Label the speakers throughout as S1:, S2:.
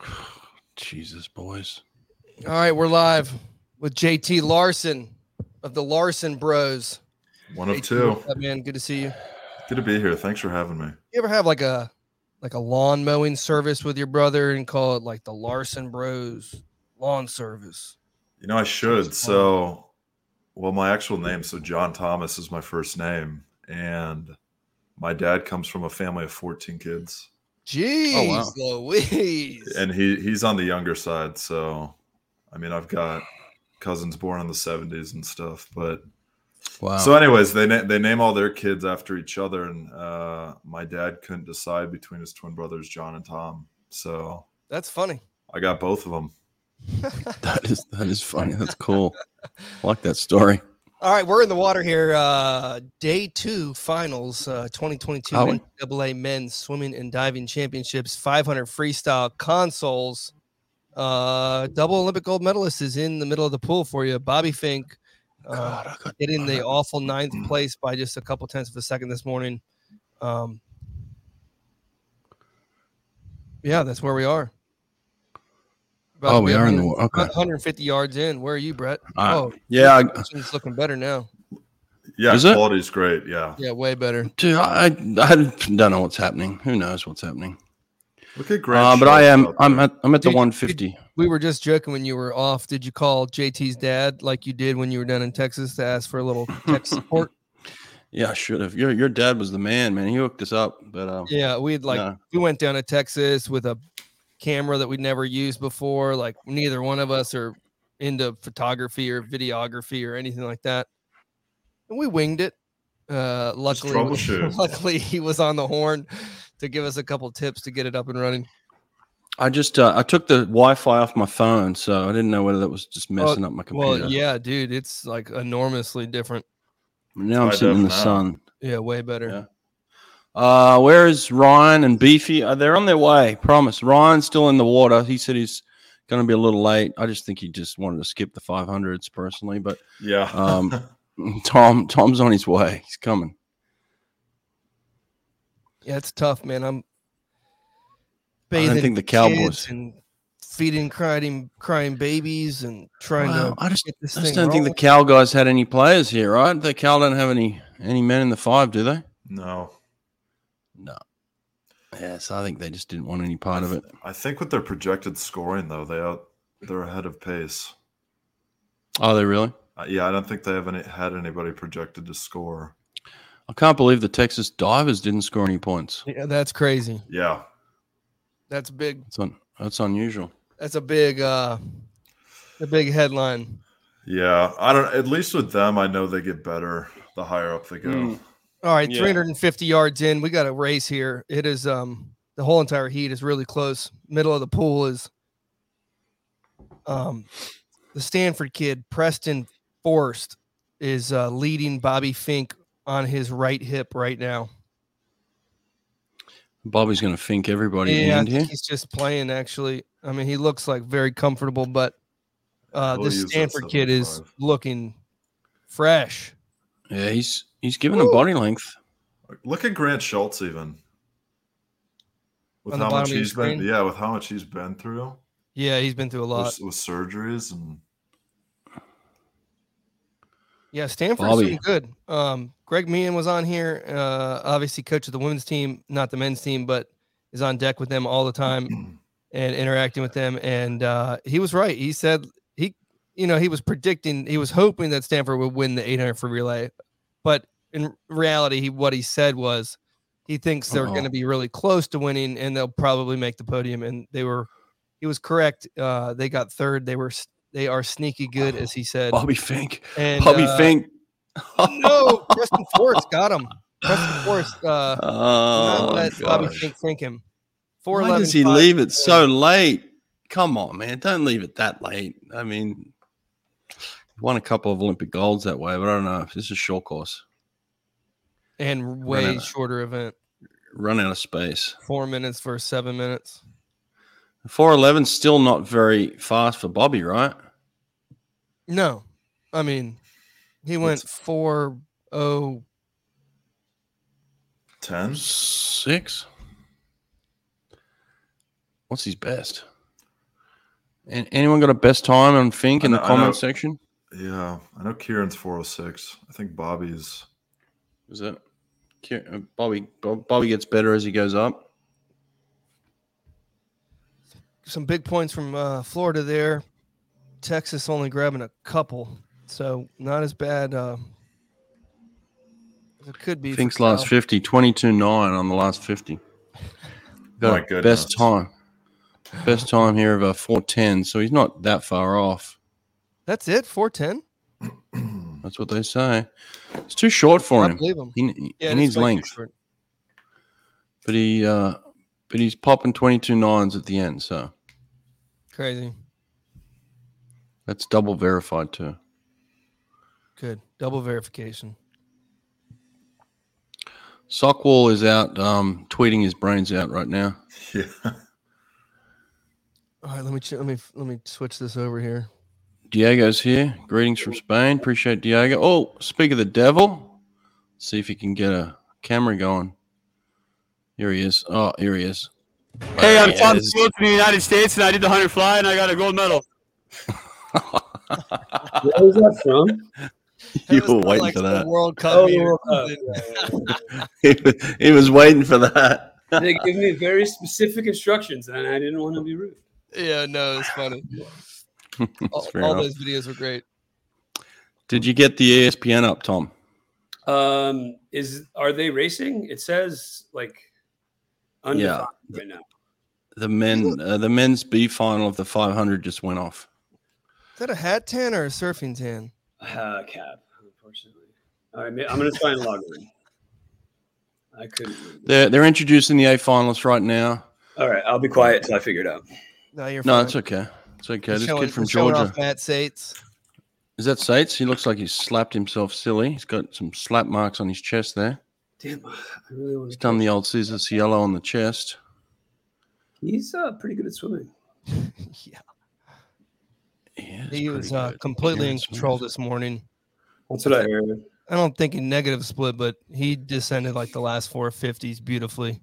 S1: Jesus, boys.
S2: All right, we're live with JT Larson of the Larson Bros.
S3: One of
S2: JT,
S3: two.
S2: what's up, man, good to see you.
S3: Good to be here. Thanks for having me.
S2: You ever have like a like a lawn mowing service with your brother and call it like the Larson Bros lawn service?
S3: You know, I should. So, well, my actual name, so John Thomas is my first name. And my dad comes from a family of 14 kids.
S2: Jeez,
S1: wow.
S2: Louise.
S3: And he he's on the younger side. So, I mean, I've got cousins born in the 70s and stuff. But
S1: Wow.
S3: so, anyways, they, na- they name all their kids after each other. And uh, my dad couldn't decide between his twin brothers, John and Tom. So,
S2: That's funny.
S3: I got both of them.
S1: that is that is funny. That's cool. I like that story.
S2: All right, we're in the water here. Uh, day two finals, uh, 2022
S1: Are we?
S2: NCAA Men's Swimming and Diving Championships, 500 freestyle consoles. Uh, double Olympic gold medalist is in the middle of the pool for you. Bobby Fink uh,
S1: God, I got-
S2: getting the awful ninth place by just a couple tenths of a second this morning. Um, yeah, that's where we are. About
S1: oh, we are in the
S2: 100
S1: war. Okay.
S2: 150 yards in. Where are you, Brett?
S1: I-
S2: oh,
S1: Yeah, I,
S2: it's looking better now.
S3: Yeah,
S1: Is it?
S3: quality's great. Yeah.
S2: Yeah, way better.
S1: dude, I I don't know what's happening. Who knows what's happening?
S3: Look at Grant.
S1: Uh, but I
S3: Sharp
S1: am
S3: out there.
S1: I'm at I'm at the
S2: Did-
S1: 150.
S2: We were just joking when you were off. Did you call JT's dad like you did when you were down in Texas to ask for a little tech support?
S1: Yeah, I should have. Your your dad was the man, man. He hooked us up. But um,
S2: yeah, we had like
S1: no.
S2: we went down to Texas with a camera that we'd never used before. Like neither one of us are into photography or videography or anything like that. And we winged it. Uh luckily
S3: troubleshoot.
S2: luckily he was on the horn to give us a couple tips to get it up and running.
S1: I just uh, I took the Wi-Fi off my phone, so I didn't know whether that was just messing up my computer.
S2: Uh, Well, yeah, dude, it's like enormously different.
S1: Now I'm
S3: Wide
S1: sitting in the
S3: open now.
S1: sun.
S2: Yeah, way better.
S1: Yeah. Uh, where is Ryan and Beefy? Uh, they're on their way. Promise. Ryan's still in the water. He said he's going to be a little late. I just think he just wanted to skip the 500s personally. But
S3: Yeah.
S1: Um, Tom, Tom's on his way. He's coming.
S2: Yeah, it's tough, man. I'm
S1: I
S2: bathing
S1: don't think the
S2: kids
S1: Cowboys.
S2: and feeding crying crying babies and trying
S1: Wow,
S2: to
S1: I just,
S2: get this
S1: I
S2: thing
S1: just don't think the
S2: rolling.
S1: Cal guys had any players here, right? The Cal don't have any any men in the five, do they?
S3: no.
S1: No. Yes, I think they just didn't want any part of it.
S3: I think with their projected scoring though, they out they're ahead of pace.
S1: Oh, they really?
S3: Uh, yeah, I don't think they haven't had anybody projected to score.
S1: I can't believe the Texas Divers didn't score any points.
S2: yeah, that's crazy.
S3: Yeah.
S2: That's big.
S1: That's un, that's unusual.
S2: That's a big uh a big headline.
S3: Yeah. I don't at least with them, I know they get better the higher up they go.
S1: Mm.
S2: All right,
S1: Yeah.
S2: 350 yards in. We got a race here. It is um the whole entire heat is really close. Middle of the pool is um the Stanford kid, Preston Forrest, is uh leading Bobby Fink on his right hip right now.
S1: Bobby's going to fink everybody in the
S2: Yeah, I
S1: end here.
S2: think he's just playing actually. I mean, he looks like very comfortable, but uh
S1: Oh,
S3: He'll
S2: this
S3: use that
S2: Stanford kid is
S3: 75.
S2: looking fresh.
S1: Yeah, he's he's given him body length.
S3: Look at Grant Schultz even. With
S2: On the
S3: how
S2: bottom
S3: much
S2: of your
S3: he's been
S2: screen?
S3: yeah, with how much he's been through
S2: Yeah, he's been through a lot.
S3: with, with surgeries and
S2: Yeah, Stanford's
S1: Bobby.
S2: doing good. Um, Greg Meehan was on here, uh, obviously coach of the women's team, not the men's team, but is on deck with them all the time and interacting with them. And uh, he was right. He said he, you know, he was predicting, he was hoping that Stanford would win the 800 for relay, but in reality, he what he said was he thinks they're
S1: Uh-oh.
S2: going to be really close to winning and they'll probably make the podium. And they were, he was correct. Uh, they got third. They were. s- They are sneaky good, as he said.
S1: Bobby Fink.
S2: And,
S1: Bobby
S2: uh,
S1: Fink.
S2: no, Preston Forrest got him. Preston Forrest uh, did not
S1: Oh,
S2: let Bobby
S1: gosh.
S2: Fink sink him. Four
S1: Why
S2: eleven.
S1: does he leave it so late? Come on, man. Don't leave it that late. I mean, he won a couple of Olympic golds that way, but I don't know. This is a short course.
S2: and way
S1: out.
S2: shorter event?
S1: Run out of space.
S2: Four minutes versus seven minutes.
S1: 411 still not very fast for Bobby, right?
S2: No, I mean he went four oh
S3: ten.
S1: Six. What's his best? An- Anyone got a best time on Fink in
S3: I
S1: the
S3: know- I know.
S1: comment section?
S3: Yeah, I know Kieran's 406. I think Bobby's.
S1: Is it Ki- uh, Bobby? Bob- Bobby gets better as he goes up.
S2: Some big points from uh, Florida there. Texas only grabbing a couple, so not as bad. Uh, as it could be. for
S1: Fink's last
S2: Kyle.
S1: 50, 22 9 on the last 50. Got
S3: My
S1: a
S3: goodness.
S1: best time. Best time here of a 410. So he's not that far off.
S2: That's it. Four ten.
S1: That's what they say. It's too short for
S2: I
S1: him.
S2: believe him.
S1: He, he
S2: Yeah, it is
S1: needs
S2: way too
S1: length.
S2: short.
S1: but he uh but he's popping 22 nines at the end so
S2: Crazy.
S1: that's double verified too
S2: Good. Double verification.
S1: sockwall is out um tweeting his brains out right now
S3: Yeah.
S2: All right, let me ch- let me let me switch this over here.
S1: diego's here greetings from spain appreciate diego oh speak of the devil see if he can get a camera going here he is oh here he is
S4: Hey, I'm
S1: There he
S4: Tom
S1: is.
S4: Stewart from the United States, and I did the 100 fly, and I got a gold medal.
S5: Where's that from?
S1: you
S2: That was
S1: were
S2: not
S1: waiting
S2: like
S1: for
S2: the
S1: that
S2: World Cup.
S5: Oh,
S2: here.
S5: World Cup.
S1: he, was, he was waiting for that
S5: they give me very specific instructions, and I didn't want to be rude.
S2: Yeah, no, it's funny. all
S1: fair
S2: all
S1: enough.
S2: those videos were great.
S1: did you get the E espn up tom
S5: Um, is are they racing? It says like undefined right now.
S1: the men uh, the men's b final of the 500 just went off
S2: Is that a hat tan or a surfing tan?
S5: Uh, cab, unfortunately. All right, ma- I'm gonna try and log in. I couldn't. read.
S1: They're, they're introducing the A finalists right now.
S5: All right, I'll be quiet till I figure it out.
S2: No, you're
S1: No,
S2: fine.
S1: it's okay. It's okay.
S2: He's
S1: this
S2: showing-
S1: kid from
S2: he's showing
S1: Georgia.
S2: off Matt Sates.
S1: Is that Sates? He looks like he's slapped himself silly. He's got some slap marks on his chest there.
S5: Damn, I really want
S1: He's
S5: to.
S1: done the old Caesar Cielo on the chest.
S5: He's uh, pretty good at swimming.
S2: yeah,
S1: Yeah, it's
S2: he
S1: pretty
S2: was uh,
S1: good.
S2: completely
S1: Yeah,
S2: in
S1: it's
S2: control
S1: nice.
S2: this morning.
S5: That's what I heard.
S2: I don't think he negative split, but he descended like the last four fifties beautifully.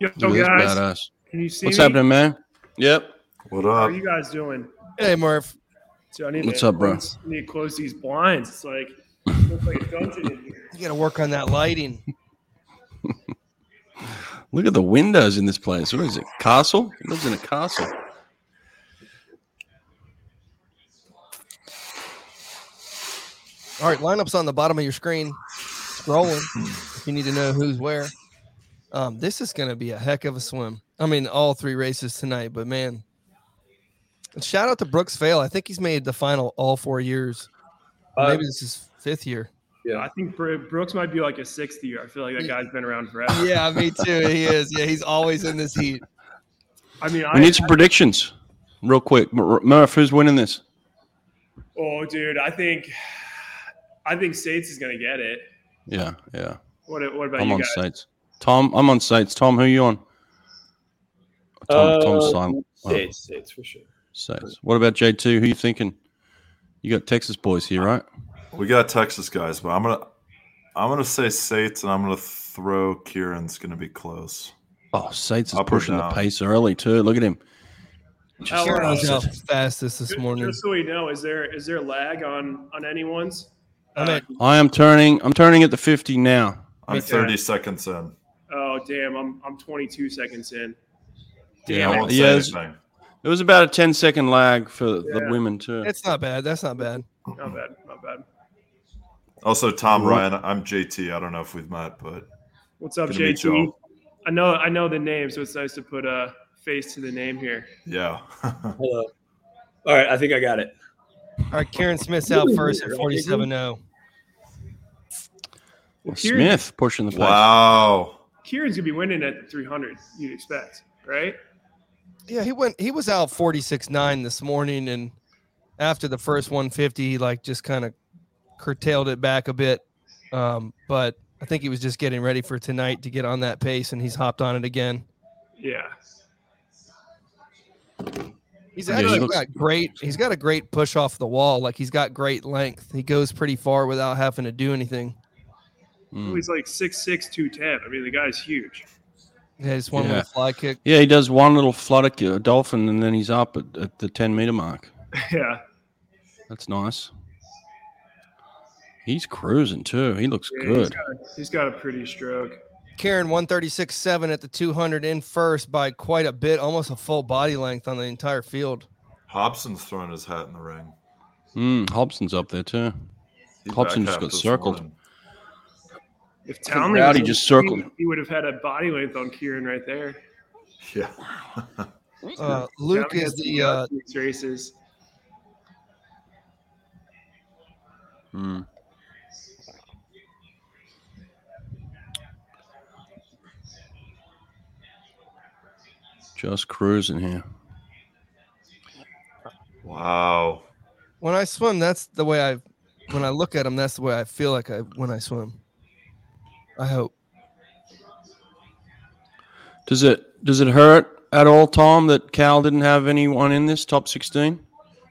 S6: Yo,
S1: Look at this
S6: guys,
S1: badass.
S6: can you see
S1: What's
S6: me?
S1: happening, man? Yep.
S3: What
S6: How
S3: up?
S6: are you guys doing?
S2: Hey, Murph.
S6: So I need
S1: What's
S6: to
S1: up, bro?
S6: close- I need to close these blinds. It's like looks like a dungeon in here.
S2: You got to work on that lighting.
S1: Look at the windows in this place. What is it? Castle? He lives in a castle.
S2: All right, lineups on the bottom of your screen. Scrolling if you need to know who's where. Um, this is going to be a heck of a swim. I mean, all three races tonight, but man, And shout out to Brooks Vale. I think he's made the final all four years.
S5: Uh,
S2: Maybe this is fifth year.
S6: I think Bro- Brooks might be like a sixth year. I feel like that guy's been around forever.
S2: Yeah, me too. He is. Yeah, he's always in this heat.
S6: I mean, I,
S1: We need some predictions real quick. Mur- Murph, who's winning this?
S6: oh, dude, I think I think Sates is gonna get it.
S1: Yeah, yeah.
S6: What, what about
S1: I'm
S6: you
S1: on
S6: guys?
S1: Sates. Tom, I'm on Sates. Tom, who are you on? Tom,
S6: Uh,
S1: Tom's silent. Wow.
S5: States, states for sure.
S1: Sates. What about J2? Who you thinking? You got Texas boys here, right?
S3: We got Texas guys, but I'm gonna I'm gonna say Sates, and I'm gonna throw Kieran's gonna be close.
S1: Oh, Sates is
S3: Up or
S1: pushing the
S3: down?
S1: pace early too. Look at him.
S6: Hell,
S2: Kieran was
S6: uh,
S2: out fastest this
S6: just,
S2: morning.
S6: just so we know, is there is there lag on on anyone's?
S2: I mean,
S1: I am turning. I'm turning at the 50 now.
S3: I'm
S6: Me too.
S3: 30 seconds in.
S6: Oh damn, I'm I'm 22 seconds in.
S1: Yeah,
S6: Damn
S3: I
S6: it.
S3: won't
S1: Yeah,
S3: say
S1: it's-
S3: anything.
S1: It was about a 10 second lag for the
S6: Yeah.
S1: women too.
S2: It's not bad. That's not bad.
S6: Not bad, not bad.
S3: Also, Tom
S1: Mhm.
S3: Ryan, I'm JT. I don't know if we've met, but
S6: What's up,
S3: Good to meet
S6: JT?
S3: y'all.
S6: I know I know the name, so it's nice to put a face to the name here.
S3: yeah.
S5: Hello. All right, I think I got it.
S2: All right, Karen Smith's out first at oh. 47 0.
S6: Well, Kieran,
S1: Smith pushing the pace.
S3: wow.
S6: Kieran's gonna be winning at 300. You'd expect, right?
S2: Yeah, he went. He was out forty six nine this morning, and after the first one fifty, he like just kind of curtailed it back a bit. Um, but I think he was just getting ready for tonight to get on that pace, and he's hopped on it again.
S6: Yeah.
S2: He's
S1: Yeah, he
S2: actually
S1: looks-
S2: got great. He's got a great push off the wall. Like he's got great length. He goes pretty far without having to do anything.
S1: Mm.
S6: He's like 6'6", 210. I mean, the guy's huge.
S2: Yeah, just one little
S1: Yeah.
S2: fly kick.
S1: Yeah, he does one little flutter kick, a dolphin, and then he's up at, at the 10 meter mark.
S6: Yeah.
S1: That's nice. He's cruising too. He looks
S6: Yeah, He's
S1: good.
S6: got, a, he's got a pretty stroke.
S2: Karen 136.7 at the 200 in first by quite a bit, almost a full body length on the entire field.
S3: Hobson's throwing his hat in the ring.
S1: Mm, Hobson's up there too.
S3: He
S1: Hobson just
S3: back half
S1: got
S3: this
S1: circled.
S3: morning.
S6: If Townley
S1: Rowdy
S6: was-
S1: just circled.
S6: he, he would have had a body length on Kieran right there.
S3: Yeah.
S2: Uh, Luke
S6: Townley
S2: is
S6: has
S2: the
S6: won
S2: uh,
S6: these races.
S1: Mm. Just cruising here.
S3: wow.
S2: when I swim. That's the way I when I look at them. That's the way I feel like I when I swim. I hope.
S1: Does it does it hurt at all, Tom, that Cal didn't have anyone in this top sixteen?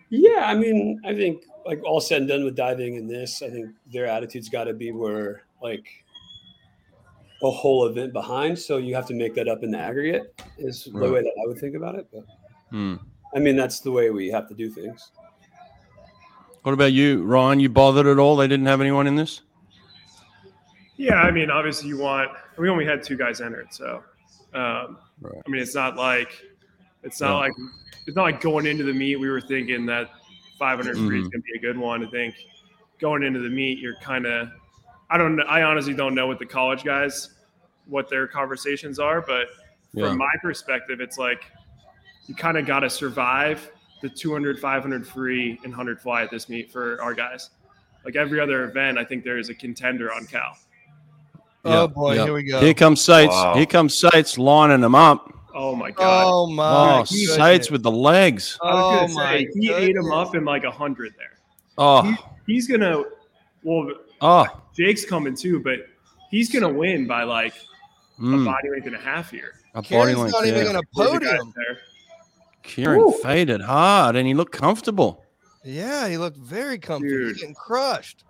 S5: Yeah, I mean, I think like all said and done with diving in this, I think their attitude's got to be where like a whole event behind. So you have to make that up in the aggregate is
S1: Right.
S5: the way that I would think about it. But
S1: Hmm.
S5: I mean, that's the way we have to do things.
S1: What about you, Ryan? You bothered at all? They didn't have anyone in this.
S6: Yeah, I mean, obviously you want. We only had two guys entered, so um,
S1: Right.
S6: I mean, it's not like it's not
S1: No.
S6: like it's not like going into the meet. We were thinking that 500 free
S1: Mm-hmm.
S6: is going to be a good one. I think going into the meet, you're kind of. I don't. kn- I honestly don't know what the college guys, what their conversations are, but
S1: Yeah.
S6: from my perspective, it's like you kind of got to survive the 200, 500 free, and 100 fly at this meet for our guys. Like every other event, I think there is a contender on Cal.
S1: Yeah,
S2: oh boy,
S1: yeah.
S2: here we go.
S1: Here comes Sates.
S3: Wow.
S1: Here comes Sates lining them up.
S6: Oh my god!
S2: oh my.
S1: Oh,
S2: goodness.
S1: Sates with the legs.
S6: I was
S2: oh
S6: gonna say
S2: my
S6: he ate him
S2: goodness.
S6: up in like a hundred there.
S1: Oh,
S6: He's gonna. Well,
S1: oh.
S6: Jake's coming too, but he's gonna win by like a
S1: Mm,
S6: body length and a half here.
S1: a body
S2: Karen's
S1: length.
S2: not even
S1: yeah.
S2: on a
S6: There's a guy
S2: podium.
S6: there.
S1: Kieran faded hard, and he looked comfortable.
S2: Yeah, he looked very comfortable. He's
S6: Dude.
S2: getting crushed.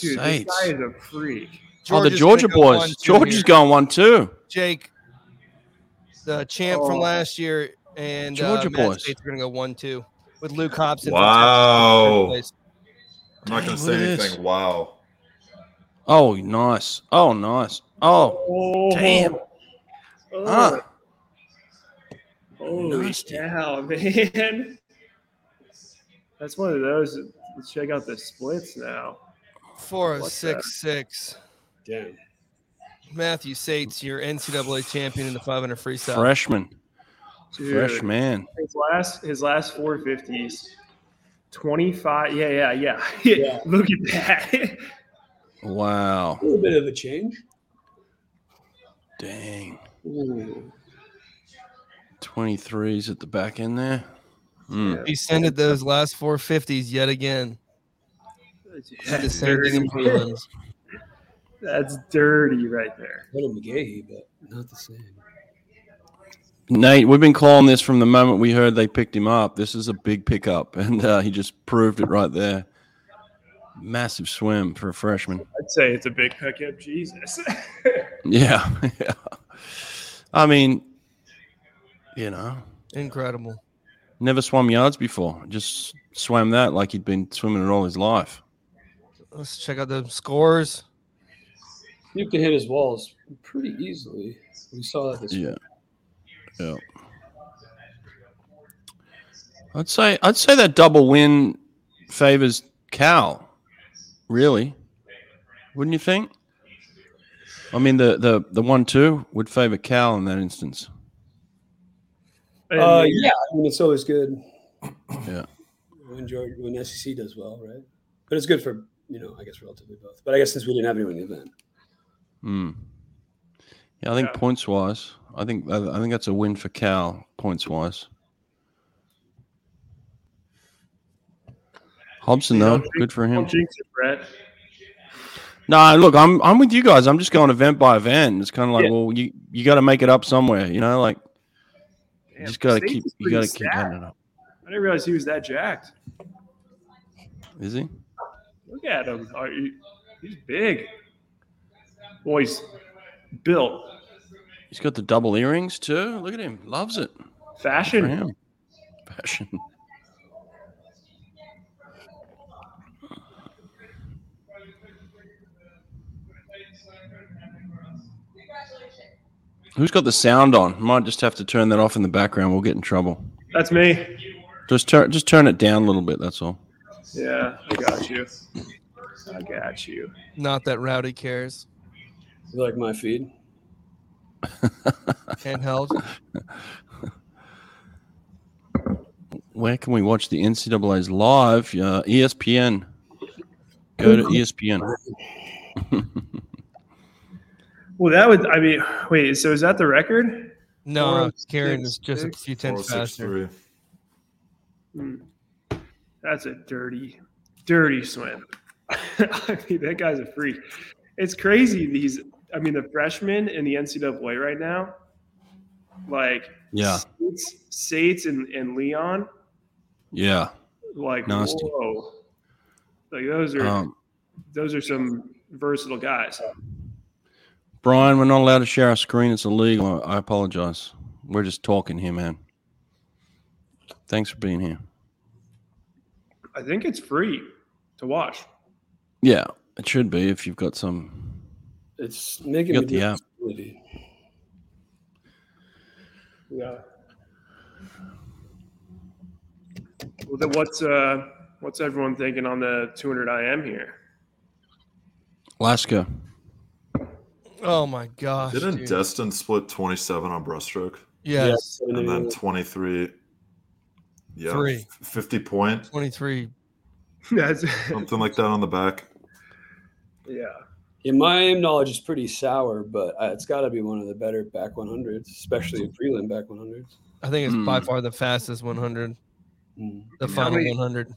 S6: Dude,
S1: Sates.
S6: this guy is a freak.
S1: Oh, the
S2: is
S1: Georgia
S2: gonna go
S1: boys.
S2: one, two
S1: Georgia's
S2: here.
S1: going one too.
S2: Jake, the champ from
S6: Oh.
S2: last year, and
S1: Georgia
S2: uh, Matt
S1: boys.
S2: State's gonna go one two with Luke Hobson. from
S3: Wow.
S2: Texas in third place.
S3: I'm
S1: Dang,
S3: not going to
S1: look at
S3: say anything.
S1: this.
S3: Wow.
S1: Oh, nice. Oh, nice. Oh,
S6: Oh
S1: Damn.
S6: Oh,
S1: ah.
S6: holy
S1: nasty.
S6: cow, man! That's one of those. Let's check out the splits now.
S2: Four oh
S6: What's
S2: six six.
S5: Damn.
S2: Matthew Sates, your NCAA champion in the 500 freestyle.
S1: freshman,
S6: Dude.
S1: fresh man.
S6: His last his last four fifties. 25 yeah yeah yeah, yeah. look at that
S1: Wow.
S5: A little bit of a change.
S1: Dang.
S5: Ooh.
S1: 23s at the back end there. Mm.
S2: He sended those last 450s yet again. Did the same thing in prelims.
S6: That's dirty right there.
S5: Little McGahee, but not the same.
S1: Nate, we've been calling this from the moment we heard they picked him up. This is a big pickup, and uh, he just proved it right there. Massive swim for a freshman.
S6: I'd say it's a big pickup. Jesus.
S1: Yeah. yeah. I mean, you know,
S2: Incredible.
S1: never swam yards before. Just swam that like he'd been swimming it all his life.
S2: Let's check out the scores.
S5: You can hit his walls pretty easily. We saw that this
S1: Yeah. Yeah. I'd say I'd say that double win favors Cal. Really? Wouldn't you think? I mean the the the one two would favor Cal in that instance.
S6: And
S5: Uh, yeah, I mean it's always good.
S1: Yeah.
S5: When George, when SEC does well, right? But it's good for you know, I guess relatively both. But I guess since we didn't have anyone in the event,
S1: Hmm. Yeah, I think
S6: Yeah.
S1: points wise, I think I I think that's a win for Cal points wise. Hobson
S6: You
S1: though,
S6: don't think-
S1: good for him.
S6: don't jinx it, Brett.
S1: No, look, I'm I'm with you guys. I'm just going event by event. It's kind of like,
S6: Yeah.
S1: well, you you got to make it up somewhere, you know, like you
S6: Damn,
S1: just got to
S6: States
S1: keep
S6: is
S1: you got to
S6: pretty
S1: keep
S6: stacked.
S1: adding it up.
S6: I didn't realize he was that jacked.
S1: Is he?
S6: Look at him. Are you- he's big. Boys built.
S1: He's got the double earrings too. Look at him. Loves it. For
S6: Fashion.
S1: him. Passion. Who's got the sound on? Might just have to turn that off in the background. We'll get in trouble.
S6: That's me.
S1: Just turn just turn it down a little bit, that's all.
S6: Yeah, I got you. I got you.
S2: Not that Rowdy cares.
S5: You like my feed?
S2: Handheld.
S1: Where can we watch the NCAA's live? Uh, ESPN. Go to E ESPN.
S6: Well, that would. I mean, wait. So is that the record?
S2: No,
S6: Four,
S2: Karen
S6: six,
S2: is just a
S6: six,
S2: few
S3: Four,
S2: tenths
S3: six,
S2: faster.
S3: three.
S6: Hmm. That's a dirty, dirty swim. I mean, that guy's a freak. It's crazy. These. I mean, the freshmen in the NCAA right now, like
S1: Yeah.
S6: Sates, Sates and, and Leon,
S1: Yeah.
S6: like
S1: Nasty.
S6: whoa, like those are
S1: Um,
S6: those are some versatile guys.
S1: Brian, we're not allowed to share our screen. It's illegal. I I apologize. We're just talking here, man. Thanks for being here.
S6: I think it's free to watch.
S1: Yeah, it should be if you've got some.
S5: It's making
S1: You
S5: me
S1: got the app.
S5: disability.
S6: Yeah. Well, then what's uh, what's everyone thinking on the 200 IM here?
S1: Alaska.
S2: Oh my gosh.
S3: Didn't
S2: dude.
S3: Destin split 27 on breaststroke
S2: yes.
S5: Yeah,
S3: and then 23? Yeah,
S2: Three.
S3: 50 point,
S2: 23.
S6: That's
S1: Um,
S3: something like that on the back.
S6: yeah.
S5: Yeah, my aim knowledge is pretty sour, but uh, it's got to be one of the better back 100s, especially prelim back 100s.
S2: I think it's by
S1: Hmm.
S2: far the fastest 100,
S5: Mm.
S2: the final
S6: many-
S2: 100.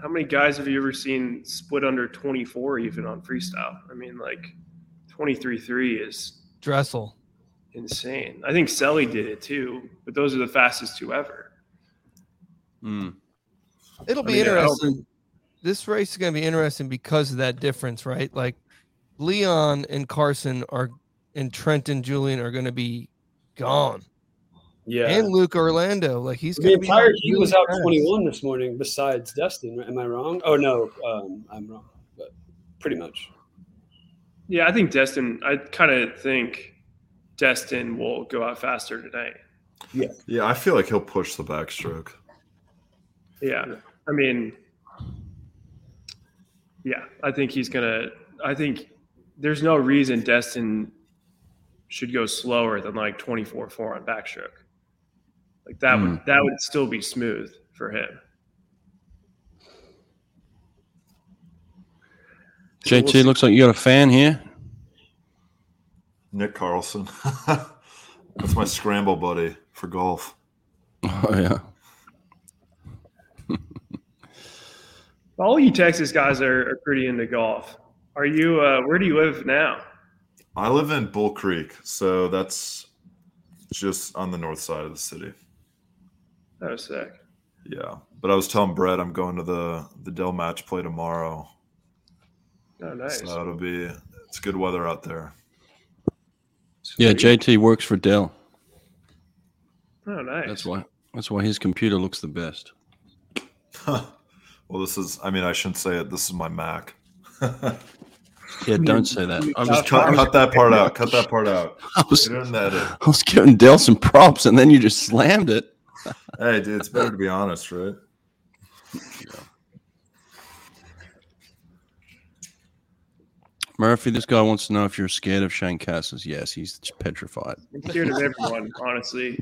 S6: How many guys have you ever seen split under 24 even on freestyle? I mean, like 23-3 is
S2: Dressel.
S6: insane. I think Selly did it too, but those are the fastest two ever.
S1: Mm.
S2: It'll
S6: I
S2: be
S6: mean, I don't-
S2: interesting. This race is going to be interesting because of that difference, right? Like Leon and Carson are, and Trent and Julian are going to be gone,
S5: Yeah.
S2: and Luke Orlando, like he's
S5: the
S2: going to be
S5: entire
S2: out
S5: team was
S2: really
S5: out
S2: fast.
S5: 21 this morning, besides Destin. right? Am I wrong? Oh, no, um, I'm wrong, but pretty much.
S6: Yeah, I think Destin. I kind of think Destin will go out faster tonight.
S3: Yeah, I feel like he'll push the backstroke.
S6: Yeah.
S5: Yeah.
S6: I mean, yeah, I think he's going to, I think there's no reason Destin should go slower than like 24 4 on backstroke. Like that would, that would still be smooth for him. So we'll
S1: JT,
S6: see.
S1: looks like you got a fan here.
S3: Nick Carlson. That's my scramble buddy for golf.
S1: Oh, yeah.
S6: All you Texas guys are, are pretty into golf. Are you, uh, where do you live now?
S3: I live in Bull Creek, so that's just on the north side of the city.
S6: That was Oh, sick.
S3: Yeah. But I was telling Brett I'm going to the the Dell match play tomorrow.
S6: Oh, nice.
S3: So it'll be it's good weather out there.
S1: Yeah,
S6: Sweet.
S1: JT works for Dell.
S6: Oh, nice.
S1: That's why. That's why his computer looks the best.
S3: well, this is I mean, I shouldn't say it. This is my Mac. cut,
S1: Yeah, don't say that. I was,
S3: cut that part out. Cut that part out.
S1: I was,
S3: Get it in the edit.
S1: I was giving Dell some props, and then you just slammed it.
S3: Hey, dude, it's better to be honest, right?
S1: Murphy, this guy wants to know if you're scared of Shane Cass's. Yes, he's petrified.
S6: I'm scared of everyone, honestly.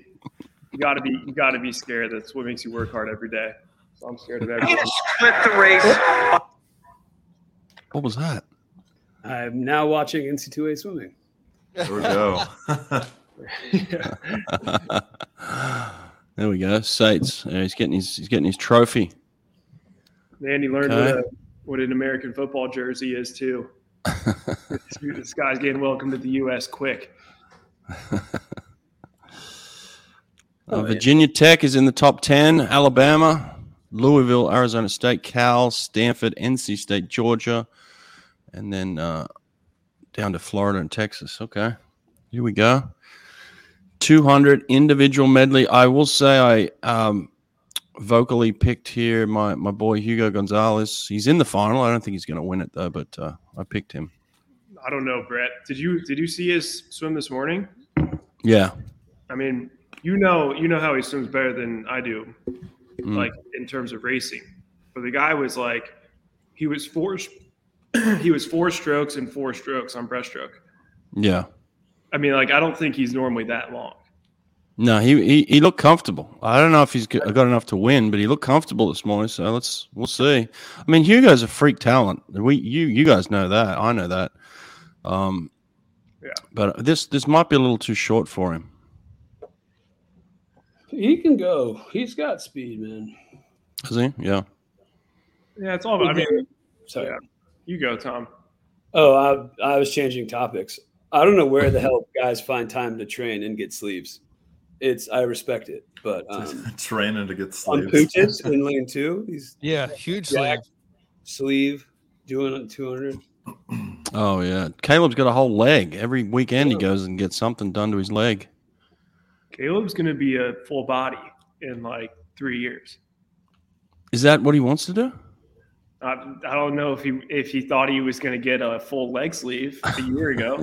S6: You gotta be you gotta be scared. That's what makes you work hard every day. So I'm scared of everyone.
S1: What was that?
S5: I'm now watching NC2A swimming.
S3: There we go.
S1: there we go. Sates. Uh, he's getting his he's getting his trophy.
S6: Mandy learned
S1: Okay.
S6: what, a, what an American football jersey is too. this, this guy's getting welcome to the US quick.
S1: Uh, Virginia Tech is in the top ten. Alabama, Louisville, Arizona State, Cal, Stanford, NC State, Georgia, and then uh, down to Florida and Texas. Okay, here we go. 200 individual medley. I will say I um, vocally picked here my, my boy Hugo Gonzalez. He's in the final. I don't think he's going to win it though, but uh, I picked him.
S6: I don't know, Brett. Did you did you see his swim this morning?
S1: Yeah.
S6: I mean, you know, you know how he swims better than I do,
S1: Mm.
S6: like in terms of racing. But the guy was like, he was four, he was four strokes and four strokes on breaststroke.
S1: Yeah.
S6: I mean, like I don't think he's normally that long.
S1: No, he, he he looked comfortable. I don't know if he's g- got enough to win, but he looked comfortable this morning. So let's we'll see. I mean, Hugo's a freak talent. We you you guys know that. I know that. Um,
S6: Yeah.
S1: But this this might be a little too short for him.
S5: He can go. He's got speed, man.
S1: Is he? Yeah.
S6: Yeah, it's all. About, I
S1: Mm-hmm.
S6: mean,
S5: Sorry.
S6: Yeah. you go, Tom.
S5: Oh, I, I was changing topics. I don't know where the hell guys find time to train and get sleeves. It's I respect it, but um,
S3: Training to get
S5: on
S3: sleeves.
S5: pooches and lean two, these
S2: Yeah, huge
S5: Yeah.
S2: sleeve.
S5: sleeve doing two hundred.
S1: Oh yeah. Caleb's got a whole leg. Every weekend he
S5: Yeah.
S1: goes and gets something done to his leg.
S6: Caleb's gonna be a full body in like three years.
S1: Is that what he wants to do?
S6: I, I don't know if he if he thought he was gonna get a full leg sleeve a year ago.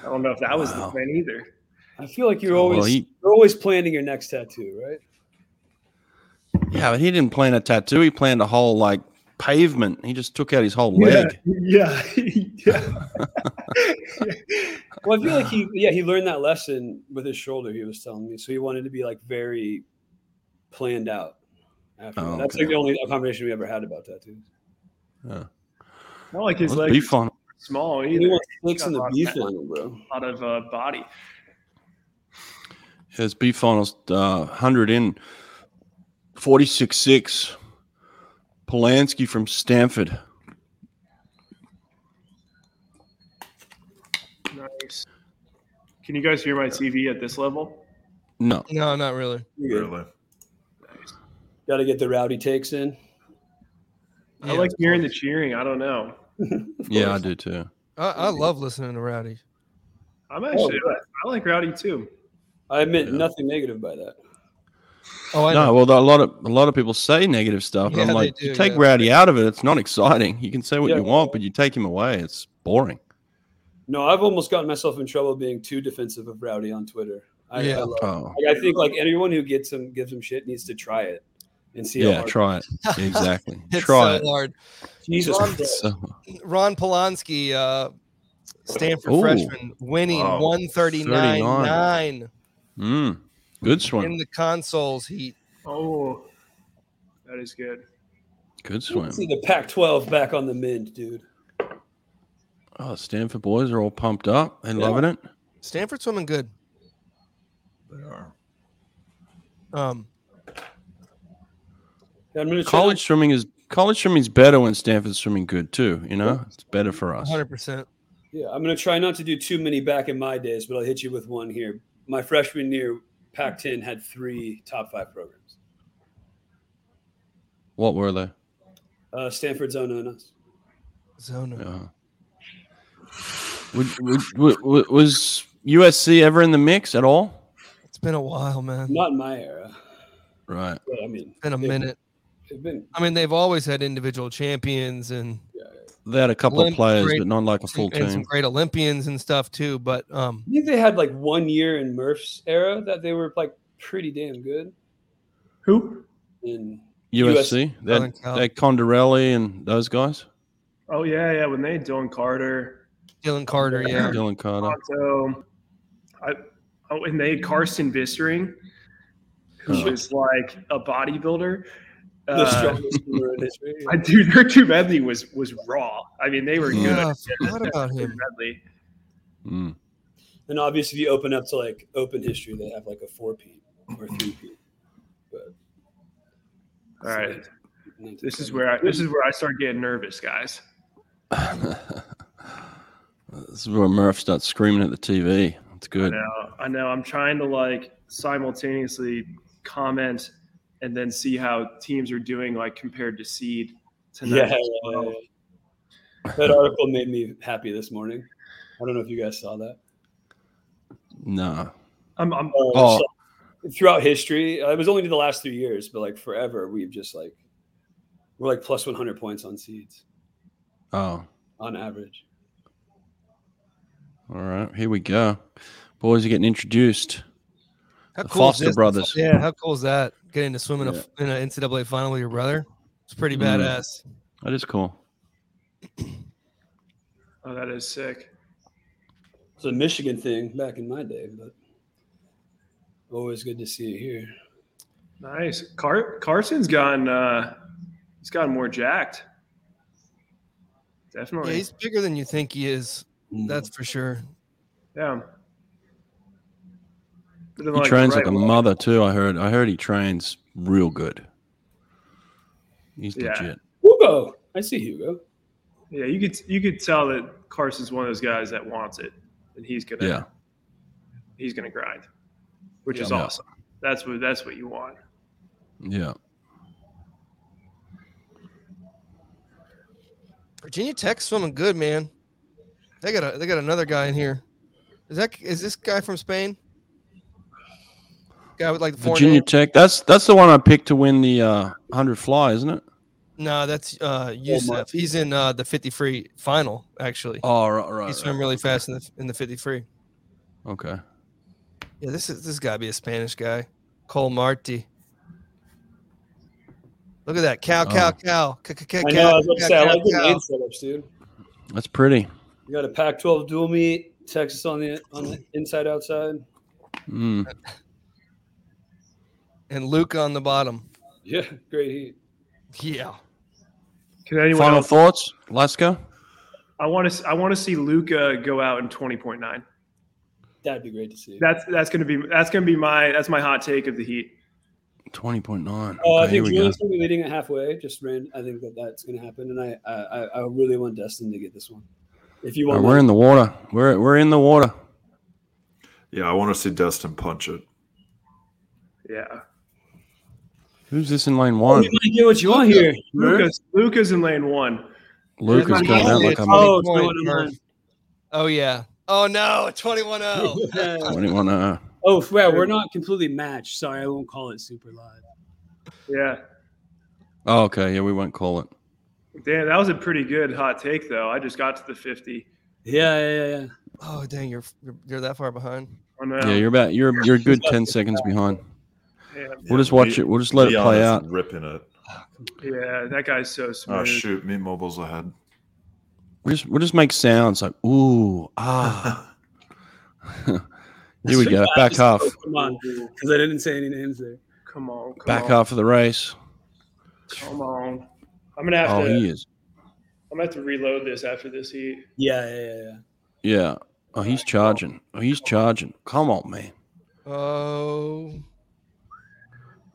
S6: I don't know if that was
S1: Wow.
S6: the plan either.
S5: I feel like you're
S1: Well,
S5: always
S1: he-
S5: you're always planning your next tattoo, right?
S1: Yeah, but he didn't plan a tattoo. He planned a whole like pavement. He just took out his whole leg.
S6: Yeah, yeah.
S5: Well, I feel like he yeah he learned that lesson with his shoulder. He was telling me, so he wanted to be like very planned out. After
S1: Oh,
S5: that. That's
S1: okay.
S5: like the only conversation we ever had about tattoos.
S6: Not like his
S1: That'd
S6: legs
S1: be
S6: are
S1: fun.
S6: small
S5: He
S6: either.
S5: wants snakes in the
S6: Got
S5: beef
S6: that.
S5: funnel, bro.
S6: A lot of uh, body.
S1: His B finals uh, 100 in 46 6. Polanski from Stanford.
S6: Nice. Can you guys hear my TV at this level?
S1: No.
S2: No, not really.
S3: Really.
S5: Got to get the rowdy takes in.
S6: I like hearing the cheering. I don't know.
S1: Yeah, I do too.
S2: I, I love listening to Rowdy.
S6: I'm actually. I like Rowdy too.
S5: I meant
S1: Yeah.
S5: nothing negative by that.
S2: Oh, I know.
S1: No, well, a lot of a lot of people say negative stuff, and
S2: Yeah,
S1: I'm
S2: they
S1: like,
S2: do,
S1: you take
S2: yeah.
S1: Rowdy out of it, it's not exciting. You can say what
S5: Yeah.
S1: you want, but you take him away, it's boring.
S5: No, I've almost gotten myself in trouble being too defensive of rowdy on Twitter. I,
S2: Yeah.
S5: I, love,
S1: Oh,
S5: like, I think like anyone who gets him gives him shit needs to try it and see. how
S1: yeah,
S5: hard-
S1: try it. Exactly,
S2: It's uh,
S1: try
S2: so hard.
S5: Jesus,
S2: Ron-
S5: Christ.
S1: So,
S2: Ron Polanski, uh, Stanford
S1: Ooh.
S2: freshman, winning
S3: Wow.
S2: one thirty nine
S1: mm, good
S2: in
S1: swim,
S2: the consoles heat.
S6: Oh, that is good.
S1: good
S5: You can
S1: swim.
S5: see the Pac-12 back on the mend, dude.
S1: Oh, Stanford boys are all pumped up. They loving it.
S2: Stanford swimming good.
S3: They are.
S2: Um,
S5: I'm gonna try-
S1: College swimming is college swimming is better when Stanford's swimming good too. You know, it's better for us.
S2: hundred percent.
S5: Yeah, I'm gonna try not to do too many back in my days, but I'll hit you with one here. My freshman year, Pac-10 had three top five programs.
S1: What were they?
S5: Uh, Stanford's own on us.
S2: Zona.
S1: Uh, would- would- would- would- was USC ever in the mix at all?
S2: It's been a while, man.
S5: Not in my era,
S1: Right.
S5: but I mean,
S2: Been a
S5: Yeah.
S2: minute.
S5: it's been
S2: I mean, they've always had individual champions and
S1: They had a couple of
S2: Olymp-
S1: players,
S2: great-
S1: but not like a full
S2: and some
S1: team.
S2: great Olympians and stuff too. But um,
S5: I think they had like one year in Murph's era that they were like pretty damn good.
S6: Who?
S5: And
S1: USC. They
S2: Southern
S1: had,
S2: Cal.
S1: they had Condorelli and those guys.
S6: Oh yeah, yeah. When they had Dylan Carter,
S2: Dylan Carter, yeah,
S1: Dylan Carter.
S6: Otto, I, oh, and they had Carson Vissering, who
S1: Oh.
S6: was like a bodybuilder.
S5: the
S6: Uh,
S5: strongest swimmer in history.
S6: I, dude, their two medley was was raw. I mean, they were good.
S2: yeah. I
S6: Yeah,
S2: forgot about
S6: their
S2: him.
S6: medley.
S1: Mm.
S5: And obviously, if you open up to like open history, they have like a four P or three P.
S6: All right, this is where I this is where I start getting nervous, guys.
S1: this is where Murph starts screaming at the TV. It's
S6: I
S1: good.
S6: know, I know. I'm trying to like simultaneously comment and then see how teams are doing, like compared to seed
S5: Yeah,
S6: tonight.
S5: yeah, yeah, yeah. that article made me happy this morning. I don't know if you guys saw that.
S1: No.
S6: I'm, I'm
S5: Uh,
S1: Oh.
S5: so throughout history, uh, it was only the last three years, but like forever, we've just like we're like plus 100 points on seeds
S1: Oh,
S5: on average.
S1: all right. Here we go. Boys are getting introduced.
S2: How
S1: The
S2: cool is
S1: Foster
S2: this?
S1: brothers.
S2: Yeah, how cool is that? Getting to swim in, a, in an NCAA final with your brother. It's pretty
S1: Mm.
S2: badass.
S1: That is cool.
S6: oh, that is sick.
S5: It's a Michigan thing back in my day, but always good to see it here.
S6: Nice. Car- Carson's gotten uh, he's gotten more jacked.
S2: Yeah,
S6: Definitely.
S2: he's bigger than you think he is. That's for sure.
S6: Yeah. He
S1: He trains like a mother too. I heard. I heard he trains real good. He's
S6: Yeah.
S1: legit.
S5: Hugo, I see Hugo.
S6: Yeah, you could you could tell that Carson's one of those guys that wants it, and he's gonna
S1: Yeah.
S6: he's gonna grind, which is
S1: Yeah.
S6: awesome. That's what that's what you want.
S1: Yeah.
S2: Virginia Tech swimming good, man. They got a, they got another guy in here. Is that is this guy from Spain? Guy with like the foreign
S1: Virginia
S2: name?
S1: Tech. That's that's the one I picked to win the uh, hundred fly, isn't it?
S2: No, that's
S1: Oh,
S2: uh Yusef. He's in uh the 50 free final actually.
S1: Oh, right, right.
S2: he swam really fast in the in the 50 free.
S1: Okay.
S2: Yeah, this is this got to be a Spanish guy. Cole Marti. Look at that. Cow, cow,
S1: Oh.
S2: cow. Cow, cow,
S5: I know. I
S2: cow,
S5: was about to
S2: cow,
S5: say, I
S2: cow,
S5: like the
S2: cow.
S5: lane setups, dude.
S1: That's pretty.
S5: You got a Pac-12 dual meet, Texas on the on the inside outside.
S1: Mm.
S2: And Luke on the bottom.
S5: Yeah, great heat.
S2: Yeah.
S6: Can anyone
S1: Final
S6: else?
S1: thoughts, Laska?
S6: I want to I want to see Luca go out in twenty point nine.
S5: That'd be great to see.
S6: That's that's gonna be that's gonna be my that's my hot take of the Heat.
S1: Twenty point nine.
S5: Uh, I
S1: okay, here we
S5: think
S1: go.
S5: Julian's going to be leading at halfway. Just ran. I think that that's going to happen, and I, I I- I really want Destin to get this one. If you
S1: All right,
S5: want,
S1: we're in the water. We're we're in the water.
S3: Yeah, I want to see Destin punch it.
S6: Yeah,
S1: Who's this in lane
S5: Oh,
S1: one?
S5: you might get what you want here. Merv.
S6: Luca's Luca's in lane one.
S1: Luke is
S6: There's
S1: going
S6: my
S1: out
S6: only
S1: like a
S5: Oh,
S2: Point,
S5: it's going
S2: Murph.
S5: on.
S2: Oh, yeah. Oh, no. oh. 21 0.
S1: twenty-one. Uh,
S5: oh, yeah, we're not completely matched. Sorry, I won't call it super live.
S6: Yeah,
S1: oh, okay. Yeah, we won't call it.
S6: damn, that was a pretty good hot take though. I just got to the fifty.
S5: Yeah, yeah, yeah. yeah.
S2: Oh, dang. You're, you're, you're that far behind.
S6: Oh no,
S1: Yeah, you're about you're you're a good ten seconds behind.
S6: yeah,
S1: We'll just watch it. We'll just let it play out.
S3: Ripping it.
S6: yeah, that guy's so smooth.
S3: Oh shoot, Meat Mobile's ahead.
S1: We'll just we'll just make sounds like ooh ah. Here we go. Back half.
S5: Come on, because I didn't say any names there.
S6: Come on, come
S1: Back
S6: on,
S1: half of the race.
S6: Come on. I'm gonna have
S1: Oh,
S6: to.
S1: he is.
S6: I'm gonna have to reload this after this heat.
S5: Yeah, yeah, yeah. yeah.
S1: Yeah. Oh, he's charging. Oh, he's charging. Come on, man.
S2: Oh,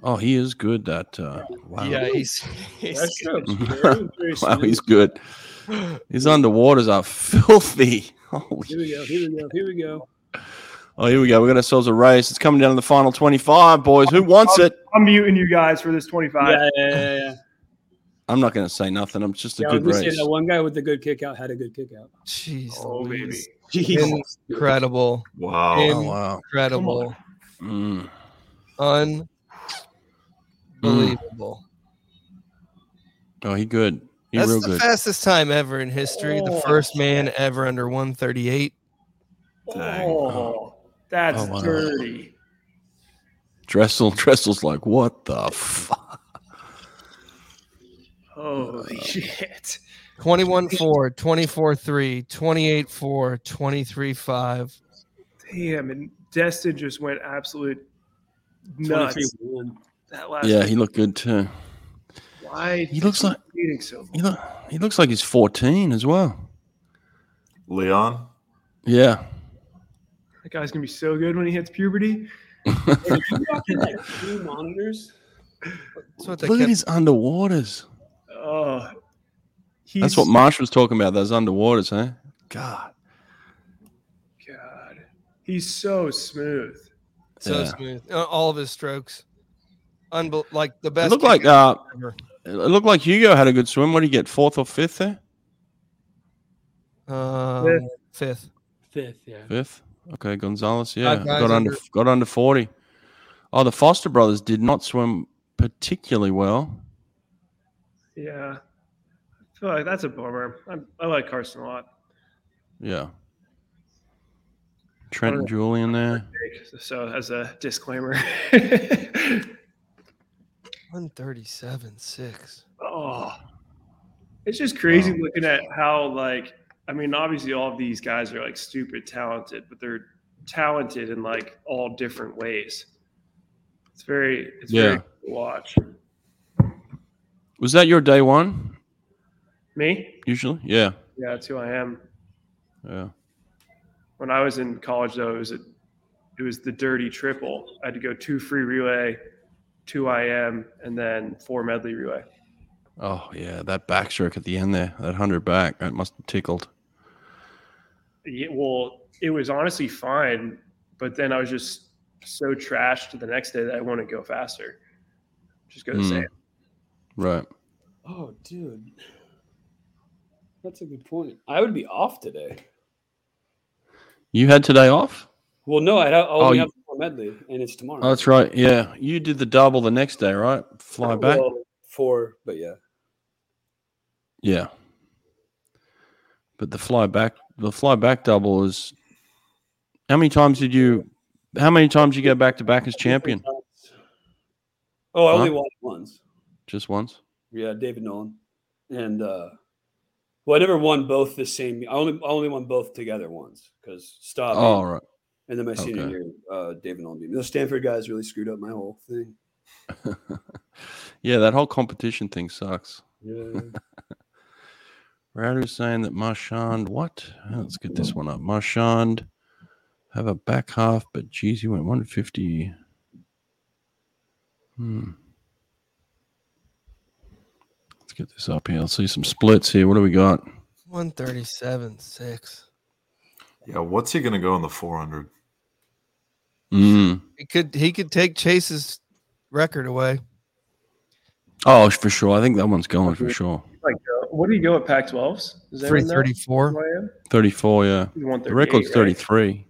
S1: Oh, he is good. That uh, wow.
S2: yeah. He's, he's
S5: That's true. Very, very
S1: wow,
S5: smooth.
S1: he's good. His underwaters are filthy. Holy
S5: Here we go. Here we go. Here we go.
S1: Oh, here we go. We got ourselves a race. It's coming down to the final 25, boys. Who wants it?
S6: I'm muting you guys for this 25.
S5: Yeah, yeah, yeah, yeah.
S1: I'm not going to say nothing. I'm just a
S5: yeah I was
S1: good
S5: gonna say
S1: race.
S5: that one guy with the good kick out had a good kick out.
S2: jeez.
S6: Oh baby.
S2: Louise. Incredible.
S3: Wow.
S1: Oh, wow.
S2: Incredible.
S1: Mm.
S2: Unbelievable.
S1: Oh, he good. He
S2: That's
S1: Hmm. real
S2: the
S1: good. Oh.
S2: fastest time ever in history. The first man ever under 138.
S3: Dang.
S6: Oh, that's
S1: Oh, wow.
S6: dirty.
S1: Dressel. Dressel's like, what the fuck?
S6: Holy
S1: Oh.
S6: shit.
S2: 21 4, 24 3, 28 4, 23 5.
S6: Damn, and Destin just went absolute nuts.
S5: 23-1.
S6: That last
S1: Yeah, he looked good too.
S6: why
S1: He looks like
S6: eating so
S1: he, look, he looks like he's 14 as well.
S3: Leon?
S1: Yeah.
S6: that guy's gonna be so good when he hits puberty.
S5: Hey, you got, like, two monitors.
S2: That's what they
S1: Look at
S2: kept-
S1: his underwaters.
S6: Oh he's
S1: That's what Marsh was talking about, those underwaters, eh? huh? God.
S6: God. He's so smooth.
S2: so
S1: yeah.
S2: smooth. Uh, All of his strokes. Unbe- like the
S1: It
S2: best.
S1: looked like
S2: kicker
S1: uh,
S2: ever.
S1: it looked like Hugo had a good swim. What did he get? Fourth or fifth there?
S2: Um, fifth.
S5: Fifth, yeah.
S1: Fifth. Okay, Gonzalez. Yeah,
S2: guys
S1: got under
S2: under-
S1: got under forty. Oh, the Foster brothers did not swim particularly well.
S6: Yeah. I feel like that's a bummer. I, I like Carson a lot.
S1: Yeah. Trent
S6: Alright.
S1: and Julian there.
S6: So as a disclaimer.
S2: 137 six.
S6: oh. It's just crazy looking at how like I mean, obviously all of these guys are like stupid talented, but they're talented in like all different ways. It's very it's very
S1: Yeah.
S6: cool to watch.
S1: Was that your day one?
S6: Me?
S1: Usually, yeah,
S6: Yeah, that's who I am.
S1: yeah.
S6: when I was in college though, it was a, it was the dirty triple. I had to go two free relay, two IM, and then four medley relay.
S1: Oh yeah, that backstroke at the end there, that hundred back, that must have tickled.
S6: Yeah, well, it was honestly fine, but then I was just so trashed the next day that I want to go faster. Just go the
S1: Hmm.
S6: same.
S1: Right.
S5: Oh, dude. That's a good point. I would be off today.
S1: You had today off?
S5: Well, no, I, ha- I only
S1: Oh, you-
S5: have one medley, and it's tomorrow.
S1: Oh, that's right. Yeah, you did the double the next day, right? Fly back.
S5: Well, four, but yeah.
S1: Yeah. But the fly back, the fly back double is. How many times did you? How many times you go back to back as champion?
S5: Oh, I
S1: Huh?
S5: only won once.
S1: Just once.
S5: Yeah, David Nolan, and uh, well, I never won both the same. I only I only won both together once because stop.
S1: Oh right.
S5: and then my senior
S1: okay.
S5: year, uh, David Nolan beat me. Those Stanford guys really screwed up my whole thing.
S1: Yeah, that whole competition thing sucks.
S5: Yeah.
S1: Radu's saying that Marchand, what? Oh, let's get this one up. Marchand have a back half, but geez, he went 150. Hmm. Let's get this up here. Let's see some splits here. What do we got?
S2: 137 six.
S3: Yeah, what's he going to go in the 400?
S1: Mm.
S2: He could he could take Chase's record away.
S1: Oh, for sure. I think that one's going for sure.
S6: Like, uh, what do you go at Pac-12s? Is anyone know?
S2: 334.
S1: 34, yeah.
S6: He's 138,
S1: The record's
S6: right?
S1: 33.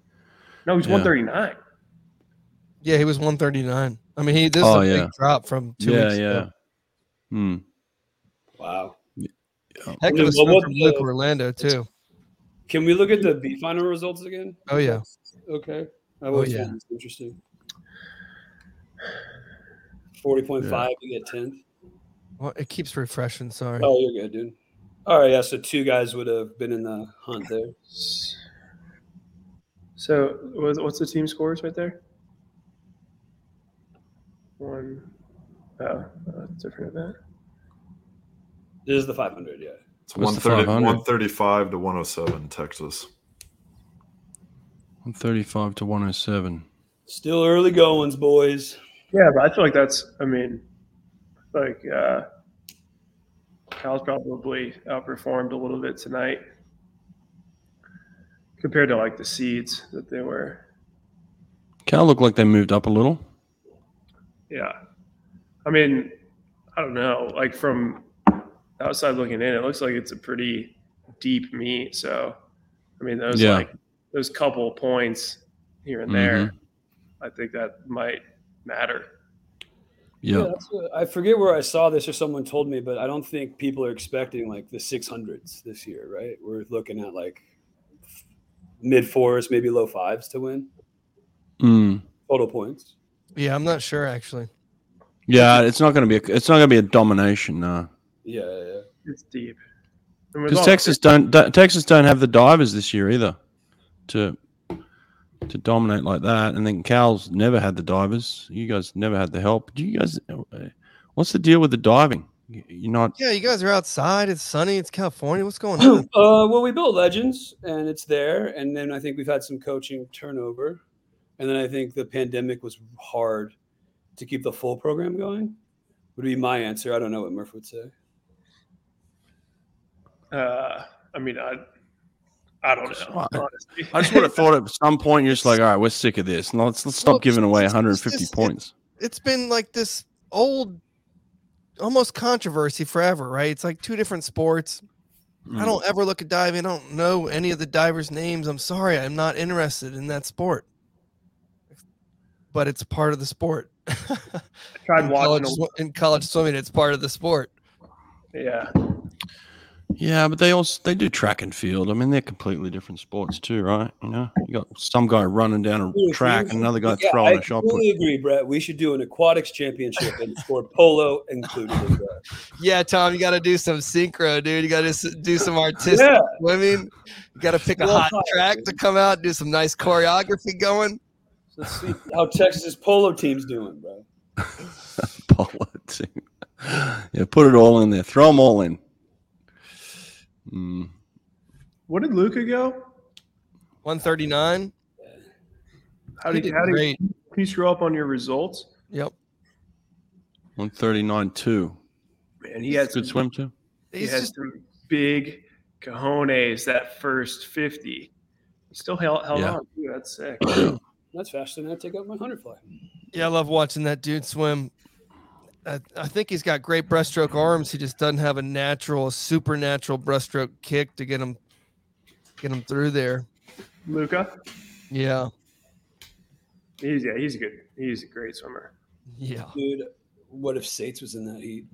S6: No, he's
S1: Yeah.
S6: 139.
S2: Yeah, he was 139. I mean, he this
S1: Oh,
S2: is a
S1: yeah.
S2: big drop from two
S1: yeah,
S2: weeks
S1: yeah.
S2: ago.
S1: Hmm.
S5: wow.
S2: Heck
S5: Yeah,
S2: of a
S5: well,
S2: swim
S5: what
S2: from
S5: the-
S2: Luke Orlando too.
S5: Can we look at the B final results again?
S2: Oh yeah.
S5: Okay. I
S1: Oh,
S5: always
S2: yeah.
S5: found this interesting. Forty point five, you get tenth.
S2: Well, it keeps refreshing. Sorry.
S5: Oh, you're good, dude. All right, yeah. So two guys would have been in the hunt there.
S6: So wha- what's the team scores right there? One. Oh, that's a different event.
S5: This is the 500, yeah.
S3: It's
S1: What's the
S3: 130,
S1: 500?
S3: 135 to 107, Texas.
S1: 135 to 107.
S5: Still early goings, boys.
S6: Yeah, but I feel like that's. I mean, like uh, Kyle's probably outperformed a little bit tonight compared to like the seeds that they were.
S1: Cal looked like they moved up a little.
S6: Yeah, I mean, I don't know. Like from outside looking in, it looks like it's a pretty deep meet. So, I mean, those
S1: Yeah.
S6: like those couple points here and
S1: Mm-hmm.
S6: there, I think that might matter.
S1: Yeah.
S5: that's what- I forget where I saw this or someone told me, but I don't think people are expecting like the 600s this year, right? We're looking at like mid fours, maybe low fives to win
S1: Mm.
S5: total points.
S2: Yeah, I'm not sure actually.
S1: Yeah, it's not going to be. A, it's not going to be a domination, no.
S5: Yeah, yeah, yeah.
S6: It's deep. And with
S1: Because
S6: all-
S1: Texas don't da- Texas don't have the divers this year either, to to dominate like that. And then Cal's never had the divers. You guys never had the help. Do you guys? What's the deal with the diving? You- You're not.
S2: Yeah, you guys are outside. It's sunny. It's California. What's going on?
S5: Uh, well, we built Legends, and it's there. And then I think we've had some coaching turnover, and then I think the pandemic was hard to keep the full program going. Would be my answer. I don't know what Murph would say.
S6: Uh, I mean, I, I don't know.
S1: Well, I-
S6: honestly.
S1: I just would have thought at some point you're just like, all right, we're sick of this. And let's let's stop
S2: Well,
S1: giving away
S2: it's- it's
S1: 150
S2: just-
S1: points.
S2: it's been like this old almost controversy forever, right? It's like two different sports.
S1: Hmm.
S2: I
S1: Mm.
S2: don't ever look at diving. I don't know any of the divers' names. I'm sorry, I'm not interested in that sport. But it's part of the sport.
S6: I tried
S2: in, college,
S6: watching. a-
S2: swi- in college swimming, it's part of the sport.
S6: yeah,
S1: Yeah, but they also they do track and field. I mean, they're completely different sports too, right? You know, you got some guy running down a track and another guy
S5: Yeah,
S1: throwing
S5: I
S1: a shot put.
S5: completely agree, Brett. We should do an aquatics championship and score polo included. in that.
S2: Yeah, Tom, you got to do some synchro, dude. You got to do some artistic
S5: Yeah.
S2: swimming. You got to pick a
S5: Well,
S2: hot
S5: fine,
S2: track
S5: dude.
S2: to come out, do some nice choreography going.
S5: Let's see how Texas polo team's doing, bro.
S1: Polo too. Yeah, put it all in there. Throw them all in. Mm.
S6: what did Luca go?
S2: 139.
S6: How
S2: He
S6: did
S2: did
S6: how did
S2: great.
S6: you scroll up on your results?
S2: Yep.
S1: One thirty nine two.
S6: Man, he had
S1: Good
S6: some-
S1: swim too.
S6: He
S2: He's
S6: had
S2: just
S6: some big cojones that first fifty. He still held, held
S1: Yeah.
S6: on. Too. That's sick.
S5: That's faster than I take out my hundred fly.
S2: Yeah, I love watching that dude swim. I, I think he's got great breaststroke arms. He just doesn't have a natural, supernatural breaststroke kick to get him, get him through there.
S6: Luca,
S2: Yeah,
S6: he's yeah, he's a good. He's a great swimmer.
S2: yeah.
S5: Dude, what if Sates was in that heat?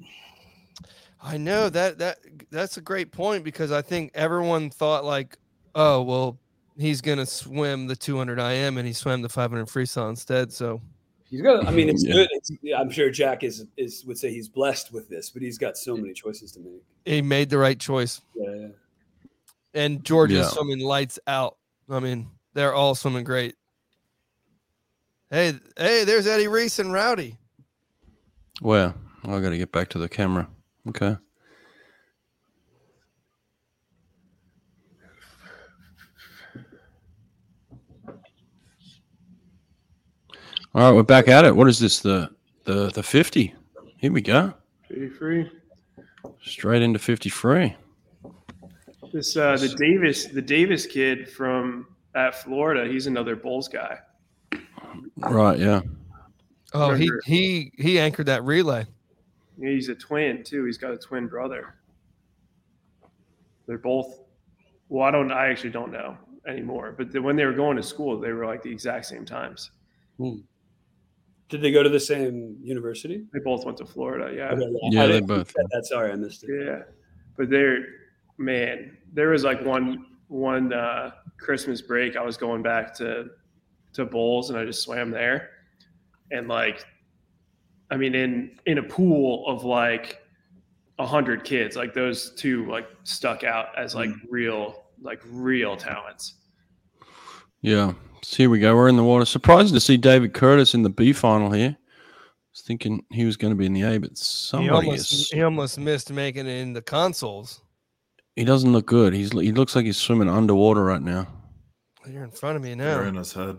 S2: I know that that that's a great point because I think everyone thought like, oh well, he's gonna swim the 200 IM and he swam the 500 freestyle instead. So
S5: He's got. I mean, it's
S1: Yeah.
S5: good. It's, yeah, I'm sure Jack is is would say he's blessed with this, but he's got so many choices to make.
S2: he made the right choice.
S5: Yeah, yeah.
S2: And Georgia's
S1: Yeah.
S2: swimming lights out. I mean, they're all swimming great. Hey, hey, there's Eddie Reese and Rowdy.
S1: Where? I got to get back to the camera. Okay. All right, we're back at it. What is this? The the the fifty. Here we go.
S6: Pretty free.
S1: Straight into fifty free.
S6: This uh, the Davis the Davis kid from at Florida. He's another Bulls guy.
S1: Right. Yeah.
S2: Oh, he
S6: Remember-
S2: he he anchored that relay.
S6: He's a twin too. He's got a twin brother. They're both. Well, I don't. I actually don't know anymore. But the, when they were going to school, they were like the exact same times.
S5: Did they go to the same university?
S6: They both went to Florida. Yeah.
S5: Okay,
S1: Yeah.
S5: I
S1: They
S5: didn't-
S1: both.
S5: That's sorry, I missed it.
S6: Yeah, but there, man, there was like one one uh, Christmas break. I was going back to to Bowls, and I just swam there, and like, I mean, in in a pool of like a hundred kids, like those two like stuck out as like
S1: Mm.
S6: real like real talents.
S1: Yeah. So here we go. We're in the water. Surprised to see David Curtis in the B final here. I was thinking he was going to be in the A, but
S2: He
S1: somebody is
S2: almost, he almost missed making it in the consoles.
S1: He doesn't look good. He's he looks like he's swimming underwater right now.
S2: You're in front of me
S3: They're
S2: now.
S3: in his head.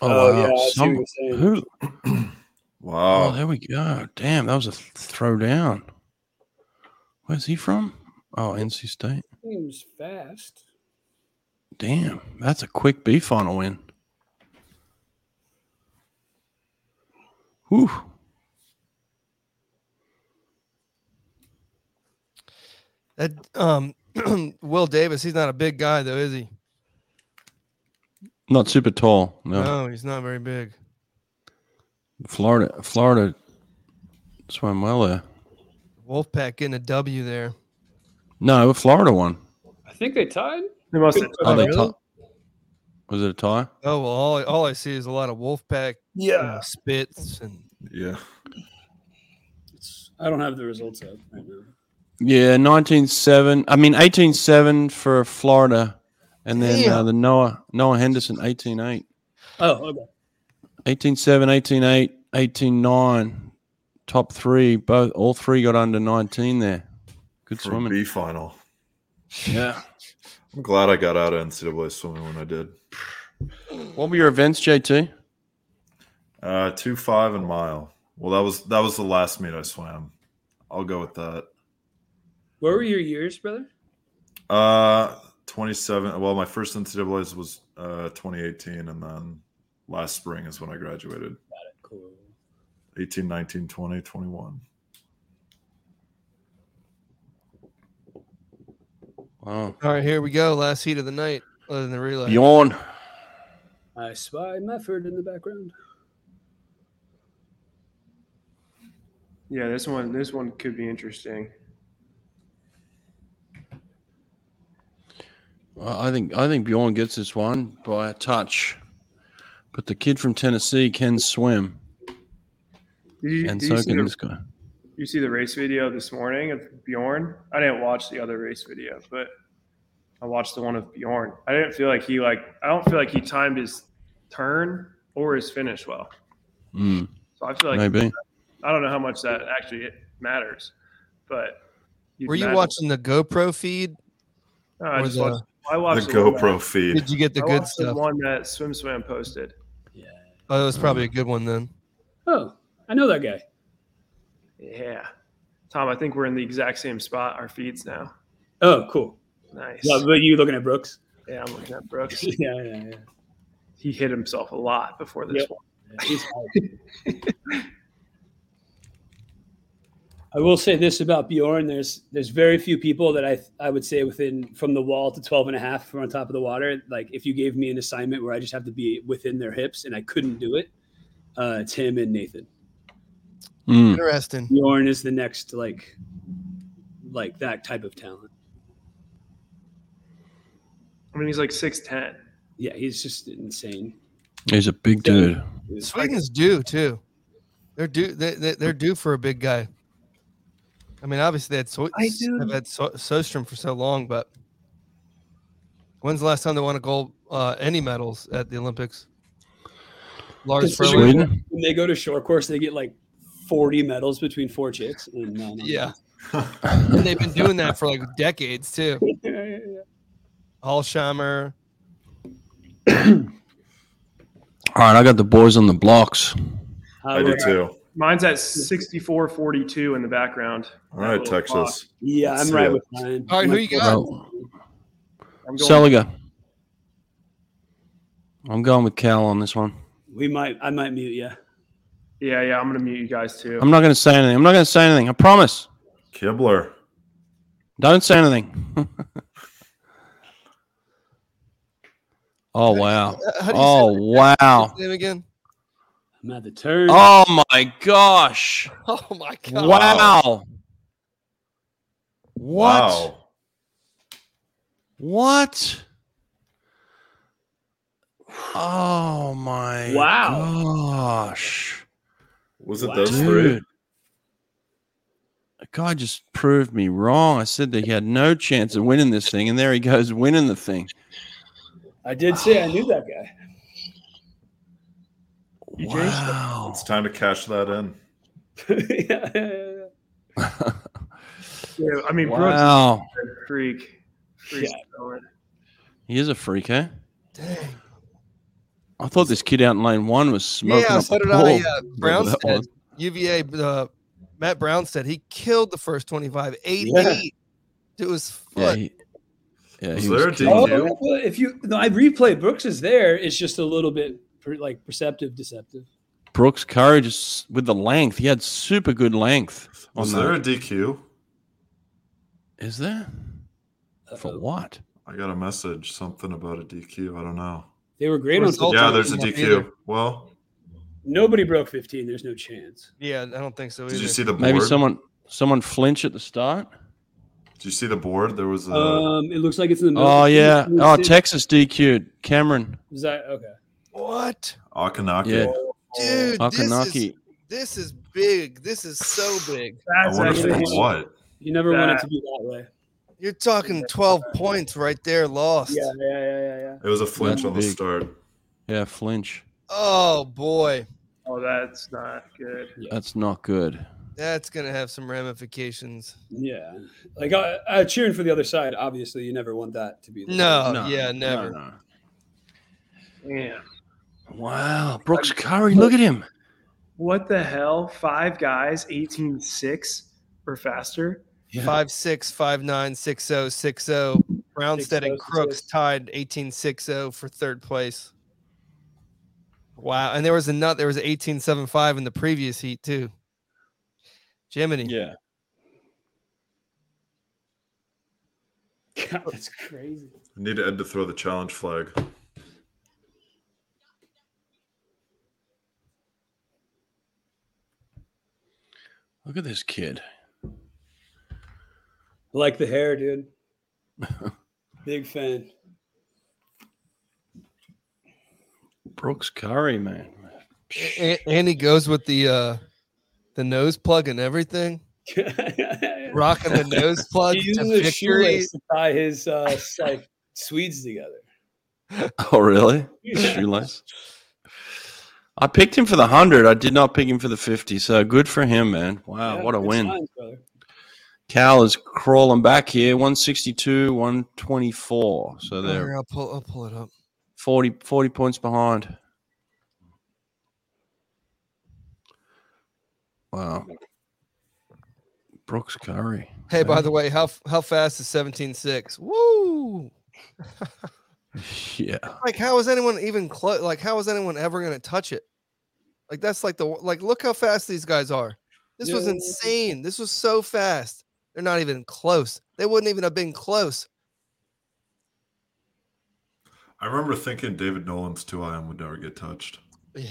S5: Oh, yeah, I see what
S1: Some-
S5: you're saying.
S1: who? Oh,
S3: Wow.
S1: there we go. Damn, that was a th- throw down. Where's he from? Oh, NC State.
S5: Seems fast.
S1: Damn, that's a quick B final win. Whew.
S2: That um Will Davis, he's not a big guy though, is he?
S1: Not super tall. No.
S2: No, he's not very big.
S1: Florida Florida swam well uh, there.
S2: Wolfpack getting a W there.
S1: No, Florida won.
S5: I think they tied.
S6: They must have.
S1: Oh,
S2: Oh,
S1: they
S2: really?
S1: tie- was it a tie?
S2: Oh well, all, all I see is a lot of Wolfpack you know,
S5: Yeah.
S2: spits and
S3: Yeah.
S5: It's, I don't have the results up right now.
S1: Yeah, nineteen seven. I mean, eighteen seven for Florida, and then uh,
S2: Damn.
S1: the Noah Noah Henderson eighteen eight.
S5: Oh, okay.
S1: 18-7, 18-8, 18-9. Top three, both all three got under nineteen there. Good
S3: For a
S1: swimming.
S3: B final.
S1: Yeah.
S3: I'm glad I got out of NCAA swimming when I did.
S1: What were your events, JT?
S3: Uh, two five and mile. Well, that was that was the last meet I swam. I'll go with that.
S5: Where were your years, brother?
S3: Uh, 27. Well, my first NCAA's was uh 2018, and then last spring is when I graduated.
S5: Cool.
S3: 18, 19, 20, 21.
S1: Wow.
S2: All right, here we go. Last heat of the night, other than the relay.
S1: Yawn.
S5: I spy Mefford in the background.
S6: Yeah, this one this one could be interesting.
S1: I I think I think Bjorn gets this one by a touch, but the kid from Tennessee can swim,
S6: Did you,
S1: and
S6: did
S1: so
S6: you, see,
S1: can
S6: the,
S1: this guy.
S6: you see the race video this morning of Bjorn? I didn't watch the other race video, but I watched the one of Bjorn. I didn't feel like he like I don't feel like he timed his turn or his finish well.
S1: Mm,
S6: So I feel like
S1: maybe.
S6: I don't know how much that actually matters, but you'd
S2: Were you
S6: imagine-
S2: watching the GoPro feed?
S6: No, I
S2: or
S6: just
S2: the-
S6: watched, I
S3: The
S6: watched one that-
S3: GoPro feed.
S2: Did you get the
S6: I
S2: good
S6: watched the
S2: stuff?
S6: one that Swim Swam posted.
S2: Oh, that was probably a good one then.
S5: Oh, I know that guy.
S6: Yeah, Tom, I think we're in the exact same spot. Our feeds now.
S5: Oh, cool.
S6: Nice.
S5: Yeah, but you looking at Brooks?
S6: Yeah, I'm looking at Brooks.
S5: yeah, yeah, yeah.
S6: He hit himself a lot before this
S5: Yep.
S6: one.
S5: He's I will say this about Bjorn. There's there's very few people that I I would say within from the wall to 12 and a half from on top of the water. Like if you gave me an assignment where I just have to be within their hips and I couldn't do it, uh, it's him and Nathan.
S1: Mm.
S2: Interesting.
S5: Bjorn is the next like like that type of talent.
S6: I mean, he's like six ten.
S5: Yeah, he's just insane.
S1: He's a big
S5: So-
S1: dude.
S5: He's-
S2: Sweden's due too. They're due. They, they, they're due for a big guy. I mean, obviously they had so-
S6: I do-
S2: have had so- Sostrom for so long, but when's the last time they won a gold uh, any medals at the Olympics? Lars Frölich.
S5: Considering
S1: Sweden?
S5: When they go to shore course, they get like 40 medals between four chicks. And, no, no, no.
S2: Yeah, and they've been doing that for like decades too.
S5: Yeah, yeah, yeah.
S2: Halshammer.
S1: All right, I got the boys on the blocks.
S3: I do too.
S6: Mine's at sixty four forty two in the background.
S3: All right, Texas.
S5: Yeah,
S3: Let's
S5: I'm
S3: see
S5: right
S3: it.
S5: with mine.
S2: All right, who you got?
S1: Well,
S6: I'm going.
S1: Seliger. I'm going with Cal on this one.
S5: We might. I might mute you.
S6: yeah, yeah. I'm gonna mute you guys too.
S1: I'm not going to say anything. I'm not going to say anything. I promise.
S3: Kibler.
S1: Don't say anything. oh wow!
S2: Uh, How do you
S1: Oh
S2: say
S1: wow!
S2: his name again?
S5: I'm at the turn.
S1: Oh my gosh!
S2: Oh my god!
S1: Wow! What?
S3: Wow.
S1: What? Oh my!
S5: Wow.
S1: Gosh,
S3: Was it
S5: Wow.
S3: those three?
S1: dude! The guy just proved me wrong. I said that he had no chance of winning this thing, and there he goes winning the thing.
S5: I did say I knew that guy.
S6: You jinxed it.
S1: Wow!
S3: It's time to cash that in.
S5: yeah, yeah, yeah.
S6: Yeah, I mean, Brooks
S1: Wow.
S6: is a freak. Freak thrower.
S1: He is a freak, eh?
S2: Dang.
S1: I thought this kid out in lane one was smoking
S2: Yeah,
S1: up
S2: so
S1: a
S2: did
S1: pool.
S2: I. Uh,
S1: Whatever that
S2: Brownstead,
S1: was.
S2: UVA, uh, Matt Brown said he killed the first 25, 8
S5: Yeah.
S2: 8 to his
S1: Yeah,
S2: foot.
S1: he, yeah,
S3: Was
S1: he
S3: there a
S1: was
S3: DQ?
S1: killed.
S3: do?
S5: Oh, well, if you, no, I replay Brooks is there. It's just a little bit per, like perceptive, deceptive.
S1: Brooks Courage is- with the length. He had super good length. On
S3: Was
S1: that.
S3: there a DQ?
S1: Is there? For
S5: Uh-oh.
S1: what?
S3: I got a message, something about a DQ. I don't know.
S5: They were great on.
S2: Result-
S3: yeah, there's a
S2: not
S3: DQ.
S2: either.
S3: Well,
S5: Nobody broke 15. There's no chance.
S2: Yeah, I don't think so either.
S3: did you see the board?
S1: Maybe someone someone flinch at the start.
S3: Did you see the board? There was a.
S5: Um, it looks like it's in the middle.
S1: Uh, Oh yeah. Oh
S5: Is
S1: Texas DQ'd Cameron.
S5: that okay?
S2: what?
S3: Akanaki.
S1: Yeah.
S3: Oh,
S2: Dude, this is,
S1: Akanaki.
S2: this is big. This is so big.
S3: I
S6: That's
S3: wonder
S5: actually-
S3: for
S6: actually.
S3: what.
S5: You never want it
S6: That-
S5: to be that way.
S2: You're talking 12 points right there lost.
S5: Yeah, yeah, yeah, yeah, yeah.
S3: It was a flinch
S1: That's
S3: on the
S1: big.
S3: start.
S1: Yeah, flinch.
S2: Oh, boy.
S6: Oh, that's not good.
S1: That's not good.
S2: That's going to have some ramifications.
S5: Yeah, like I, I cheering for the other side. Obviously, you never want that to be. the-
S2: No,
S1: No,
S2: yeah,
S1: no,
S2: never.
S1: no.
S6: Yeah.
S1: Wow, Brooks Curry, look at him.
S6: What the hell? Five guys, 18 6 or faster?
S2: Five six five nine six zero six zero. Brownstead and
S5: 6060.
S2: Crooks tied eighteen six zero for third place. Wow, and there was a nut. There was an eighteen seven five in the previous heat too. Jiminy,
S1: Yeah.
S5: God, that's crazy.
S3: I need Ed to throw the challenge flag.
S1: Look at this kid.
S5: I like the hair, dude. Big fan.
S1: Brooks Curry, man.
S2: A- and he goes with the uh, the nose plug and everything,
S5: He's
S2: rocking the nose plug
S5: using
S2: to
S5: the
S2: victory.
S5: shoelace to tie his uh, s- like Swedes together.
S1: Oh, really?
S5: Yeah.
S1: Shoelace. I picked him for the 100. I did not pick him for the 50. So good for him, man. Wow,
S5: Yeah,
S1: what a
S5: good
S1: win.
S5: signs, brother.
S1: Cal is crawling back here 162, 124. So they're
S2: Here, I'll pull, I'll pull it up.
S1: 40, 40 points behind. Wow. Brooks Curry.
S2: Hey, by the way, how f- how fast is seventeen six? Woo!
S1: Yeah.
S2: Like, how is anyone even close? Like, how is anyone ever going to touch it? Like, that's like the like. Look how fast these guys are. This was
S5: Yeah.
S2: insane. This was so fast. They're not even close. They wouldn't even have been close.
S3: I remember thinking David Nolan's two iron would never get touched.
S2: Yeah.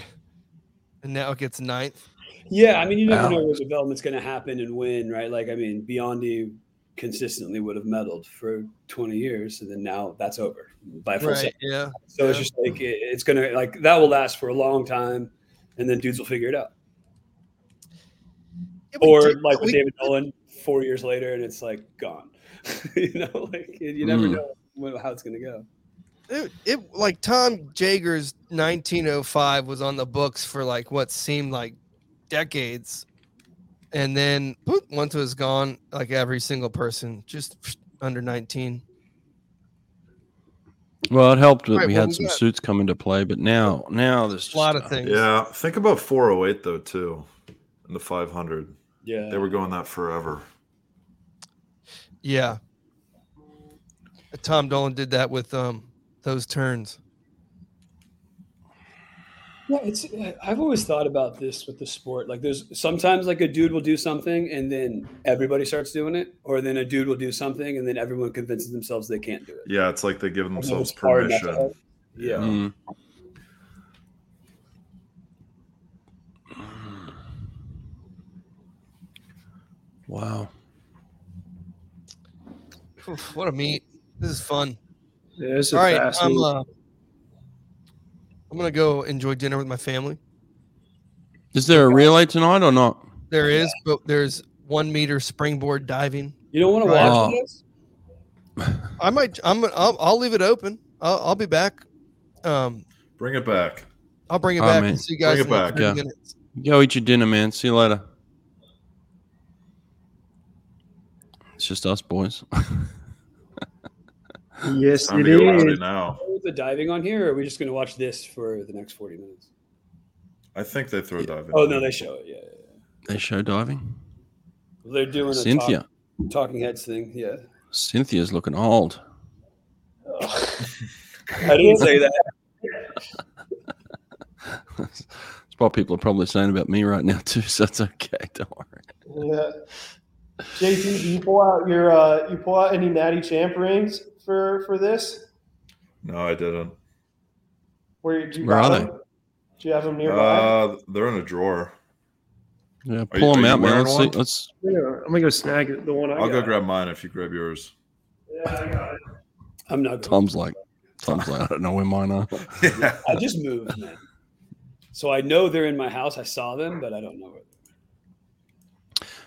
S2: And now it gets ninth.
S5: Yeah, I mean, you never
S1: Wow.
S5: know where development's going to happen and when, right? Like, I mean, Biondi consistently would have meddled for 20 years, and then now that's over by full
S2: Right. Yeah.
S5: So it's
S2: Yeah.
S5: just like it, it's gonna like that will last for a long time, and then dudes will figure it out.
S2: Yeah, we
S5: Or
S2: did-
S5: like with
S2: we-
S5: David Nolan, four years later, and it's like gone. you know, like you you never
S1: Mm.
S5: know when, how it's gonna go.
S2: it, it like Tom Jager's 1905 was on the books for like what seemed like decades, and then boop, once it was gone, like every single person just under 19.
S1: Well, it helped that
S2: Right,
S1: we
S2: well,
S1: had
S2: we
S1: some
S2: got-
S1: suits come into play, but now, now there's
S2: A lot
S1: just uh,
S2: of things.
S3: Yeah, think about 408 though too, and the 500.
S5: Yeah,
S3: They were going that forever.
S2: Yeah. Tom Dolan did that with um those turns.
S5: Yeah, it's. I've always thought about this with the sport. Like, there's sometimes like a dude will do something, and then everybody starts doing it, or then a dude will do something, and then everyone convinces themselves they can't do it.
S3: Yeah, it's like they give
S5: I mean,
S3: themselves
S5: it's hard not to
S3: permission.
S5: Yeah.
S1: Mm. Wow.
S2: Oof, what a meet! This is fun.
S6: Yeah, this is
S2: All right,
S6: fast.
S2: I'm uh, I'm gonna go enjoy dinner with my family.
S1: Is there a relay tonight or not?
S2: There is, but there's one meter springboard diving.
S5: You don't want to
S2: Right.
S5: watch
S1: Oh.
S5: this.
S2: I might. I'm. I'll, I'll leave it open. I'll, I'll be back. Um,
S3: Bring it back.
S2: I'll bring it
S1: Oh,
S2: back
S1: man.
S2: and see you guys
S3: Bring it
S2: in like
S3: back,
S2: 30
S1: yeah.
S2: minutes.
S1: Go eat your dinner, man. See you later. It's just us boys.
S6: yes,
S3: Time
S6: it
S3: to get rowdy
S6: is.
S3: now.
S5: Are the diving on here, or are we just going to watch this for the next forty minutes?
S3: I think they throw David.
S5: Oh
S3: in.
S5: no, they show it. Yeah, yeah, yeah.
S1: They show diving.
S5: they're doing a talk-
S1: Cynthia.
S5: Talking Heads thing. Yeah,
S1: Cynthia's looking old.
S5: I didn't say that.
S1: That's what people are probably saying about me right now too. So it's okay. Don't worry.
S7: Yeah. JT, do you pull out your uh, you pull out any Natty Champ rings for for this?
S3: No, I didn't.
S7: Where do you
S1: Where
S7: got
S1: are
S7: them? Do you have them nearby?
S3: Uh, they're in a drawer.
S1: Yeah,
S3: you-
S1: pull
S3: are
S1: them
S3: you
S1: out, man.
S3: wearing
S1: Let's
S3: one?
S1: see. Let's.
S6: Yeah, I'm gonna go snag it, the one I
S3: I'll go
S6: got.
S3: grab mine if you grab yours.
S7: yeah, I got it.
S5: I'm not. Going.
S1: Tom's like, Tom's like, I don't know where mine are.
S3: Yeah.
S5: I just moved, man. So I know they're in my house. I saw them, but I don't know where. they-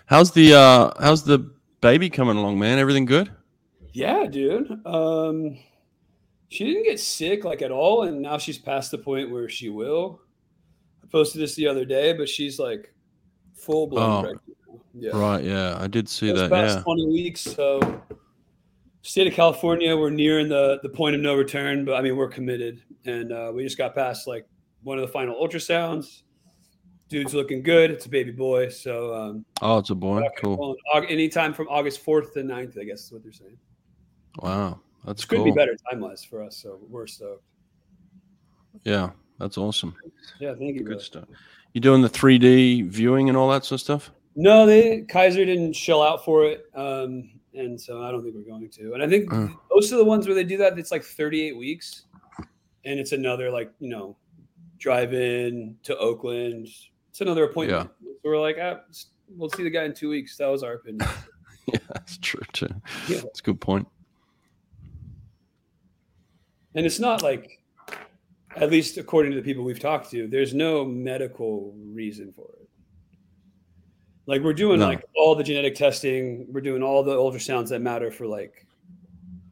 S1: How's the uh how's the baby coming along, man? Everything good?
S5: Yeah, dude. Um, she didn't get sick like at all, and now she's past the point where she will. I posted this the other day, but she's like full blown
S1: Oh,
S5: pregnant. now. Yeah.
S1: Right, yeah. I did see
S5: It was
S1: that.
S5: past
S1: Yeah.
S5: 20 weeks. So, state of California, we're nearing the, the point of no return, but I mean, we're committed. And uh, we just got past like one of the final ultrasounds. Dude's looking good. It's a baby boy. So, um,
S1: Oh, it's a boy.
S5: rocking and
S1: Cool.
S5: rolling. Aug- anytime from August 4th to 9th, I guess is what they're saying.
S1: Wow. That's
S5: It's going to
S1: cool.
S5: be better time wise for us. So, we're stoked.
S1: Yeah. That's awesome.
S5: Yeah, thank you.
S1: Good
S5: brother.
S1: stuff. You doing the 3D viewing and all that sort of stuff?
S5: No, they Kaiser didn't shell out for it. Um, and so I don't think we're going to. And I think
S1: Mm.
S5: most of the ones where they do that, it's like 38 weeks, and it's another like you know, drive in to Oakland. It's another appointment. So we're like, ah, s- we'll see the guy in two weeks. That was our opinion.
S1: yeah, that's true too.
S5: Yeah.
S1: That's a good point.
S5: And it's not like, at least according to the people we've talked to, there's no medical reason for it. Like we're doing
S1: No.
S5: like all the genetic testing, we're doing all the ultrasounds that matter for like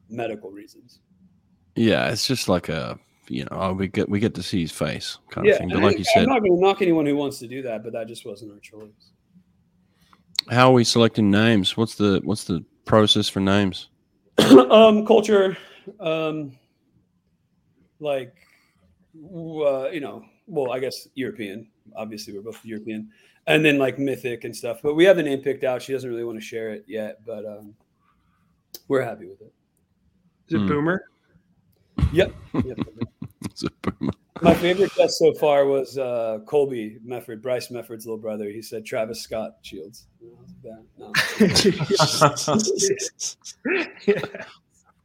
S5: medical reasons.
S1: Yeah, it's just like a you know oh, we get we get to see his face kind
S5: yeah,
S1: of thing.
S5: and
S1: But
S5: I-
S1: like you said,
S5: I'm not going to knock anyone who wants to do that, but that just wasn't our choice.
S1: how are we selecting names? What's the what's the process for names?
S5: um, culture, um, like, w- uh, you know, well, I guess European. Obviously, we're both European, and then like mythic and stuff. But we have the name picked out. She doesn't really want to share it yet, but um, we're happy with it.
S6: Is it
S1: Hmm.
S6: Boomer?
S5: Yep.
S1: It's a boomer.
S5: my favorite guest so far was uh, Colby Mefford, Bryce Mefford's little brother. He said Travis Scott Shields. And I was like, "That- no."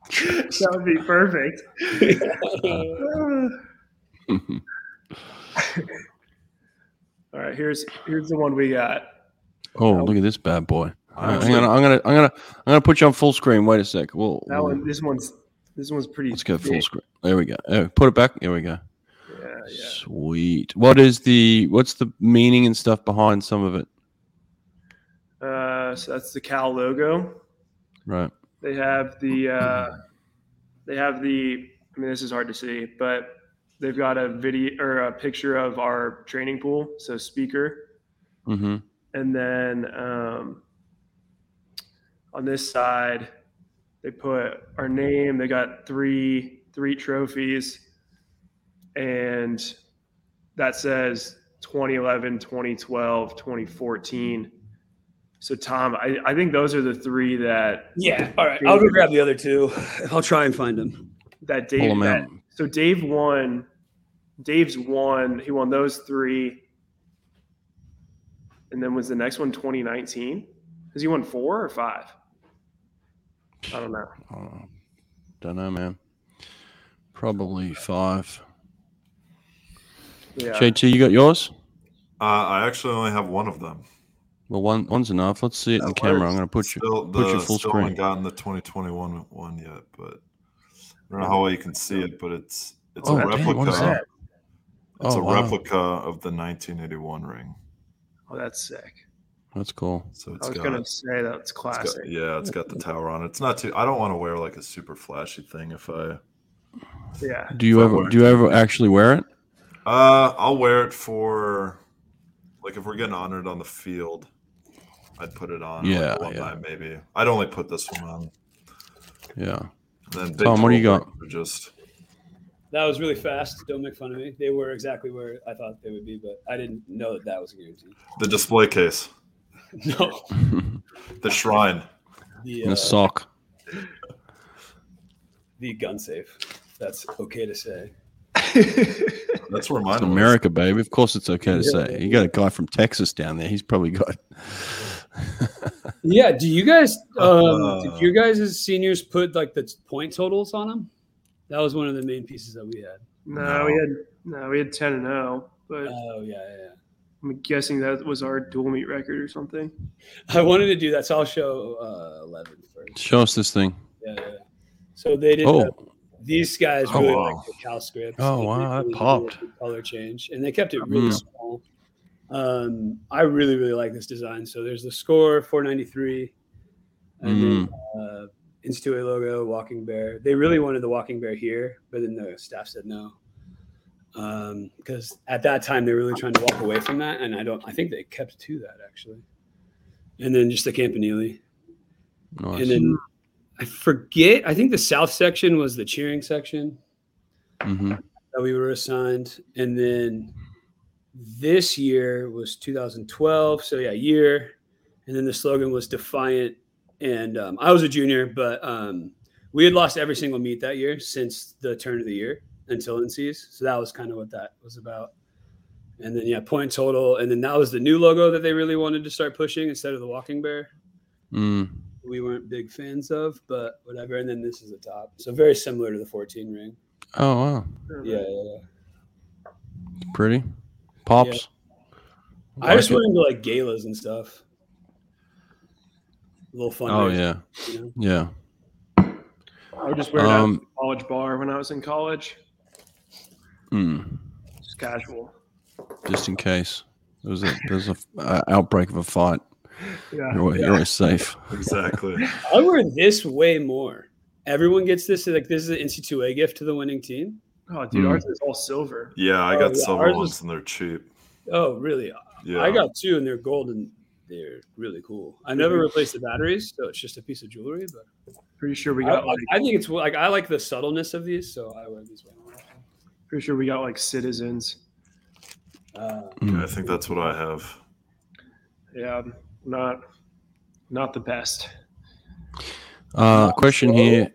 S6: That would be perfect. All right, here's here's the one we got.
S1: oh, look at this bad boy.
S3: I
S1: I'm gonna, I'm gonna, I'm gonna, I'm gonna put you on full screen. Wait a sec. We'll,
S6: That
S1: we'll-
S6: one, this one's this one's pretty.
S1: let's go full
S6: big.
S1: screen. There we go. Oh, put it back. Here we go.
S6: Yeah,
S5: Oh,
S6: yeah.
S1: Sweet. What is the what's the meaning and stuff behind some of it?
S6: Uh, so that's the Cal logo.
S1: Right.
S6: They have the uh, they have the. I mean, this is hard to see, but they've got a video or a picture of our training pool, so speaker,
S1: Mm-hmm.
S6: and then um, on this side they put our name. They got three three trophies, and that says 2011, 2012, 2014. So Tom, I, I think those are the three that
S5: yeah. All right. I'll go grab the other two. I'll try and find them.
S6: that
S1: Pull
S6: Dave
S1: them
S6: that,
S1: out.
S6: so Dave won. Dave's won. He won those three. And then was the next one 2019? Has he won four or five? I don't know.
S1: Oh, don't know, man. Probably five.
S6: Yeah.
S1: JT, you got yours?
S3: Uh, I actually only have one of them.
S1: Well, one one's enough. Let's see it in the
S3: That
S1: camera.
S3: works.
S1: I'm gonna put you.
S3: Still,
S1: put your full
S3: still
S1: screen.
S3: Haven't gotten the 2021 one yet, but I don't know how well you can see it. But it's it's
S1: Oh,
S3: a
S1: damn, what
S3: replica.
S1: is that?
S3: It's
S1: Oh,
S3: a
S1: wow.
S3: replica of the 1981 ring.
S6: oh, that's sick.
S1: That's cool.
S3: So
S6: I
S3: it's
S6: was
S3: got,
S6: gonna say that's
S3: it's got-
S6: classic.
S3: yeah, it's got the tower on it. It's not too. I don't want to wear like a super flashy thing if I.
S6: yeah.
S1: Do you
S3: That
S1: ever
S3: works.
S1: do you ever actually wear it?
S3: Uh, I'll wear it for, like, if we're getting honored on the field, I'd put it on.
S1: Yeah,
S3: like, alumni, maybe. I'd only put this one on.
S1: Yeah.
S3: Then Big
S1: Tom, what do you
S3: 12
S1: got?
S3: rings are Just
S5: That was really fast. Don't make fun of me. They were exactly where I thought they would be, but I didn't know that that was a guarantee.
S3: the display case,
S5: No,
S3: the shrine.
S5: the
S1: And
S5: uh,
S1: a sock.
S5: the gun safe. That's okay to say.
S3: That's where mine
S1: It's
S3: was.
S1: America, baby. Of course, it's okay to say. You got a guy from Texas down there. He's probably got.
S5: Yeah. Do you guys? Um,
S3: Uh.
S5: did you guys as seniors put like the point totals on them? That was one of the main pieces that we had.
S6: No,
S3: No.
S6: we had no, we had ten and zero, but
S5: Oh yeah, yeah.
S6: I'm guessing that was our dual meet record or something.
S5: yeah. I wanted to do that, so I'll show uh, 11 first.
S1: Show us this thing.
S5: Yeah, yeah. yeah. So they did.
S1: Oh.
S5: the- these guys
S3: Oh,
S5: really
S3: wow.
S5: like the Cal scripts.
S1: Oh,
S5: They
S1: wow,
S5: really
S1: that
S5: did the
S1: popped.
S5: Color change, and they kept it really
S1: Mm.
S5: small. Um, I really, really like this design. So there's the score 493, and then uh, Institute logo, Walking Bear. They really wanted the Walking Bear here, but then the staff said no. Um, because at that time they were really trying to walk away from that, and I don't. I think they kept to that actually. And then just the Campanile.
S1: Nice.
S5: And then I forget, I think the south section was the cheering section
S1: hmm
S5: that we were assigned. And then this year was 2012. So, yeah, year. And then the slogan was defiant. And um, I was a junior, but um, we had lost every single meet that year since the turn of the year until NCs. So that was kind of what that was about. And then, yeah, point total. And then that was the new logo that they really wanted to start pushing instead of the walking bear.
S1: Mm.
S5: we weren't big fans of, but whatever. And then this is the top. So very similar to the 14 ring.
S1: Oh wow,
S5: Yeah, yeah, yeah.
S1: pretty pops.
S5: I just
S1: Like
S5: went into like galas and stuff. A little
S1: it.
S5: fun.
S1: Oh yeah,
S5: You know?
S1: yeah.
S6: I would just wear it out
S1: Um,
S6: at the college bar when I was in college.
S1: Mm,
S6: Just casual.
S1: just in case there was a there's a f- uh, outbreak of a fight,
S6: Yeah.
S1: you're, always- you're always safe.
S3: Exactly.
S5: I wear this way more. Everyone gets this. Like this is an NC2A gift to the winning team.
S6: Oh, dude,
S1: Mm.
S6: ours is all silver.
S3: Yeah, I
S5: Oh,
S3: got
S5: yeah,
S3: silver
S5: ours
S3: ones
S5: was-
S3: and they're cheap.
S5: Oh, really?
S3: Yeah,
S5: I got two, and they're gold, and they're really cool. I never replaced the batteries, so it's just a piece of jewelry. But
S6: Pretty sure we
S5: I,
S6: got like
S5: I think it's like I like the subtleness of these, so I wear these. way more.
S6: pretty sure we got like citizens.
S5: Uh,
S3: Yeah, I think that's what I have.
S6: Yeah, not not the best.
S1: Uh, question here.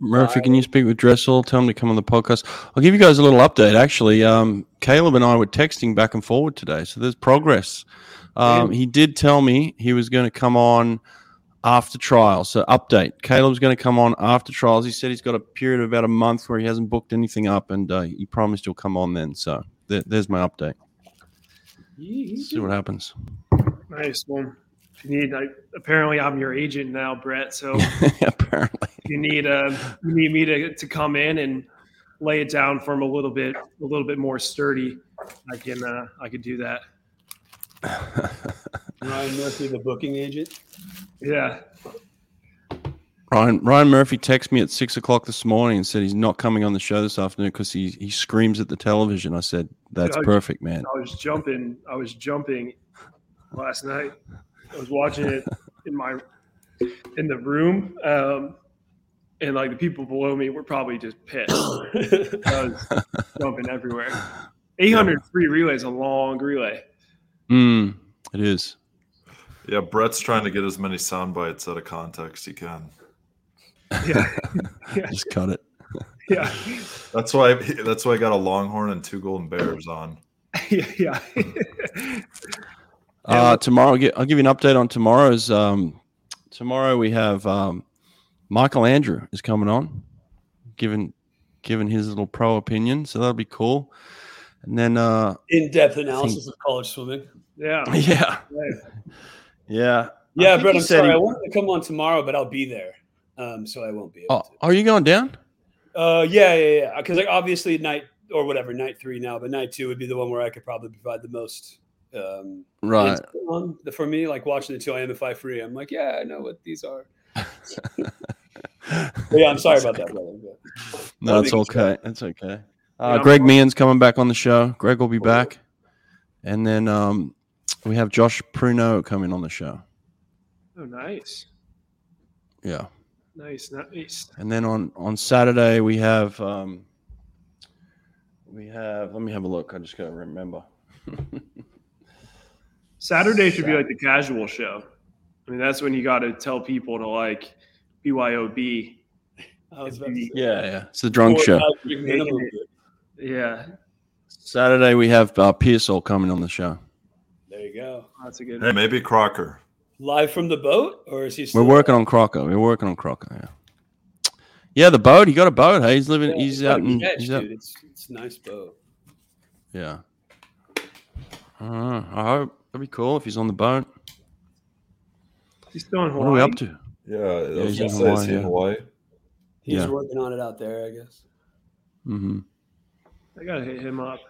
S1: Murphy, can you speak with Dressel? Tell him to come on the podcast. I'll give you guys a little update. Actually, um, Caleb and I were texting back and forward today, so there's progress. Um, he did tell me he was going to come on after trial. So update: Caleb's going to come on after trials. He said he's got a period of about a month where he hasn't booked anything up, and uh, he promised he'll come on then. So there, there's my update.
S5: he- he
S1: See what happens.
S6: Nice one. If you need, I, apparently, I'm your agent now, Brett. So
S1: Apparently,
S6: you need uh, you need me to, to come in and lay it down for him a little bit, a little bit more sturdy. I can uh, I could do that.
S5: Ryan Murphy, the booking agent.
S6: Yeah,
S1: Ryan Ryan Murphy texted me at six o'clock this morning and said he's not coming on the show this afternoon because he he screams at the television. I said that's
S6: Yeah, I-
S1: perfect, man.
S6: I was jumping. I was jumping last night. I was watching it in my in the room, um, and like the people below me were probably just pissed. I was jumping everywhere. 800 free relay is a long relay.
S1: Mm, it is.
S3: Yeah, Brett's trying to get as many sound bites out of context he can.
S6: Yeah, yeah,
S1: Just cut it.
S6: yeah,
S3: That's why. That's why I got a Longhorn and two Golden Bears on.
S6: yeah, yeah. Yeah,
S1: Uh, tomorrow, I'll gi- I'll give you an update on tomorrow's. Um, tomorrow we have um, Michael Andrew is coming on, giving giving his little pro opinion. So that'll be cool. And then, uh,
S5: In-depth analysis of college swimming.
S6: yeah.
S1: yeah,
S6: right.
S1: yeah, I
S5: Yeah,
S1: think
S5: Brett.
S1: he
S5: I'm
S1: said
S5: sorry.
S1: he-
S5: I wanted to come on tomorrow, but I'll be there, um, so I won't be able
S1: Oh, are you going down?
S5: to. Uh, yeah, yeah, yeah. Because like obviously night or whatever night three now, but night two would be the one where I could probably provide the most. Um,
S1: Right.
S5: insight on the- for me, like watching the two I am if I free, I'm like, yeah, I know what these are. But yeah, I'm sorry about that, brother. but-
S1: No,
S5: I
S1: that's
S5: think it's
S1: okay. That's okay. Uh,
S6: Yeah.
S1: Greg Meehan's coming back on the show. Greg will be back, and then um, we have Josh Pruno coming on the show.
S6: Oh, nice,
S1: Yeah,
S6: nice, nice.
S1: and then on on Saturday we have um, we have. Let me have a look. I just gotta remember.
S6: Saturday should be like the casual show. I mean, that's when you got to tell people to like BYOB.
S5: I was about to say, uh,
S1: Yeah, yeah. uh, It's the drunk show.
S5: $4,000 minimum.
S6: Yeah,
S1: Saturday we have uh, Pearsall coming on the show.
S5: There you go.
S6: that's a good.
S3: Hey, maybe Crocker.
S5: Live from the boat, or is he? Still
S1: We're working on Crocker. We're working on Crocker. Yeah. Yeah, the boat. He got a boat. Hey, he's living.
S5: Yeah,
S1: he's
S5: it's
S1: out
S5: gotta be
S1: in.
S5: catch,
S1: He's out,
S5: dude. It's, it's a nice boat.
S1: Yeah. I don't know. I hope that'd be cool if he's on the boat.
S6: He's still in
S1: What are we
S6: Hawaii.
S1: up to?
S3: Yeah, I
S1: Yeah,
S3: was
S1: he's in
S3: gonna say,
S1: Hawaii,
S3: is he in
S1: yeah.
S3: Hawaii?
S5: He's
S1: Yeah.
S5: working on it out there, I guess.
S1: hmm
S6: I gotta hit him up.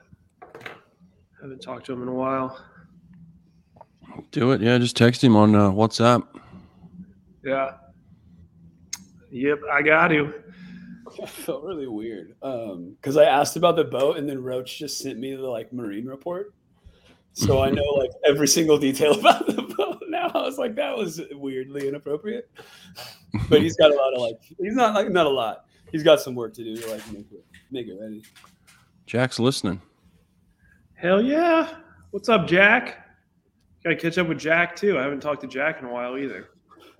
S6: Haven't talked to him in a while.
S1: Do it. Yeah, just text him on uh, WhatsApp.
S6: Yeah. Yep, I got to.
S5: I felt really weird because I asked about the boat, and then Roach just sent me the like marine report, so I know like every single detail about the boat now. I was like, that was weirdly inappropriate, but he's got a lot of like he's not like not a lot. He's got some work to do to like make it make it ready.
S1: Jack's listening.
S6: Hell yeah! What's up, Jack? Gotta catch up with Jack too. I haven't talked to Jack in a while either.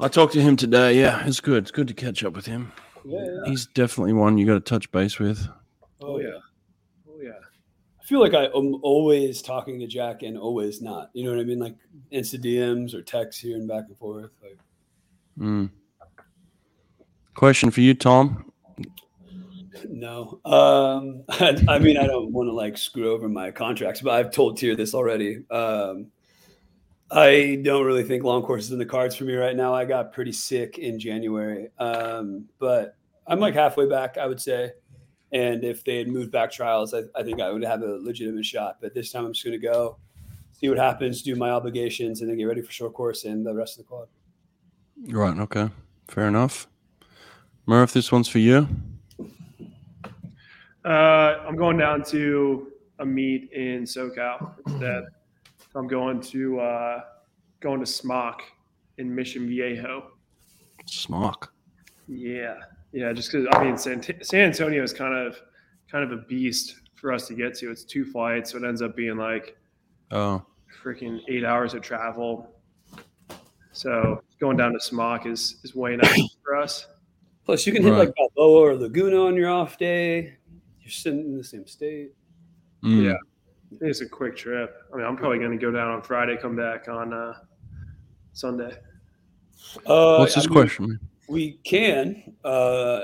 S1: I talked to him today. Yeah, it's good. It's good to catch up with him.
S5: Yeah, yeah.
S1: He's definitely one you got to touch base with.
S5: Oh yeah.
S6: Oh yeah.
S5: I feel like I- I'm always talking to Jack and always not. You know what I mean? Like Insta DMs or texts here and back and forth. Like
S1: Mm. Question for you, Tom.
S5: No, um, I, I mean I don't want to like screw over my contracts, but I've told Tier this already. Um, I don't really think long course is in the cards for me right now. I got pretty sick in January, um, but I'm like halfway back, I would say. And if they had moved back trials, I, I think I would have a legitimate shot. But this time, I'm just going to go see what happens, do my obligations, and then get ready for short course and the rest of the quad.
S1: Right. Okay. Fair enough. Murph, this one's for you.
S6: Uh, I'm going down to a meet in SoCal instead. So I'm going to uh, going to Smock in Mission Viejo.
S1: Smock.
S6: Yeah, yeah. Just because I mean, San, San Antonio is kind of kind of a beast for us to get to. It's two flights, so it ends up being like
S1: Oh,
S6: freaking eight hours of travel. So going down to Smock is is way nice for us.
S5: Plus, you can hit
S1: Right.
S5: like Balboa or Laguna on your off day. You're sitting in the same state.
S1: Mm.
S6: Yeah. It's a quick trip. I mean, I'm probably going to go down on Friday, come back on uh, Sunday.
S5: Uh,
S1: What's this
S5: I mean,
S1: question? man?
S5: We can. Uh,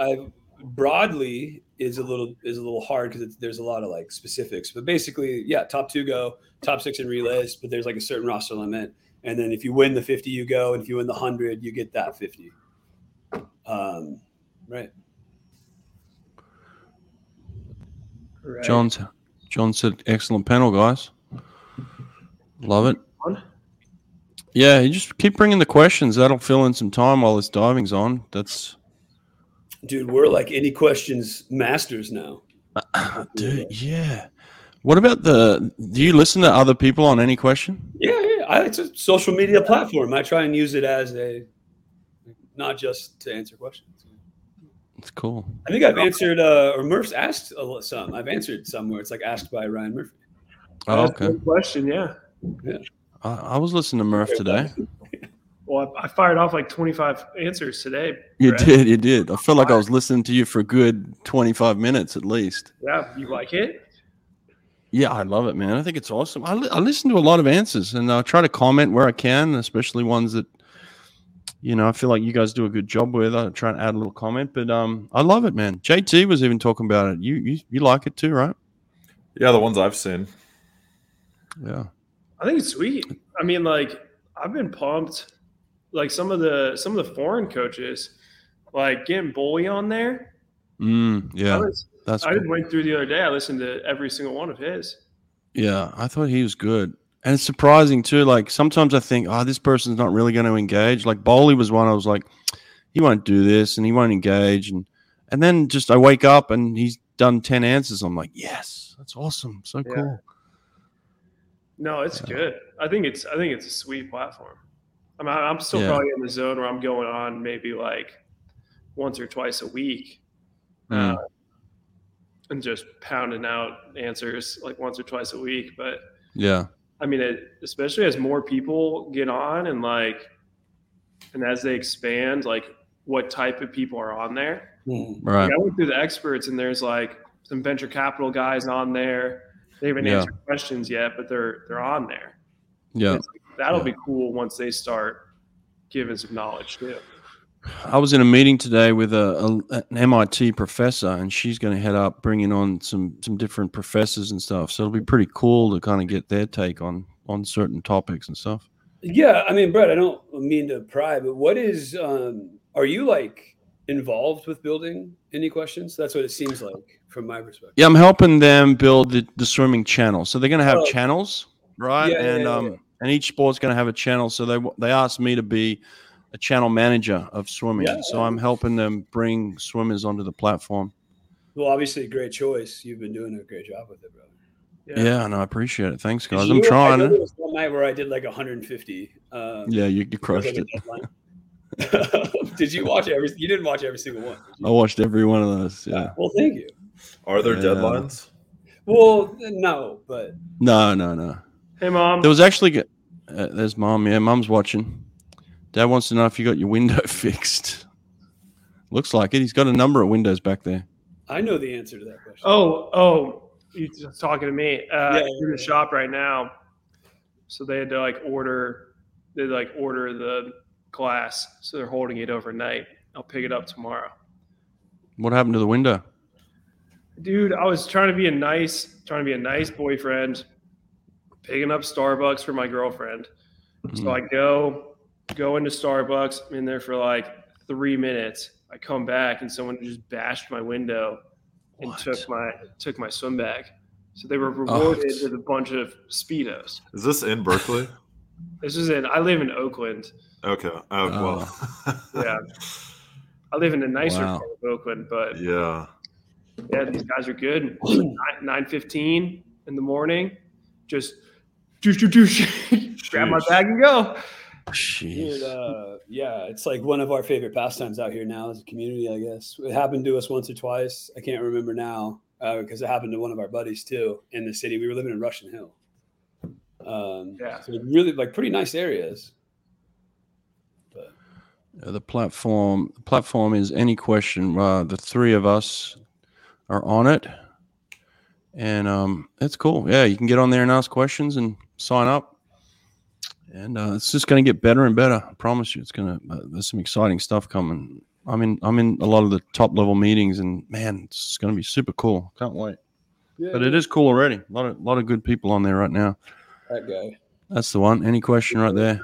S5: I, broadly is a little is a little hard because there's a lot of like specifics. But basically, yeah, top two go, top six in relays. But there's like a certain roster limit, and then if you win the 50, you go, and if you win the hundred, you get that 50. Um, right.
S6: Right.
S1: John's John said excellent panel, guys. Love it. Yeah, you just keep bringing the questions. That'll fill in some time while this diving's on. That's
S5: Dude, we're like any questions masters now.
S1: dude. Yeah. What about the? Do you listen to other people on any question?
S5: Yeah, yeah. I, it's a social media platform. I try and use it as a not just to answer questions.
S1: It's cool.
S5: I think I've answered, uh, or Murph's asked a lot, some. I've answered some where it's like asked by Ryan Murphy.
S1: Oh,
S6: That's a
S1: okay.
S6: good question. Yeah.
S1: I, I was listening to Murph today.
S6: Well, I I fired off like 25 answers today.
S1: You
S6: Brett.
S1: did. You did. I felt like I was listening to you for a good twenty-five minutes at least.
S6: Yeah. You like it?
S1: Yeah, I love it, man. I think it's awesome. I, li- I listen to a lot of answers and I try to comment where I can, especially ones that, you know, I feel like you guys do a good job with. I try and add a little comment, but um, I love it, man. JT was even talking about it. You you, you like it too, right?
S3: Yeah, the ones I've seen.
S1: Yeah.
S6: I think it's sweet. I mean, like I've been pumped. Like some of the some of the foreign coaches, like getting Bully on there.
S1: Mm,
S6: I,
S1: yeah,
S6: was,
S1: that's
S6: I
S1: cool.
S6: just went through the other day. I listened to every single one of his.
S1: Yeah, I thought he was good. And it's surprising too. Like sometimes I think, oh, this person's not really going to engage. Like Bowley was one I was like, he won't do this and he won't engage. And and then just I wake up and he's done 10 answers. I'm like, yes, that's awesome. So
S6: Yeah.
S1: cool.
S6: No, it's good. I think it's I think it's a sweet platform. I mean, I- I'm still
S1: Yeah.
S6: probably in the zone where I'm going on maybe like once or twice a week,
S1: Mm.
S6: uh, and just pounding out answers like once or twice a week. But
S1: Yeah.
S6: I mean, it, especially as more people get on and like, and as they expand, like what type of people are on there.
S5: Hmm.
S1: Right.
S6: Like, I went through the experts, and there's like some venture capital guys on there. They haven't
S1: Yeah.
S6: answered questions yet, but they're they're on there.
S1: Yeah.
S6: It's like, that'll
S1: Yeah.
S6: be cool once they start giving some knowledge too.
S1: I was in a meeting today with a, a an MIT professor, and she's going to head up bringing on some some different professors and stuff. So it'll be pretty cool to kind of get their take on on certain topics and stuff.
S5: Yeah, I mean, Brett, I don't mean to pry, but what is, um, are you like involved with building any questions? That's what it seems like from my perspective.
S1: Yeah, I'm helping them build the, the swimming channel. So they're going to have
S5: Oh.
S1: channels, right?
S5: Yeah, yeah,
S1: and
S5: yeah,
S1: um, and each sport's going to have a channel. So they w- they asked me to be a channel manager of swimming.
S5: Yeah.
S1: So I'm helping them bring swimmers onto the platform.
S5: Well, obviously, great choice. You've been doing a great job with it, brother.
S1: Yeah, and I appreciate it. Thanks, guys.
S5: You-
S1: I'm
S5: I
S1: trying.
S5: know There was one night where I did like 150. Um,
S1: Yeah, you, you
S5: was,
S1: crushed
S5: like,
S1: it.
S5: a deadline. did you watch every? You didn't watch every single one. did you?
S1: I watched every one of those. Yeah.
S5: Well, thank you.
S3: Are there
S1: Yeah.
S3: deadlines?
S5: Well, no, but
S1: No, no, no.
S6: Hey, mom.
S1: There was actually. g- Uh, there's mom. Yeah, mom's watching. Dad wants to know if you got your window fixed. Looks like it. He's got a number of windows back there.
S5: I know the answer to that question.
S6: oh, oh, you just talking to me? Uh,
S5: Yeah,
S6: in
S5: yeah,
S6: the
S5: yeah.
S6: shop right now, so they had to like order. They like order the glass, so they're holding it overnight. I'll pick it up tomorrow.
S1: What happened to the window?
S6: Dude, I was trying to be a nice, trying to be a nice boyfriend, picking up Starbucks for my girlfriend. So
S1: Mm.
S6: I go go into Starbucks. I'm in there for like three minutes. I come back and someone just bashed my window and
S1: What?
S6: took my took my swim bag. So they were rewarded
S1: Oh.
S6: with a bunch of speedos.
S3: Is this in Berkeley?
S6: This is in. I live in Oakland.
S3: Okay. Oh,
S1: Uh,
S3: well.
S6: Yeah. I live in a nicer
S1: Wow.
S6: part of Oakland, but
S3: yeah.
S6: yeah, these guys are good. Nine fifteen in the morning, just doosh, doosh, doosh, grab my
S3: Sheesh.
S6: bag and go.
S5: Dude,
S1: Mm, Jeez.
S5: uh, yeah, it's like one of our favorite pastimes out here now as a community, I guess. It happened to us once or twice. I can't remember now because it happened to one of our buddies too in the city. We were living in Russian Hill. Um,
S6: Yeah.
S5: so really like pretty nice areas.
S1: Uh, The platform the platform is any question. Uh, the three of us are on it, and um, it's cool. Yeah, you can get on there and ask questions and sign up, and uh, it's just going to get better and better. I promise you, it's going to. Uh, there's some exciting stuff coming. I'm in. I'm in a lot of the top level meetings, and man, it's going to be super cool. Can't wait. But it is cool already. A lot of lot of good people on there right now.
S5: That guy.
S1: That's the one. Any question right there?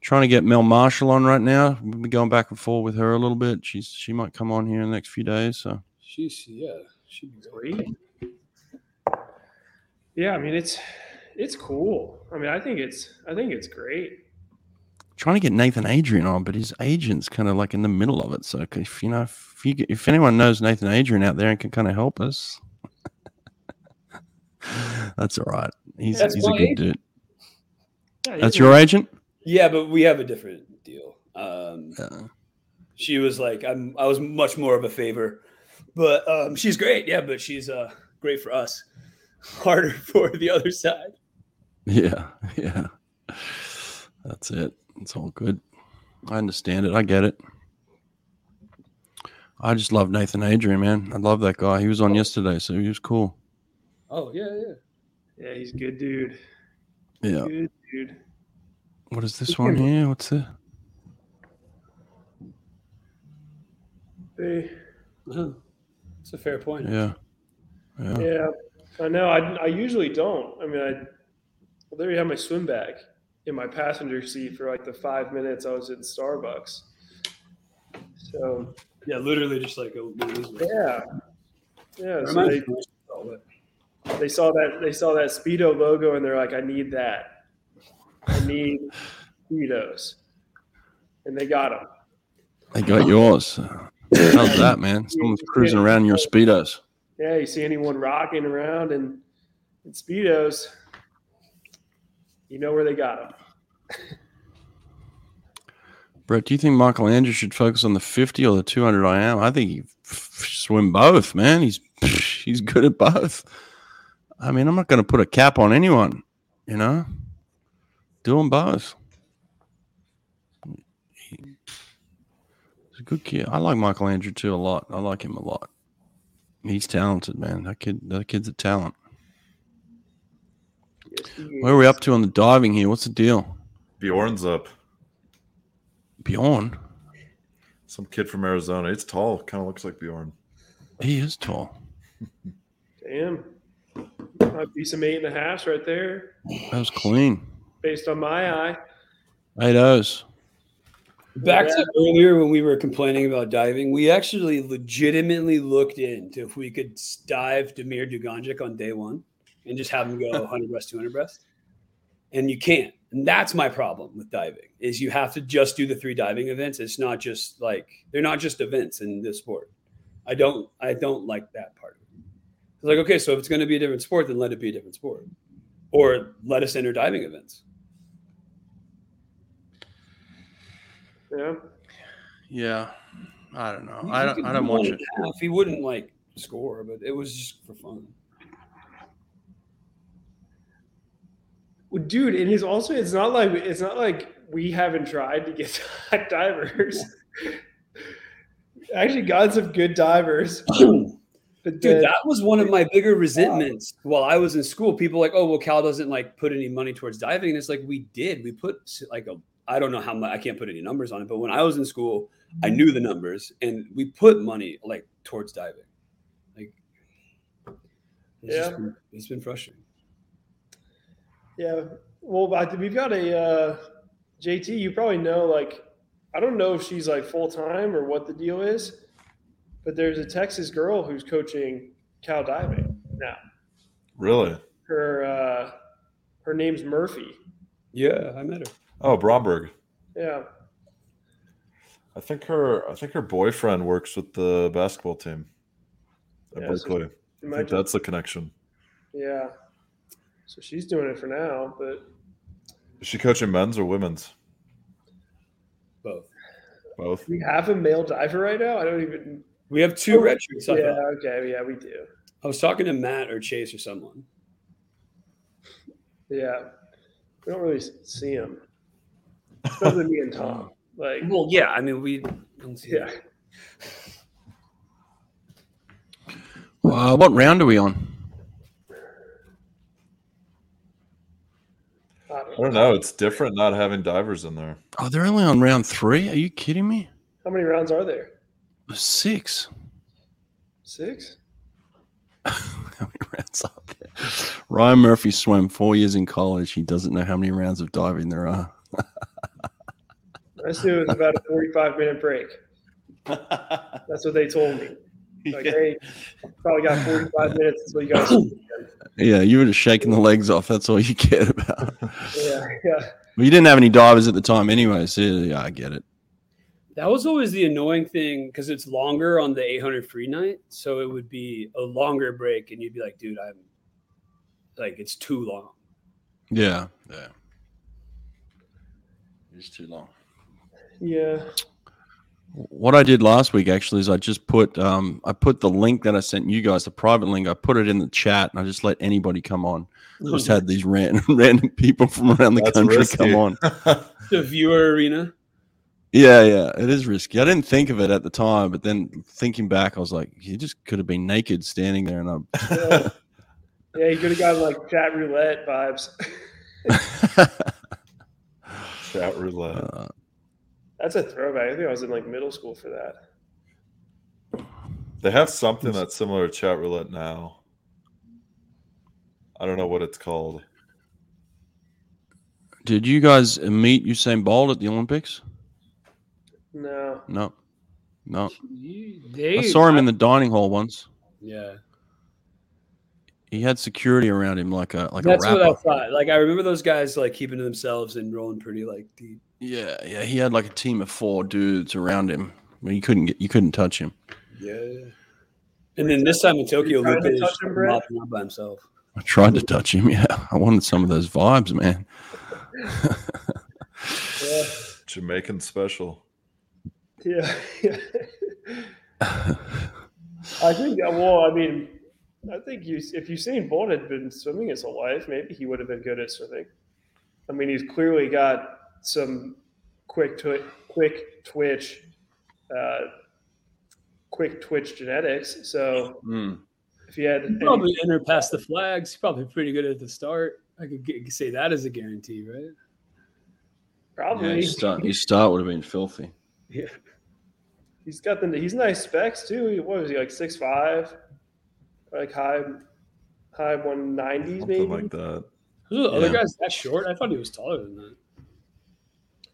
S1: Trying to get Mel Marshall on right now. We've been going back and forth with her a little bit. She's she might come on here in the next few days. So
S5: She's yeah. She
S6: Sweet. Yeah, I mean it's it's cool. I mean, I think it's I think it's great.
S1: trying to get Nathan Adrian on, but his agent's kind of like in the middle of it. So if you know if you, if anyone knows Nathan Adrian out there and can kind of help us, that's all right. He's
S5: That's
S1: he's a
S5: my
S1: good
S5: agent.
S1: dude.
S6: Yeah, you
S1: That's
S6: can-
S1: your agent.
S5: yeah, but we have a different deal. Um,
S1: Yeah.
S5: she was like i'm i was much more of a favor but um she's great yeah but she's uh great for us harder for the other side
S1: Yeah, yeah. That's it. It's all good. I understand it. I get it. I just love Nathan Adrian, man. I love that guy. He was on yesterday, so he was cool.
S5: oh yeah yeah
S6: Yeah, he's a good dude.
S1: Yeah.
S6: Good dude.
S1: What is this one here? What's it?
S6: Hey,
S5: it's a fair point
S1: Yeah. Yeah.
S6: yeah, I know. I, I usually don't. I mean, I I literally had my swim bag in my passenger seat for like the five minutes I was in Starbucks. So
S5: yeah literally just like oh, man, this is-
S6: yeah, yeah. So
S5: Reminds me
S6: they,
S5: of myself, but-
S6: they saw that they saw that speedo logo and they're like i need that i need speedos and they got them
S1: They got yours. How's that, man? Someone's cruising around in your speedos.
S6: yeah you see anyone rocking around in, in speedos you know where they got them
S1: Brett, do you think Michael Andrews should focus on the 50 or the 200 I am? I think he f- f- swim both, man. He's he's good at both. I mean, I'm not going to put a cap on anyone, you know? Do them both. He's a good kid. I like Michael Andrew too a lot. I like him a lot. He's talented, man. That kid that kid's a talent.
S6: Yes, he
S1: Where are we up to on the diving here? What's the deal?
S3: Bjorn's up.
S1: Bjorn.
S3: Some kid from Arizona. It's tall. Kind of looks like Bjorn.
S1: He is tall.
S6: is. damn might be some eight and a halfs right there
S1: That was clean.
S6: based on my eye
S1: Eight O's.
S5: back to earlier when we were complaining about diving we actually legitimately looked into if we could s- dive demir duganjic on day one and just have him go 100 breast 200 breast and you can't and that's my problem with diving is you have to just do the three diving events it's not just like they're not just events in this sport i don't i don't like that part of it. it's like okay so if it's going to be a different sport then let it be a different sport or let us enter diving events
S6: yeah
S1: Yeah, I don't know.
S5: He-
S1: I
S5: he
S1: don't.
S5: could
S1: I
S5: do
S1: don't watch
S5: one
S1: it.
S5: and a half. He wouldn't like score, but it was just for fun.
S6: Well, dude, and it's also it's not like it's not like we haven't tried to get divers. Actually, got some good divers.
S5: Dude,
S6: But then,
S5: that was one of my bigger resentments while I was in school. People were like, oh well, Cal doesn't like put any money towards diving, and it's like we did. We put s- like a I don't know how much I can't put any numbers on it, but when I was in school, I knew the numbers and we put money like towards diving. Like it's just
S6: Yeah.
S5: been- it's been frustrating.
S6: Yeah. Well, I, we've got a uh, JT. You probably know. Like, I don't know if she's like full time or what the deal is, but there's a Texas girl who's coaching cow diving now.
S3: Really?
S6: Her uh, her name's Murphy.
S5: Yeah, I met her.
S3: Oh, Bromberg.
S6: Yeah.
S3: I think her I think her boyfriend works with the basketball team at
S6: Yeah, so-
S3: Berkeley. I think
S6: Imagine-
S3: that's the connection.
S6: Yeah. So she's doing it for now, but
S3: Is she coaching men's or women's?
S5: Both.
S3: Both.
S6: we have a male diver right now. I don't even.
S5: We have two
S6: Oh,
S5: redshirts. I,
S6: Yeah.
S5: thought.
S6: Okay. Yeah, we do.
S5: I was talking to Matt or Chase or someone.
S6: Yeah. We don't really s- see him. Especially me and Tom. Like,
S5: Well, yeah, I mean we don't see
S6: yeah.
S1: Uh, what round are we on?
S6: I don't
S3: I don't know. It's different not having divers in there.
S1: Oh, they're only on round three. Are you kidding me?
S6: How many rounds are there?
S1: Six.
S6: Six?
S1: How many rounds are there? Ryan Murphy swam four years in college. He doesn't know how many rounds of diving there are.
S6: I assume it was about a 45 minute break. That's what they told me. Like, hey, you probably got 45 minutes until you guys.
S1: Yeah, you were just shaking the legs off. That's all you cared about. well,
S6: Yeah, yeah.
S1: you didn't have any divers at the time anyway, so yeah, I get it.
S5: That was always the annoying thing because it's longer on the 800 free night, so it would be a longer break, and you'd be like, "Dude, I'm like it's too long."
S1: Yeah, yeah. It's too long.
S6: Yeah.
S1: What I did last week actually is I just put um, I put the link that I sent you guys, the private link, I put it in the chat, and I just let anybody come on. just had these random random people from around the
S3: That's
S1: country
S3: risky.
S1: come on.
S5: the viewer arena.
S1: Yeah, yeah, it is risky. I didn't think of it at the time, but then thinking back, I was like, you just could have been naked standing there, and
S6: Yeah, yeah you could have gotten like chat roulette vibes.
S1: I.
S3: Chat roulette.
S1: Uh,
S6: That's a throwback. I think I was in like middle school for that.
S3: They have something that's similar to chat roulette now. I don't know what it's called.
S1: did you guys meet Usain Bolt at the Olympics?
S6: No.
S1: No, no.
S5: You-
S1: I
S5: They,
S1: saw him in the dining hall once.
S5: yeah,
S1: He had security around him, like a like
S5: that's
S1: a rapper.
S5: what I thought. Like I remember those guys like keeping to themselves and rolling pretty like deep.
S1: Yeah, yeah. He had like a team of four dudes around him. I mean, you couldn't get, you couldn't touch him.
S5: Yeah. And then this time in Tokyo,
S6: trying
S5: Luke
S6: to
S5: is
S6: touch him, Brett?
S5: mopping up by himself.
S1: I tried to touch him. Yeah, I wanted some of those vibes, man.
S6: Yeah.
S3: Jamaican special.
S6: Yeah. yeah. I think, uh, well, I mean, I think you, if Usain Bolt had been swimming his whole life, maybe he would have been good at swimming. I mean, he's clearly got some quick, twi- quick twitch, uh, quick twitch genetics. So if he had, any-
S5: Probably enter past the flags. Probably pretty good at the start. I could get, say that as a guarantee, right?
S1: Yeah,
S6: probably
S1: his start, his start would have been filthy.
S6: he's got the, he's nice specs too. He- What was he like six five, like high, high one nineties maybe.
S3: Something like that.
S5: Those are the other
S1: Yeah.
S5: guys that short? I thought he was taller than that.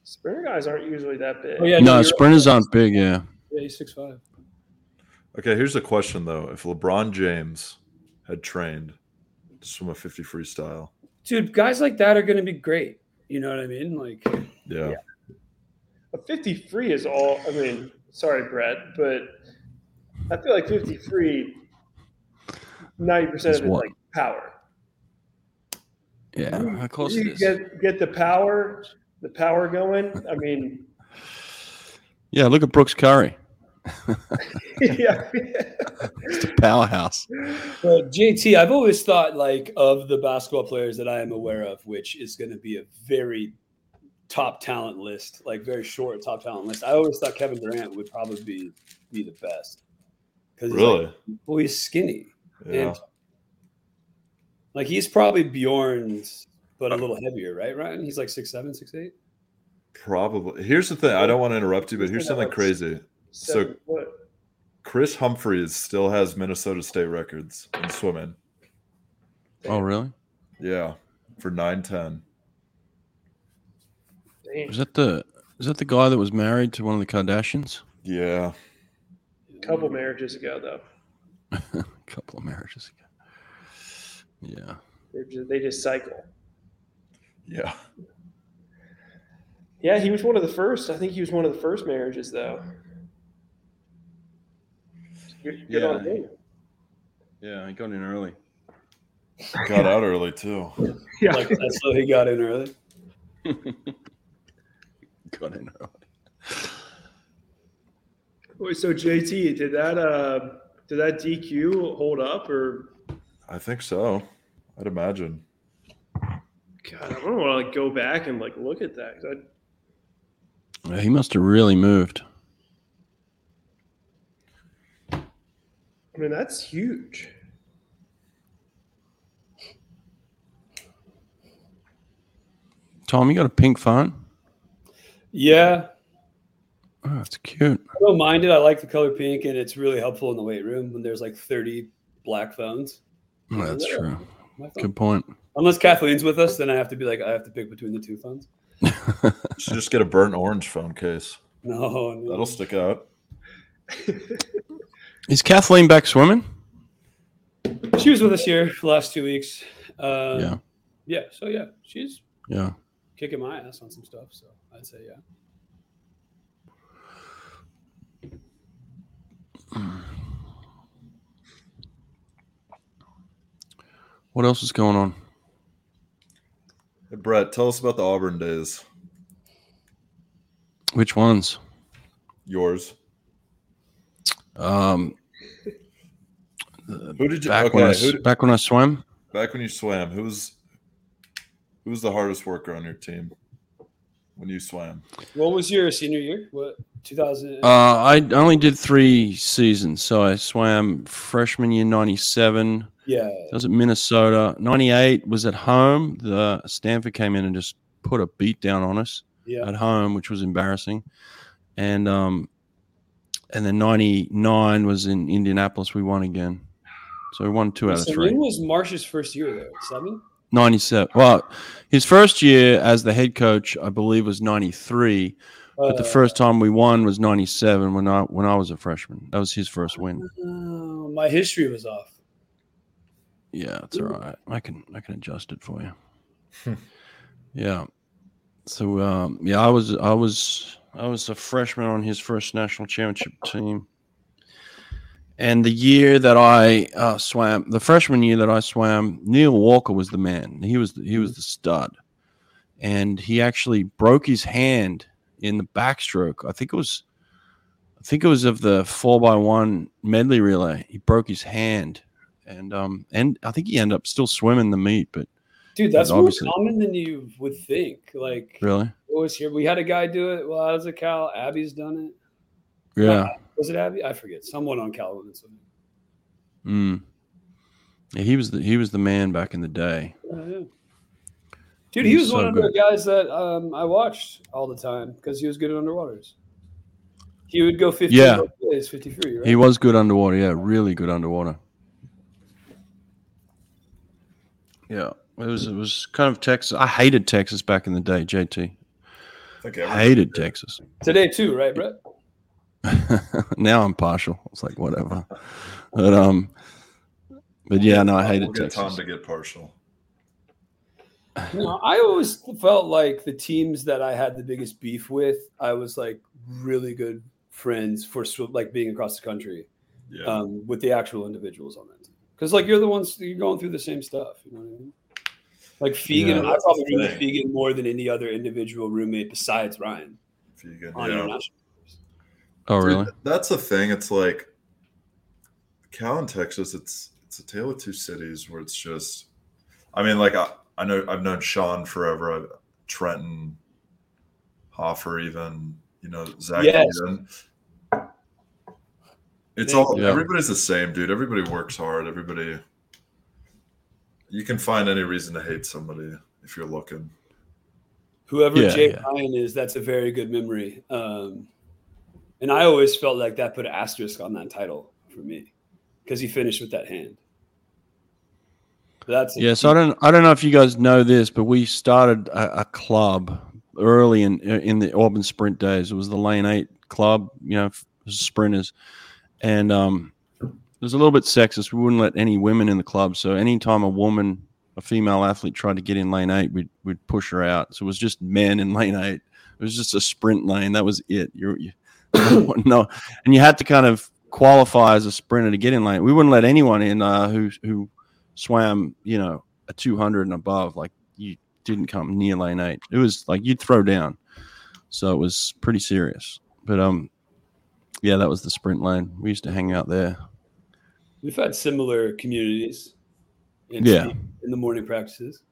S6: Sprinter guys aren't usually that big.
S5: Oh yeah,
S1: no,
S5: you're right.
S1: sprinters aren't big. Yeah,
S5: Yeah, he's six five.
S3: Okay, here's a question though. If LeBron James had trained to swim a 50 freestyle,
S5: Dude, guys like that are going to be great. You know what I mean? Like,
S3: yeah,
S5: Yeah.
S6: A 53 is all. I mean, sorry, Brett, but I feel like 53, 90 percent
S1: Is
S6: of it is
S1: what?
S6: like power.
S1: yeah. How close it
S6: You
S1: is?
S6: get get the power, the power going. I mean,
S1: Yeah, look at Brooks Curry,
S6: yeah,
S1: powerhouse.
S5: but JT, I've always thought like of the basketball players that I am aware of, which is going to be a very top talent list, like very short top talent list. I always thought Kevin Durant would probably be, be the best because
S3: really,
S5: well, he's skinny.
S3: yeah.
S5: And like he's probably Bjorn's, but a little heavier, right, Ryan? He's like six seven, six eight.
S3: Probably. Here's the thing. I don't want to interrupt you, but here's something crazy. So-
S7: Seven foot.
S3: Chris Humphreys still has Minnesota State records in swimming.
S1: Oh, really?
S3: Yeah, for nine ten.
S7: Damn.
S1: Is that the is that the guy that was married to one of the Kardashians?
S3: Yeah,
S7: couple marriages ago though.
S1: A couple of marriages ago. Yeah.
S7: They just, they just cycle.
S3: yeah.
S7: Yeah, he was one of the first. I think he was one of the first marriages though. Good, good on
S1: Yeah.
S7: him.
S1: Yeah, he got in early.
S3: Got out early too.
S7: Yeah.
S5: Like that's how he got in early.
S1: Got in early.
S7: Wait, so JT, did that uh did that DQ hold up or
S3: I think so. I'd imagine.
S7: God, I don't want to like go back and like look at that. 'cause I,
S1: Yeah, he must have really moved.
S7: I mean, that's huge.
S1: Tom, you got a pink phone?
S5: Yeah,
S1: Oh, that's cute.
S5: I don't mind it. I like the color pink, and it's really helpful in the weight room when there's like 30 black phones.
S1: Oh, that's
S5: Yeah.
S1: true.
S5: My phone.
S1: Good point.
S5: Unless Kathleen's with us, then I have to be like, I have to pick between the two phones.
S3: You should just get a burnt orange phone case.
S5: No, no.
S3: That'll stick out.
S1: Is Kathleen back swimming?
S5: she was with us here for the last two weeks.
S1: Yeah.
S5: Um, yeah, yeah. So yeah, she's
S1: Yeah.
S5: kicking my ass on some stuff. So I'd say yeah.
S1: What else is going on?
S3: Hey, Brett, tell us about the Auburn days.
S1: Which ones?
S3: Yours.
S1: Um,
S3: Who did you?
S1: back
S3: okay,
S1: when I
S3: who,
S1: s- back when I swam.
S3: back when you swam, who was who was the hardest worker on your team when you swam?
S5: What was your senior year? What 2000?
S1: Uh, I only did three seasons, so I swam freshman year '97.
S5: yeah,
S1: That was at Minnesota. '98 was at home. The Stanford came in and just put a beat down on us
S5: yeah.
S1: at home, which was embarrassing. And um, and then '99 was in Indianapolis. We won again, so we won two out of
S5: So
S1: three.
S5: when was Marsh's first year there? Seven.
S1: 97. Well, his first year as the head coach, I believe, was 93. But the
S5: Uh,
S1: first time we won was 97 when I when I was a freshman. That was his first win.
S5: oh, my history was off.
S1: Yeah, it's all right. I can I can adjust it for you. yeah. So um, yeah, I was I was I was a freshman on his first national championship team. And the year that I uh, swam, the freshman year that I swam, Neil Walker was the man. He was he was the stud, and he actually broke his hand in the backstroke. I think it was, I think it was of the four by one medley relay. He broke his hand, and um and I think he ended up still swimming the meet, but
S5: Dude,
S1: It's
S5: that's more
S1: obviously-
S5: common than you would think. Like,
S1: really,
S5: what was here? We had a guy do it while I was at Cal. Abby's done it.
S1: yeah,
S5: Was it Abby? I forget. Someone on Cal Women's.
S1: mm. yeah he was the he was the man back in the day.
S5: Oh, yeah. Dude,
S1: He
S5: he
S1: was
S5: was
S1: so
S5: one of the
S1: good.
S5: guys that um, I watched all the time because he was good at underwaters. He would go 50
S1: Yeah.
S5: plays, 53, right?
S1: He was good underwater, yeah, really good underwater. Yeah, it was it was kind of Texas. I hated Texas back in the day, JT.
S3: I think
S1: Hated Texas.
S5: Today, too, right, Brett?
S1: now I'm partial. It's like whatever, but um, but yeah, no, I hated
S3: we'll get Tom
S1: Texas.
S3: to get partial.
S5: No, I always felt like the teams that I had the biggest beef with, I was like really good friends for sw- like being across the country
S3: Yeah.
S5: um, with the actual individuals on that team. Because like you're the ones you're going through the same stuff. You know what I mean? Like Fegan,
S1: Yeah.
S5: I probably
S3: That's the
S5: room with Fegan more than any other individual roommate besides Ryan
S3: if you get-
S5: on
S3: yeah.
S5: international.
S1: Oh
S3: Dude,
S1: really?
S3: That's the thing. It's like Cal and Texas. It's it's a tale of two cities where it's just. I mean, like I, I know I've known Sean forever. I've, Trenton, Hoffer, even you know Zach.
S5: Yes.
S3: Eden. It's
S5: Thank
S3: all
S1: you.
S3: everybody's the same, dude. Everybody works hard. Everybody. You can find any reason to hate somebody if you're looking.
S5: Whoever
S1: Yeah,
S5: Jay
S1: yeah.
S5: Ryan is, that's a very good memory. Um, and I always felt like that put an asterisk on that title for me because he finished with that hand. That's
S1: Yes, I don't. I don't know if you guys know this, but we started a, a club early in in the Auburn Sprint days. It was the Lane Eight Club, you know, f- sprinters, and um, it was a little bit sexist. We wouldn't let any women in the club, so anytime a woman, a female athlete, tried to get in Lane Eight, we'd we'd push her out. So it was just men in Lane Eight. It was just a sprint lane. That was it. You're, you no, and you had to kind of qualify as a sprinter to get in lane. We wouldn't let anyone in uh, who who swam, you know, a 200 and above, like you didn't come near lane eight. It was like you'd throw down. So it was pretty serious. But um, yeah, that was the sprint lane. We used to hang out there.
S5: We've had similar communities. In
S1: Yeah.
S5: In the morning practices.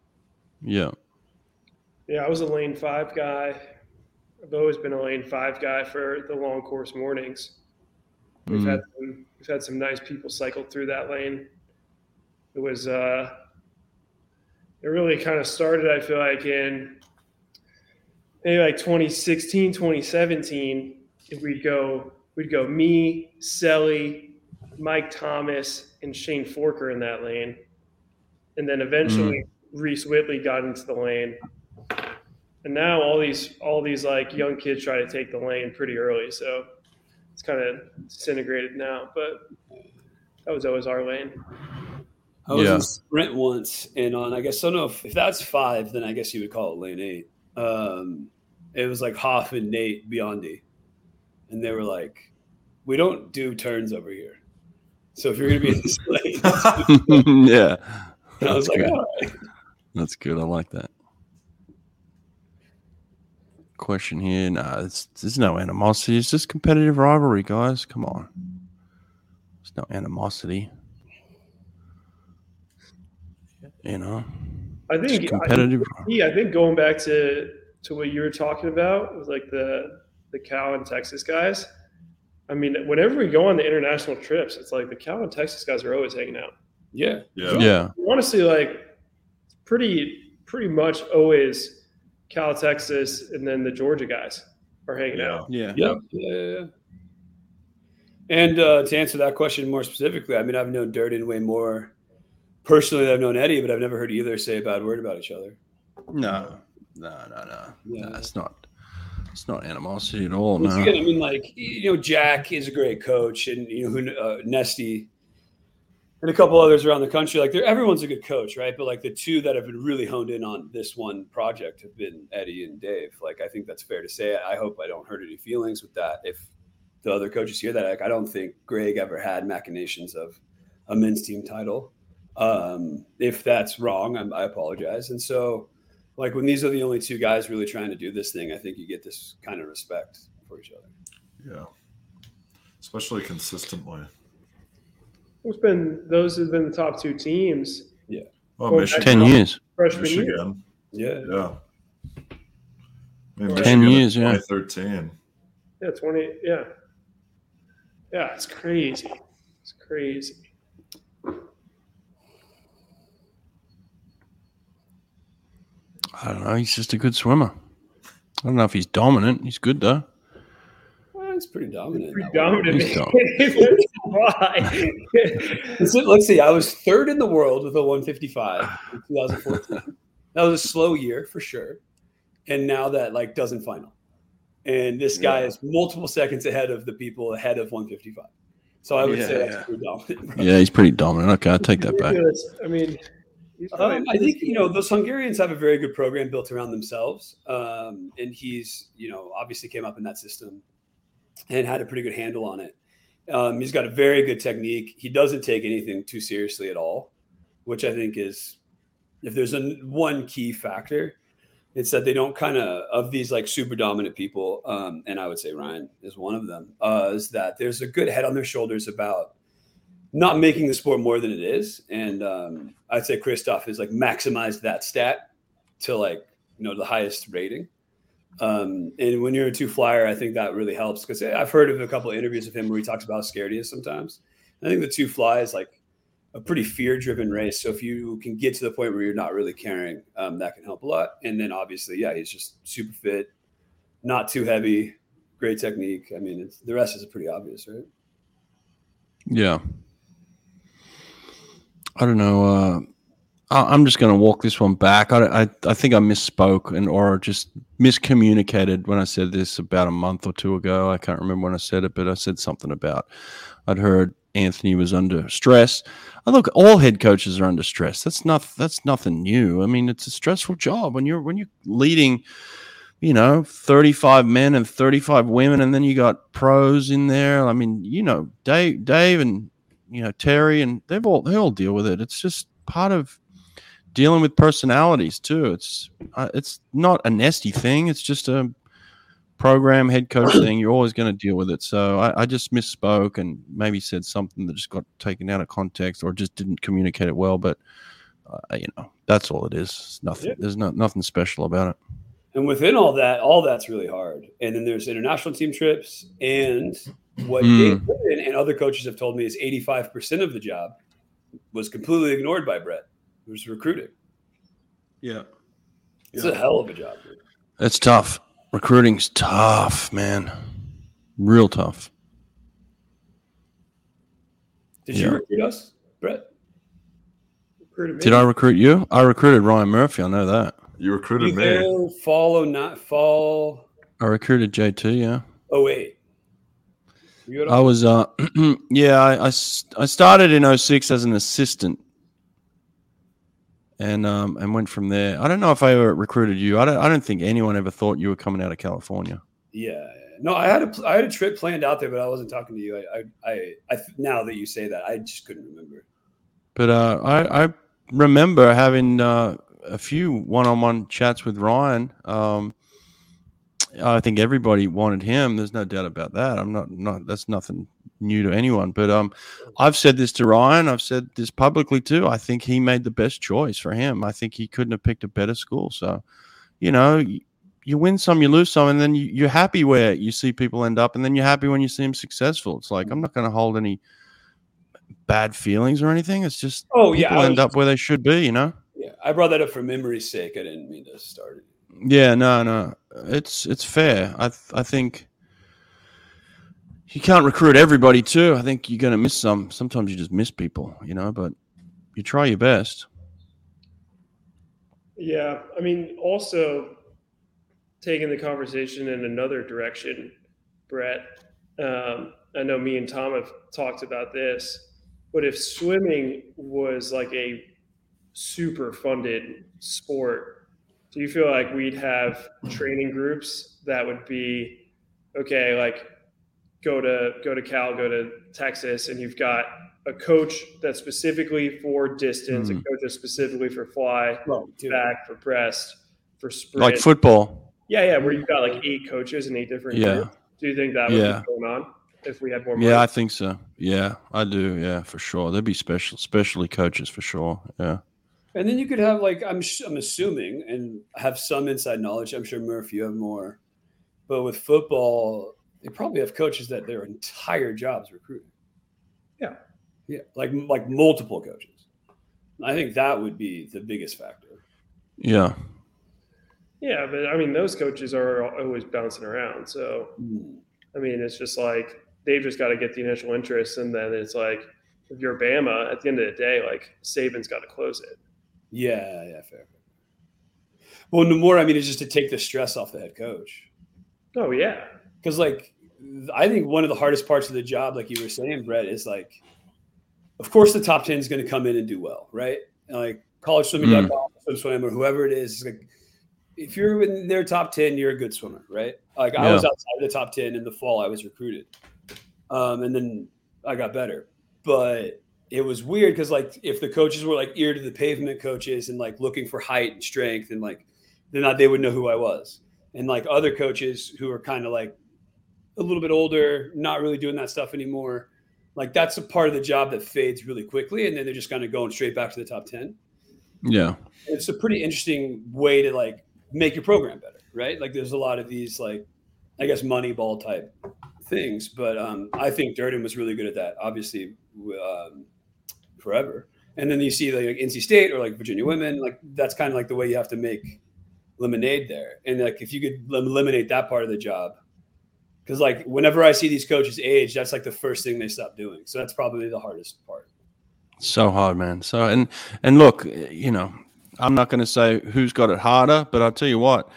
S1: Yeah.
S6: Yeah, I was a lane five guy. I've always been a lane five guy for the long course mornings. We've
S1: Mm.
S6: had some, we've had some nice people cycle through that lane. It was uh, it really kind of started. I feel like in maybe like 2016, 2017. If we'd go, we'd go me, Selly, Mike Thomas, and Shane Forker in that lane, and then
S1: Mm.
S6: eventually Reese Whitley got into the lane. And now all these all these like young kids try to take the lane pretty early, so it's kind of disintegrated now, but that was always our lane.
S5: I was
S1: Yeah.
S5: in sprint once, and on I guess I don't know if, if that's five, then I guess you would call it lane eight. Um, it was like Hoff and Nate Biondi, and they were like, "We don't do turns over here, so if you're gonna be in this lane," and
S1: Mm-hmm. yeah.
S5: I was
S1: That's
S5: like, "Oh,
S1: good.
S5: "All right."
S1: That's good. I like that. Question here. No, it's, there's no animosity. It's just competitive rivalry, guys. Come on. There's no animosity. You know,
S6: I
S1: it's
S6: think I,
S1: competitive.
S6: yeah, I think going back to to what you were talking about with like the the Cal and Texas guys. I mean, whenever we go on the international trips, it's like the Cal and Texas guys are always hanging out.
S5: yeah,
S3: Yeah.
S1: yeah.
S6: Honestly, like it's pretty pretty much always Cal Texas and then the Georgia guys are hanging out.
S3: Yeah.
S1: Yeah.
S5: yeah, yeah, yeah, yeah. And uh, to answer that question more specifically, I mean, I've known Durden way more personally than I've known Eddie, but I've never heard either say a bad word about each other.
S1: No. No, no, no.
S5: Yeah.
S1: No, it's not it's not animosity at all.
S5: Once
S1: No.
S5: again, I mean, like you know, Jack is a great coach, and you know, who- uh, Nesty, and a couple others around the country. Like, they're everyone's a good coach, right? But like the two that have been really honed in on this one project have been Eddie and Dave. Like, I think that's fair to say. I hope I don't hurt any feelings with that. If the other coaches hear that, like, I don't think Greg ever had machinations of a men's team title. Um, if that's wrong, I'm, I apologize. And so, like, when these are the only two guys really trying to do this thing, I think you get this kind of respect for each other.
S3: Yeah. Especially consistently.
S6: It's been those have been the top two teams
S3: Oh,
S6: Well,
S3: Michigan.
S1: Ten years.
S6: freshman year.
S3: Michigan.
S5: Yeah.
S3: Yeah. I mean,
S1: Ten
S3: Michigan in
S1: years, yeah.
S3: 2013.
S6: Yeah, twenty. Yeah, yeah, it's crazy. It's crazy.
S1: I don't know. He's just a good swimmer. I don't know if he's dominant. He's good though.
S5: Well, it's pretty dominant.
S6: Pretty
S5: that one.
S6: dominant.
S1: Please don't.
S6: Why?
S5: Let's- Let's see. I was third in the world with a 155 in 2014. that was a slow year for sure. And now that like doesn't final. And this guy
S3: Yeah.
S5: is multiple seconds ahead of the people ahead of 155. So I would
S1: Yeah,
S5: say that's
S1: yeah.
S5: pretty dominant. bro.
S1: Yeah, he's pretty dominant. Okay, I take that back.
S6: Ridiculous. I mean, Uh, he's probably-
S5: Um, I think you know those Hungarians have a very good program built around themselves, um, and he's you know obviously came up in that system and had a pretty good handle on it. Um, he's got a very good technique. He doesn't take anything too seriously at all, which I think is if there's a, one key factor, it's that they don't kind of of these like super dominant people, um, and I would say Ryan is one of them. Uh, is that there's a good head on their shoulders about not making the sport more than it is. And um, I'd say Christoph has like maximized that stat to like you know the highest rating. Um, and when you're a two flyer, I think that really helps because I've heard of a couple of interviews of him where he talks about how scared he is sometimes. I think the two fly is like a pretty fear driven race. So if you can get to the point where you're not really caring, um, that can help a lot. And then obviously, yeah, he's just super fit, not too heavy, great technique. I mean, it's, the rest is pretty obvious, right?
S1: Yeah. I don't know. Uh, I, I'm just going to walk this one back. I, don't- I, I think I misspoke and or just miscommunicated when I said this about a month or two ago. I can't remember when I said it, but I said something about I'd heard Anthony was under stress. I look, all head coaches are under stress. That's not that's nothing new. I mean, it's a stressful job when you're when you're leading you know, 35 men and 35 women, and then you got pros in there. I mean, you know, Dave, Dave, and you know Terry, and they've all they all deal with it. It's just part of dealing with personalities too. It's uh, it's not a nasty thing. It's just a program head coach thing. You're always going to deal with it. So I, I just misspoke and maybe said something that just got taken out of context or just didn't communicate it well. But uh, you know, that's all it is. It's nothing.
S5: Yeah.
S1: There's not nothing special about it.
S5: And within all that, all that's really hard. And then there's international team trips and what
S1: Hmm.
S5: Dave Whitten and other coaches have told me is 85% of the job was completely ignored by Brett. It was recruiting.
S1: Yeah.
S5: It's a hell of a job. dude.
S1: It's tough. Recruiting's tough, man. Real tough.
S5: Did
S1: Yeah.
S5: you recruit us, Brett?
S6: Recruited me.
S1: Did I recruit you? I recruited Ryan Murphy. I know that.
S3: You recruited me.
S5: Either fall or not fall
S1: I recruited JT. Yeah.
S5: 08. Were you at
S1: I was. Uh, yeah. I, I s- I started in 06 as an assistant, and um and went from there. I don't know if I ever recruited you. I don't. I don't think anyone ever thought you were coming out of California.
S5: Yeah. No, I had a I had a trip planned out there, but I wasn't talking to you. I I I, I now that you say that, I just couldn't remember.
S1: But uh, I, I remember having uh, a few one-on-one chats with Ryan. Um, I think everybody wanted him. There's no doubt about that. I'm not not that's nothing new to anyone. But um, I've said this to Ryan. I've said this publicly too. I think he made the best choice for him. I think he couldn't have picked a better school. So, you know. You, you win some, you lose some, and then you, you're happy where you see people end up, and then you're happy when you see them successful. It's like I'm not going to hold any bad feelings or anything. It's just
S5: Oh yeah,
S1: people
S5: I,
S1: end up where they should be, you know?
S5: yeah, I brought that up for memory's sake. I didn't mean to start it.
S1: Yeah, no, no. It's it's fair. I th- I think you can't recruit everybody too. I think you're going to miss some. Sometimes you just miss people, you know, but you try your best.
S6: Yeah, I mean, also taking the conversation in another direction, Brett. Um, I know me and Tom have talked about this, but if swimming was like a super funded sport, do you feel like we'd have training groups that would be okay? Like go to go to Cal, go to Texas, and you've got a coach that's specifically for distance, a
S1: Hmm.
S6: coach that's specifically for fly,
S5: Well, dude,
S6: back for breast for sprint.
S1: Like football.
S6: yeah, yeah, where you've got like eight coaches and eight different.
S1: Yeah.
S6: groups. Do you think that would
S1: Yeah.
S6: be going on if we had more?
S1: Yeah, I
S6: money?
S1: think so. Yeah, I do. Yeah, for sure. There'd be special specialty coaches for sure. Yeah.
S5: and then you could have like I'm sh- I'm assuming and I have some inside knowledge. I'm sure Murph, you have more, but with football, they probably have coaches that their entire jobs recruiting.
S6: Yeah.
S5: yeah, like like multiple coaches. I think that would be the biggest factor.
S1: Yeah.
S6: Yeah, but I mean, those coaches are always bouncing around. So
S5: Hmm.
S6: I mean, it's just like they've just got to get the initial interest, and then it's like if you're Bama at the end of the day, like Saban's got to close it.
S5: Yeah, yeah, fair. Well, no more. I mean, it's just to take the stress off the head coach.
S6: Oh yeah,
S5: because like th- I think one of the hardest parts of the job, like you were saying, Brett, is like, of course, the top ten is going to come in and do well, right? And like college swimming,
S1: Mm.
S5: swim swim, or whoever it is, like if you're in their top ten, you're a good swimmer, right? Like I was outside the top ten in the fall. I was recruited, um, and then I got better, but it was weird because like if the coaches were like ear to the pavement coaches and like looking for height and strength and like then I- they would know who I was. And like other coaches who are kind of like a little bit older, not really doing that stuff anymore. Like that's a part of the job that fades really quickly, and then they're just kind of going straight back to the top ten.
S1: Yeah.
S5: And it's a pretty interesting way to like make your program better, right? Like there's a lot of these like I guess Moneyball type things, but um, I think Durden was really good at that. Obviously, w- um, forever. And then you see like, NC State or like Virginia women, like that's kind of like the way you have to make lemonade there. And like if you could lim- eliminate that part of the job, because like whenever I see these coaches age, that's like the first thing they stop doing. So that's probably the hardest part.
S1: So hard, man. So and and look, you know, I'm not going to say who's got it harder, but I'll tell you what.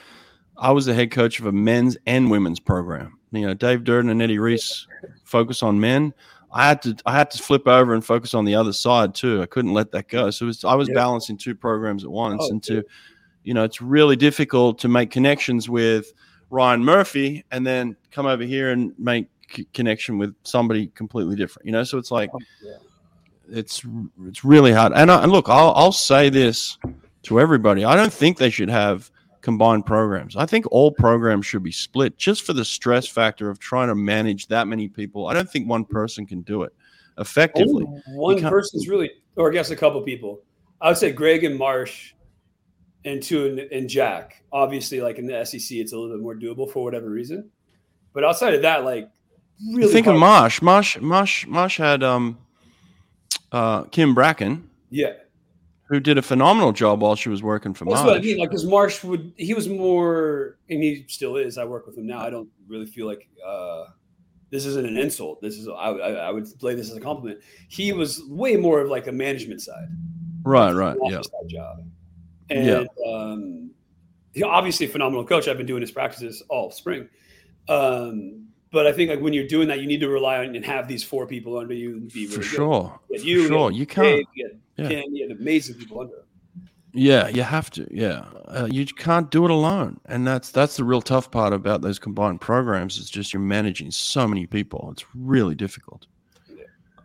S1: I was the head coach of a men's and women's program. You know, Dave Durden and Eddie Reese focus on men. I had to I had to flip over and focus on the other side too. I couldn't let that go. So it was, I was
S5: Yeah.
S1: balancing two programs at once,
S5: Oh,
S1: and to you know, it's really difficult to make connections with Ryan Murphy and then come over here and make c- connection with somebody completely different. You know, so it's like
S5: yeah.
S1: it's it's really hard. And, I, and look, I'll I'll say this to everybody: I don't think they should have combined programs. I think all programs should be split just for the stress factor of trying to manage that many people. I don't think one person can do it effectively.
S5: Only one
S1: can't-
S5: person's really, or I guess a couple people. I would say Greg and Marsh, and two and, and Jack. Obviously, like in the SEC, it's a little bit more doable for whatever reason. But outside of that, like really,
S1: Think of
S5: hard-
S1: Marsh. Marsh Marsh Marsh had um uh Kim Bracken
S5: Yeah,
S1: who did a phenomenal job while she was working for
S5: that's
S1: Marsh.
S5: what I mean. Like, because Marsh would, he was more, and he still is. I work with him now. I don't really feel like uh, this isn't an insult. This is, I, I, I would play this as a compliment. He was way more of like a management side.
S1: Right, right.
S5: office
S1: Yeah.
S5: side job. And um, you know, obviously a phenomenal coach. I've been doing his practices all spring. Um, but I think like when you're doing that, you need to rely on and have these four people under you and be really
S1: For
S5: good.
S1: sure.
S5: You had
S1: For sure.
S5: you, you had
S1: You
S5: Dave,
S1: can't.
S5: you had
S1: Yeah.
S5: Ken, you had amazing people under. him.
S1: Yeah, you have to. Yeah, uh, you can't do it alone, and that's that's the real tough part about those combined programs. Is just you're managing so many people. It's really difficult.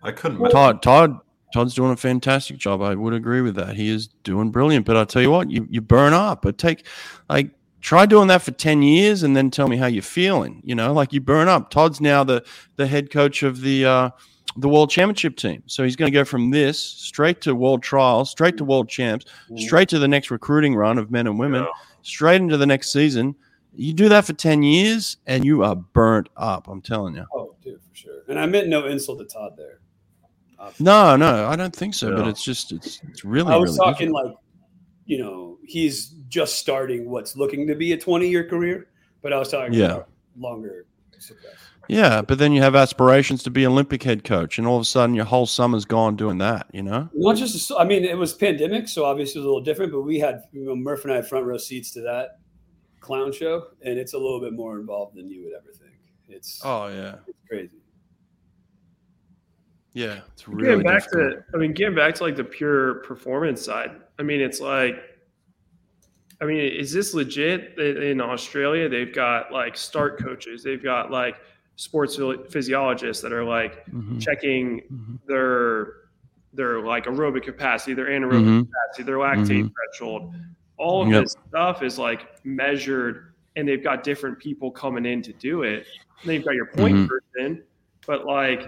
S3: I couldn't. Well,
S1: Todd, Todd, Todd's doing a fantastic job. I would agree with that. He is doing brilliant. But I will tell you what, you you burn up. But take like try doing that for 10 years and then tell me how you're feeling you know like you burn up todd's now the the head coach of the uh the world championship team so he's going to go from this straight to world trials straight to world champs
S5: Mm-hmm.
S1: straight to the next recruiting run of men and women
S3: Yeah.
S1: straight into the next season you do that for 10 years and you are burnt up i'm telling you
S5: Oh, dude, for sure. And I meant no insult to Todd there. Obviously.
S1: no no i don't think so but
S3: Yeah.
S1: it's just it's it's really
S5: I was
S1: really
S5: talking
S1: difficult.
S5: like, you know, he's just starting what's looking to be a 20 year career, but I was talking
S1: Yeah.
S5: about longer success.
S1: yeah but then you have aspirations to be olympic head coach and all of a sudden your whole summer's gone doing that you know
S5: Not just, I mean, it was pandemic, so obviously it was a little different, but we had, you know, Murph and I had front row seats to that clown show, and it's a little bit more involved than you would ever think. It's
S1: Oh yeah,
S5: crazy.
S1: yeah. It's
S6: getting back to, I mean, getting back to like the pure performance side. I mean, it's like, I mean, is this legit? that In Australia, they've got like start coaches, they've got like sports physi- physiologists that are like
S1: Mm-hmm.
S6: checking their their like aerobic capacity, their anaerobic
S1: Mm-hmm.
S6: capacity, their lactate threshold. All of
S1: Yep.
S6: this stuff is like measured, and they've got different people coming in to do it. And they've got your point
S1: Mhm.
S6: person, but like,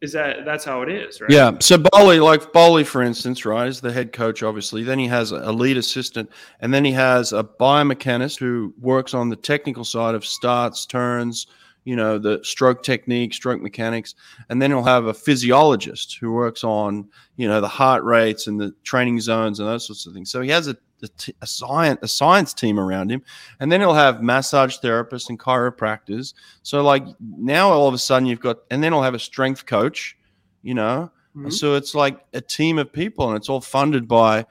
S6: is that that's how it is, right?
S1: Yeah. So Bowley, like Bowley, for instance, right, is the head coach, obviously. Then he has a lead assistant, and then he has a biomechanist who works on the technical side of starts, turns, you know, the stroke technique, stroke mechanics, and then he'll have a physiologist who works on, you know, the heart rates and the training zones and those sorts of things. So he has a a t- a science a science team around him, and then he'll have massage therapists and chiropractors. So like now, all of a sudden, you've got, and then he'll have a strength coach. You know,
S6: Mhm.
S1: so it's like a team of people, and it's all funded by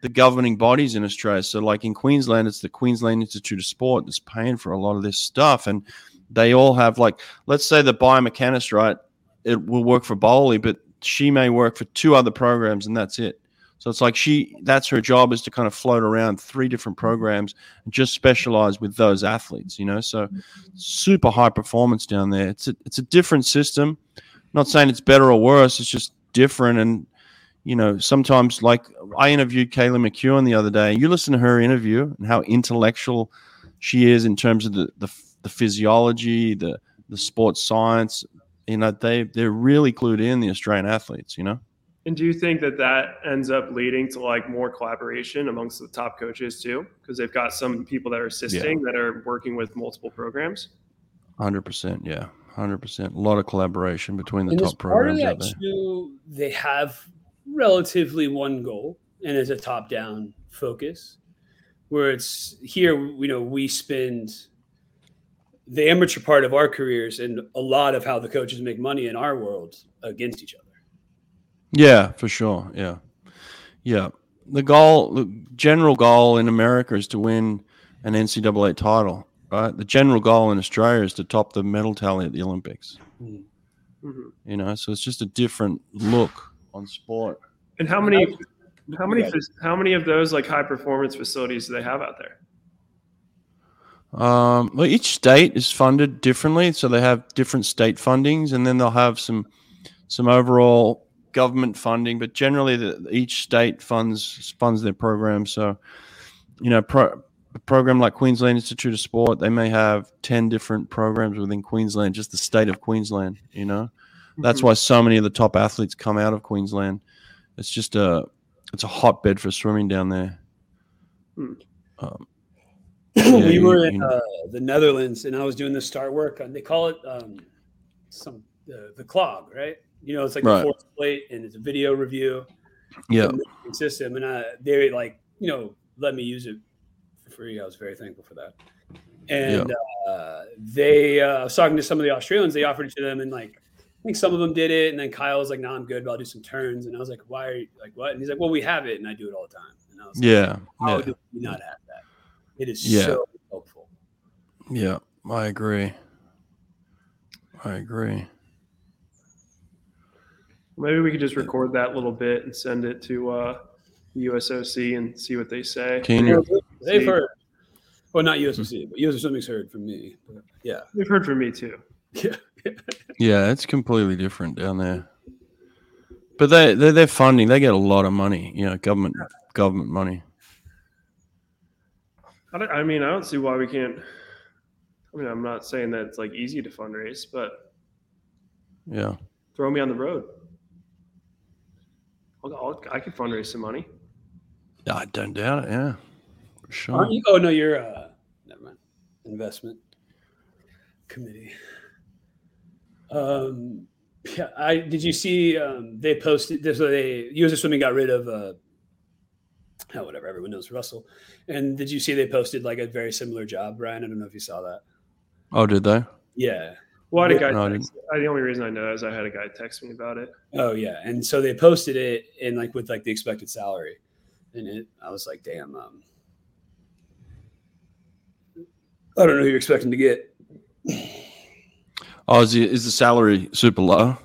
S1: the governing bodies in Australia. So, like in Queensland, it's the Queensland Institute of Sport that's paying for a lot of this stuff, and they all have like, let's say the biomechanist, right? It will work for Bowley, but she may work for two other programs, and that's it. So it's like she that's her job is to kind of float around three different programs and just specialize with those athletes, you know. So super high performance down there. It's a it's a different system. not saying it's better or worse, it's just different and you know, sometimes like I interviewed Kayla McEwen the other day. You listen to her interview and how intellectual she is in terms of the the, the physiology, the the sports science. You know, they they're really clued in the Australian athletes. You know,
S6: And do you think that that ends up leading to like more collaboration amongst the top coaches too? Because they've got some people that are assisting that are working with multiple programs.
S1: hundred percent. Yeah, hundred percent. A lot of collaboration between the
S5: And as
S1: top
S5: part of
S1: programs
S5: that
S1: out there.
S5: too, they have relatively one goal and it's a top down focus. Where it's here, you know, we spend the amateur part of our careers and a lot of how the coaches make money in our world against each other.
S1: Yeah, for sure. Yeah, yeah. The goal, the general goal in America is to win an NCAA title, right? The general goal in Australia is to top the medal tally at the Olympics.
S6: Mm-hmm.
S7: Mhm.
S1: You know, so it's just a different look on sport.
S6: And how many, how many, fac- how many of those like high performance facilities do they have out there?
S1: Um, well, each state is funded differently, so they have different state fundings, and then they'll have some some overall government funding. But generally, the, each state funds funds their program. So, you know, pro, a program like Queensland Institute of Sport, they may have ten different programs within Queensland, just the state of Queensland. You know, that's
S6: Mm-hmm.
S1: why so many of the top athletes come out of Queensland. It's just a it's a hotbed for swimming down there.
S7: Hmm.
S1: Um, Yeah,
S5: we
S1: you-
S5: were in
S1: you-
S5: uh, the Netherlands, and I was doing the start work on. They call it um, some the, the clog, right? You know, it's like
S1: Right.
S5: the fourth plate, and it's a video review
S1: yeah.
S5: system. And I, they like, you know, let me use it for free. I was very thankful for that. And uh, they, uh, I was talking to some of the Australians. They offered it to them, and like, I think some of them did it. And then Kyle was like, "No, I'm good, but I'll do some turns." And I was like, "Why are you like what?" And he's like, "Well, we have it, and I do it all the time." And I was like,
S1: Yeah.
S5: "How
S1: yeah.
S5: do we not have that? It is
S1: Yeah.
S5: so helpful."
S1: Yeah, I agree. I agree.
S6: Maybe we could just record that little bit and send it to uh, the USOC and see what they say.
S1: Kenya.
S5: They've
S6: See.
S5: heard. Well, not USOC, but USOC something's heard from me. But yeah,
S6: They've heard from me too.
S1: Yeah, it's completely different down there. But they they they're funding. They get a lot of money. You know, government government money.
S6: I, don't- I mean, I don't see why we can't. I mean, I'm not saying that it's like easy to fundraise, but
S1: Yeah.
S6: throw me on the road. I'll, I'll, I could fundraise some money.
S1: I don't doubt it. Yeah, for sure.
S5: Aren't you? Oh no, you're. Uh, never mind. Investment committee. Um, yeah, I did. You see, um, they posted. There's a USA Swimming got rid of. Uh, oh, whatever. Everyone knows Russell. And did you see they posted like a very similar job, Brian? I don't know if you saw that.
S1: Oh, did they?
S5: Yeah.
S6: Well, I had a guy.
S1: No, I
S6: text- I- the only reason I know is I had a guy text me about it.
S5: Oh yeah, and so they posted it and like with like the expected salary, and it I was like, damn, um, I don't know who you're expecting to get.
S1: Oh, is the, is the salary super low?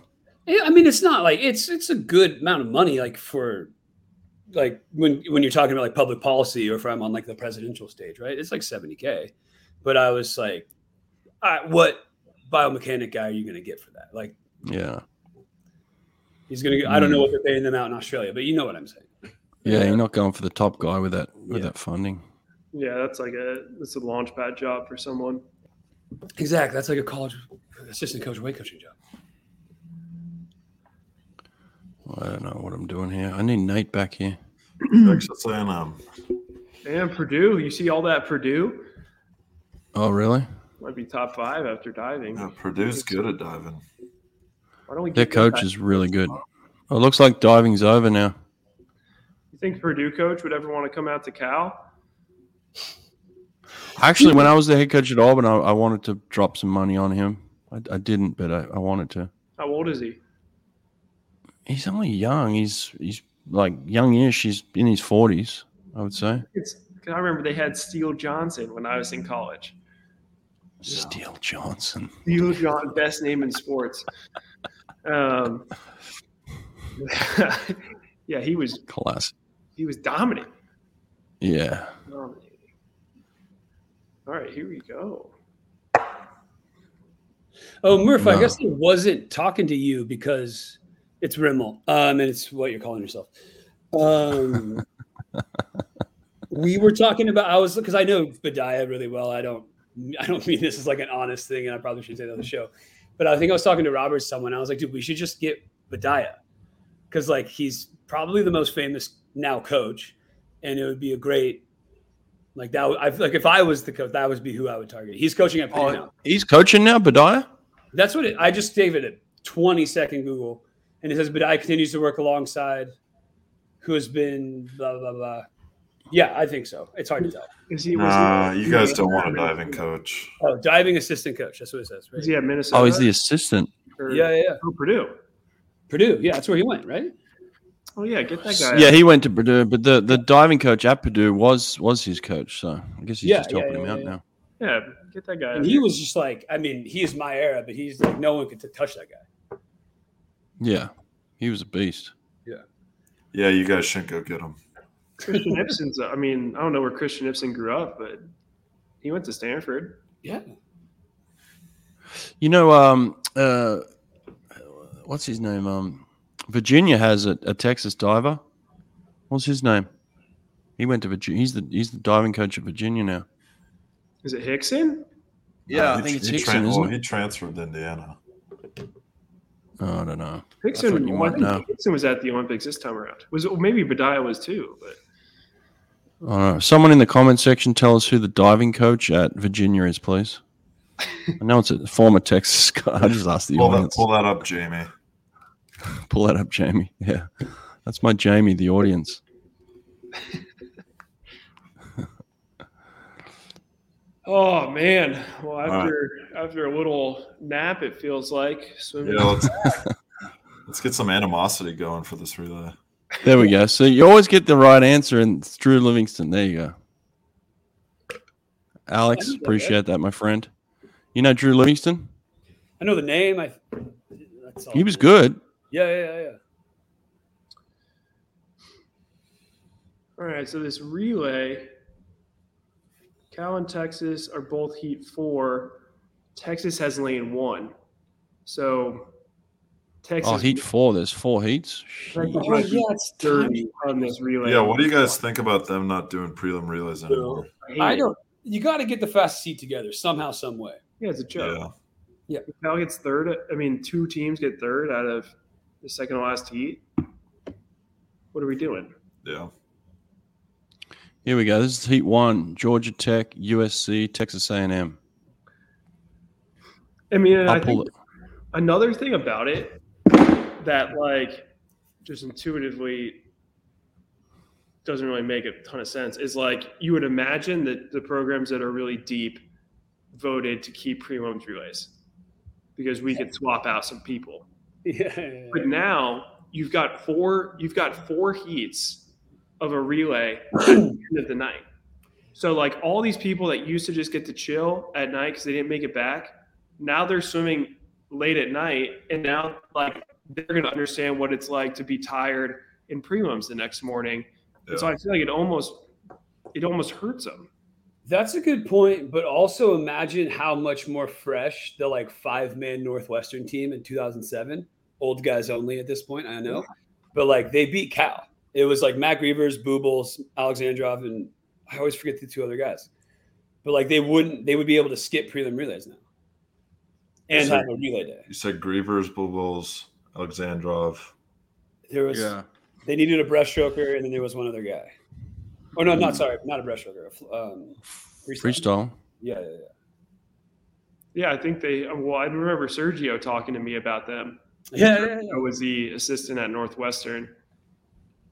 S5: Yeah, I mean, it's not like it's it's a good amount of money, like for like when when you're talking about like public policy or if I'm on like the presidential stage, right? It's like 70k. But I was like, all right, what biomechanic guy are you going to get for that? Like
S1: Yeah.
S5: he's going to. I don't know what they're paying them out in Australia, but you know what I'm saying.
S1: Yeah, you're not going for the top guy with that with
S5: Yeah.
S1: that funding.
S6: Yeah, that's like a that's a launch pad job for someone.
S5: Exactly. That's like a college assistant coach, weight coaching job.
S1: I don't know what I'm doing here. I need Nate back here.
S3: Actually, saying um,
S6: And Purdue, you see all that Purdue
S1: Oh, really?
S6: might be top five after diving.
S3: yeah, Purdue's good at diving.
S6: Why don't we?
S1: Their
S6: get that
S1: coach is really good. Oh, it looks like diving's over now.
S6: You think Purdue coach would ever want to come out to Cal?
S1: Actually, when I was the head coach at Auburn, I, I wanted to drop some money on him. I, I didn't, but I, I wanted to.
S6: How old is he?
S1: He's only young. He's he's like youngish. He's in his forties, I would say.
S6: It's. 'cause I remember they had Steele Johnson when I was in college.
S1: Steele Johnson.
S6: Steele Johnson, best name in sports. Um, yeah, he was
S1: Classic.
S6: he was dominant.
S1: Yeah.
S6: Dominating. All right, here we go.
S5: Oh, Murph, I
S1: No.
S5: guess I wasn't talking to you because it's Rimmel, um, and it's what you're calling yourself. Um, we were talking about I was because I know Badiah really well. I don't I don't mean this is like an honest thing, and I probably should say that on the show. But I think I was talking to Robert someone. I was like, dude, we should just get Badiah because like he's probably the most famous now coach, and it would be a great like that. would- I feel like if I was the coach, that would be who I would target. He's coaching at Purdue now.
S1: He's coaching now, Badiah.
S5: That's what it, I just gave it a 20 second Google, and it says, "But I continues to work alongside who has been blah blah blah. Yeah, I think so. It's hard to tell.
S6: Is he? was he-
S3: Nah, you guys don't want a diving coach.
S5: Oh, diving assistant coach. That's what it says. Right?
S6: Is he at Minnesota?
S1: Oh, he's the assistant.
S6: or-
S5: Yeah, yeah, yeah.
S6: Oh, Purdue.
S5: Purdue. Yeah, that's where he went, right?
S6: Oh yeah, get that guy.
S1: Yeah, he went to Purdue, but the, the diving coach at Purdue was was his coach, so I guess he's
S5: Yeah,
S1: just
S5: yeah,
S1: helping him
S5: yeah,
S1: out
S5: yeah.
S1: now.
S6: Yeah, get that guy.
S5: And he was just like, I mean, he is my era, but he's like, no one could t- touch that guy.
S1: Yeah, he was a beast.
S3: Yeah, you guys shouldn't go get him.
S6: Christian Ibsen's. I mean, I don't know where Christian Ibsen grew up, but he went to Stanford.
S5: Yeah.
S1: You know, um, uh, what's his name? Um, Virginia has a, a Texas diver. What's his name? He went to Virginia. He's the he's the diving coach at Virginia now.
S6: Is it Hickson?
S1: Yeah,
S3: Uh,
S1: I think it's
S3: he
S1: Hickson,
S3: tran-
S1: isn't
S3: well,
S1: it?
S3: He transferred to Indiana.
S1: Oh, I don't know. I thought
S6: Hickson.
S1: you
S6: well, I
S1: might
S6: think
S1: know.
S6: Hickson was at the Olympics this time around. Was well, maybe Badia was too, but
S1: I don't know. Someone in the comment section tell us who the diving coach at Virginia is, please. I know it's a former Texas guy. I just asked the
S3: Pull that,
S1: audience.
S3: pull that up, Jamie.
S1: Pull that up, Jamie. Yeah. That's my Jamie, the audience.
S6: Oh man! Well, after after a little nap, it feels like swimming.
S3: Yeah, let's, let's get some animosity going for this relay.
S1: There we go. So you always get the right answer, and it's Drew Livingston. There you go. Alex, appreciate that, my friend. You know Drew Livingston?
S5: I know the name. I. That's all.
S1: He was good.
S5: Yeah, yeah, yeah, yeah.
S6: All right, so this relay, Cal and Texas are both heat four. Texas has lane one, so Texas.
S1: Oh, heat four. There's four heats.
S6: Texas
S5: Oh,
S6: might be
S5: yeah, it's
S6: dirty on this relay.
S3: Yeah, what do you guys think about them not doing prelim relays anymore?
S6: I hate
S5: I
S6: it.
S5: don't. You got to get the fast seat together somehow, some way.
S6: Yeah, it's a joke.
S3: Yeah,
S6: If Cal gets third. I mean, two teams get third out of the second to last heat. What are we doing?
S3: yeah.
S1: Here we go. This is heat one. Georgia Tech, USC, Texas A&M.
S6: I mean, and I
S1: I'll
S6: think
S1: pull it.
S6: another thing about it that like just intuitively doesn't really make a ton of sense is like you would imagine that the programs that are really deep voted to keep prelims relays because we could swap out some people
S5: Yeah, yeah,
S6: but now you've got four you've got four heats of a relay at the end of the night so like all these people that used to just get to chill at night because they didn't make it back now they're swimming late at night and now like they're going to understand what it's like to be tired in prelims the next morning And so
S3: Yeah.
S6: i feel like it almost it almost hurts them
S5: That's a good point, but also imagine how much more fresh the like five man Northwestern team in 2007, old guys only at this point, I know, but like they beat Cal. It was like Matt Grievers, Boobles, Alexandrov, and I always forget the two other guys. But like they wouldn't, they would be able to skip prelim relays now and
S3: So-
S5: have a relay day.
S3: You said Grievers, Bubbles, Alexandrov.
S5: There was, they needed a breaststroker, and then there was one other guy. Oh no, not sorry, not a breaststroker, a fl- um, freestyle.
S1: Freestyle.
S5: Yeah, yeah, yeah.
S6: yeah i think they well i remember sergio talking to me about them
S5: Yeah, yeah, yeah.
S6: I was the assistant at Northwestern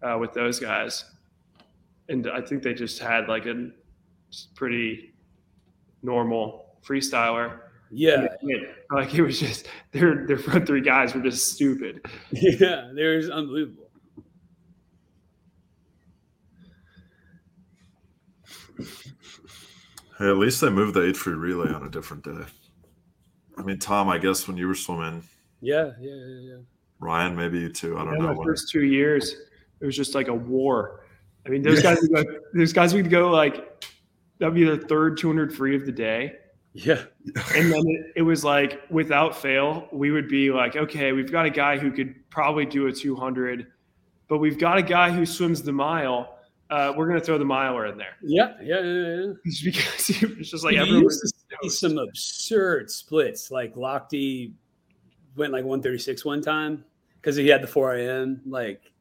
S6: uh, with those guys, and I think they just had like a just pretty normal freestyler.
S5: Yeah,
S6: Like it was just their their front three guys were just stupid.
S5: yeah, there's unbelievable.
S3: Hey, at least they moved the eight free relay on a different day. I mean, Tom, I guess when you were swimming,
S5: Yeah, yeah, yeah, yeah.
S3: Ryan, maybe you too. I don't
S6: In
S3: know.
S6: My
S3: when-
S6: first two years, it was just like a war. I mean, those guys, would go, those guys would go like that'd be their third 200 free of the day.
S5: Yeah.
S6: and then it, it was like without fail we would be like okay we've got a guy who could probably do a 200 but we've got a guy who swims the mile uh, we're going to throw the miler in there
S5: Yeah, yeah, yeah, yeah.
S6: Just because it was just like
S5: You
S6: everyone
S5: used
S6: was
S5: See
S6: stoked.
S5: Some absurd splits. Like Lochte went like 136 one time because he had the 4 a.m. Like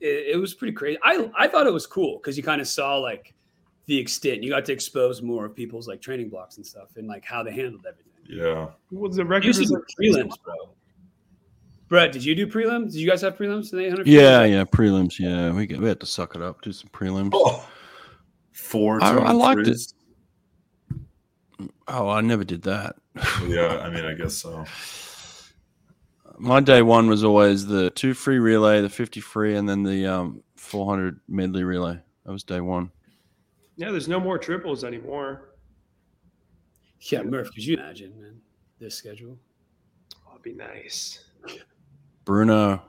S5: it, it was pretty crazy. I, I thought it was cool because you kind of saw like the extent. You got to expose more of people's like training blocks and stuff and like how they handled everything.
S3: Yeah.
S6: Well, the record
S5: Usually
S6: was
S5: the prelims, bro. Brett, did you do prelims? Did you guys have prelims in the 800?
S1: Yeah, yeah, prelims. Yeah, we get, we had to suck it up. Do some prelims. Oh,
S3: Oh, four.
S1: I- I liked
S3: 23s?
S1: Oh, I never did that.
S3: Yeah, I mean, I guess so.
S1: My day one was always the two free relay, the fifty free, and then the um, four hundred medley relay. That was day one.
S6: Yeah, there's no more triples anymore.
S5: Yeah, Murph, could you imagine, man, this schedule?
S6: That'd Oh, be nice.
S1: Bruno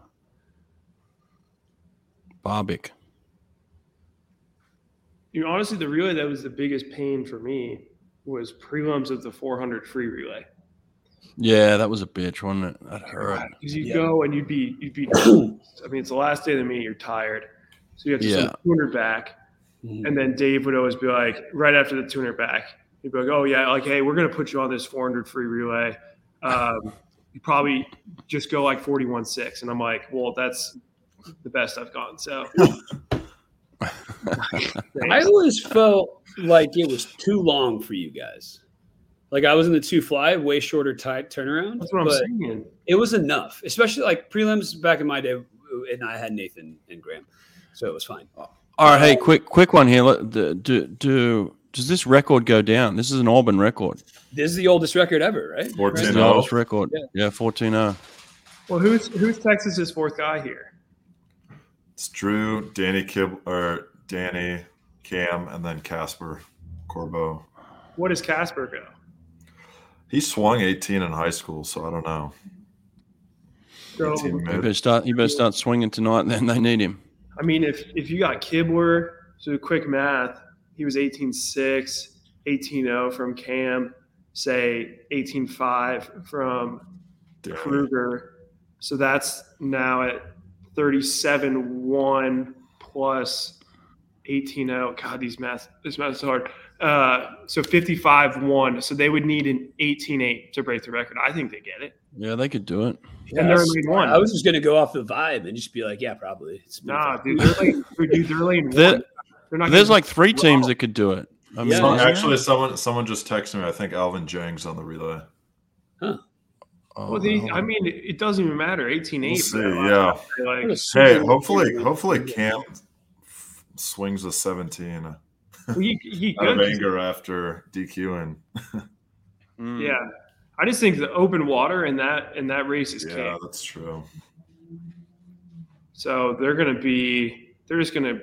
S1: Barbic.
S6: You know, honestly, the relay that was the biggest pain for me was prelims of the 400 free relay.
S1: Yeah, that was a bitch, wasn't it? That hurt.
S6: Because you
S1: Yeah.
S6: go and you'd be you'd be. I mean, it's the last day of the meet. You're tired, so you have to send
S1: Yeah. Mm-hmm.
S6: the tuner back. And then Dave would always be like, right after the tuner back, he'd be like, "Oh yeah, like hey, we're gonna put you on this 400 free relay. Um, you probably just go like 41 six. And I'm like, "Well, that's the best I've gone." So
S5: I always felt like it was too long for you guys. Like I was in the two fly, way shorter tight turnaround.
S6: that's what I'm
S5: but
S6: saying.
S5: It was enough, especially like prelims back in my day, and I had Nathan and Graham, so it was fine.
S1: All right, hey, quick, quick one here. Let- the- Do, do does this record go down? This is an Auburn record.
S5: This is the oldest record ever, right?
S1: This is
S3: 14
S1: the
S3: 0.
S1: oldest record.
S5: Yeah.
S1: Yeah, fourteen zero.
S6: Well, who's who's Texas's fourth guy here?
S3: It's Drew, Danny Kib or Danny, Cam, and then Casper Corbo.
S6: What does Casper go?
S3: He swung 18 in high school, so I don't know.
S6: So
S3: 18
S1: You
S3: mid.
S1: better start. You better start swinging tonight. Then they need him.
S6: I mean, if if you got Kibler, so quick math, he was 18.6, 18.0 from Cam, say 18.5 from
S3: Damn.
S6: Kruger. So that's now at 37.1 plus 18.0. God, these math, this math is hard. Uh, so 55.1. So they would need an 18.8 to break the record. I think they get it.
S1: Yeah, they could do it.
S6: And they're in lane one.
S5: I was just gonna go off the vibe and just be like, yeah, probably. It's
S6: Nah, dude, they're lane, dude, they're lane
S1: There-
S6: one. They're not
S1: There's
S6: gonna-
S1: like three teams that could do it. I mean,
S5: Yeah.
S3: So
S1: isn't there?
S3: Oh, actually, someone someone just texted me. I think Alvin Jang's on the relay.
S1: Oh,
S6: Well, they,
S1: hold
S6: I
S1: on.
S6: mean, it doesn't even matter. 18
S3: Um, We'll
S6: 8.
S3: see. Yeah.
S6: Like,
S3: Hey, hopefully, hopefully Cam f- swings a 17 out
S6: he, he
S3: of
S6: could-
S3: anger after DQing.
S5: Hmm.
S1: Mm.
S6: Yeah. I just think the open water in that in that race is
S3: Yeah,
S6: king.
S3: that's true.
S6: So they're going to be, they're just going to,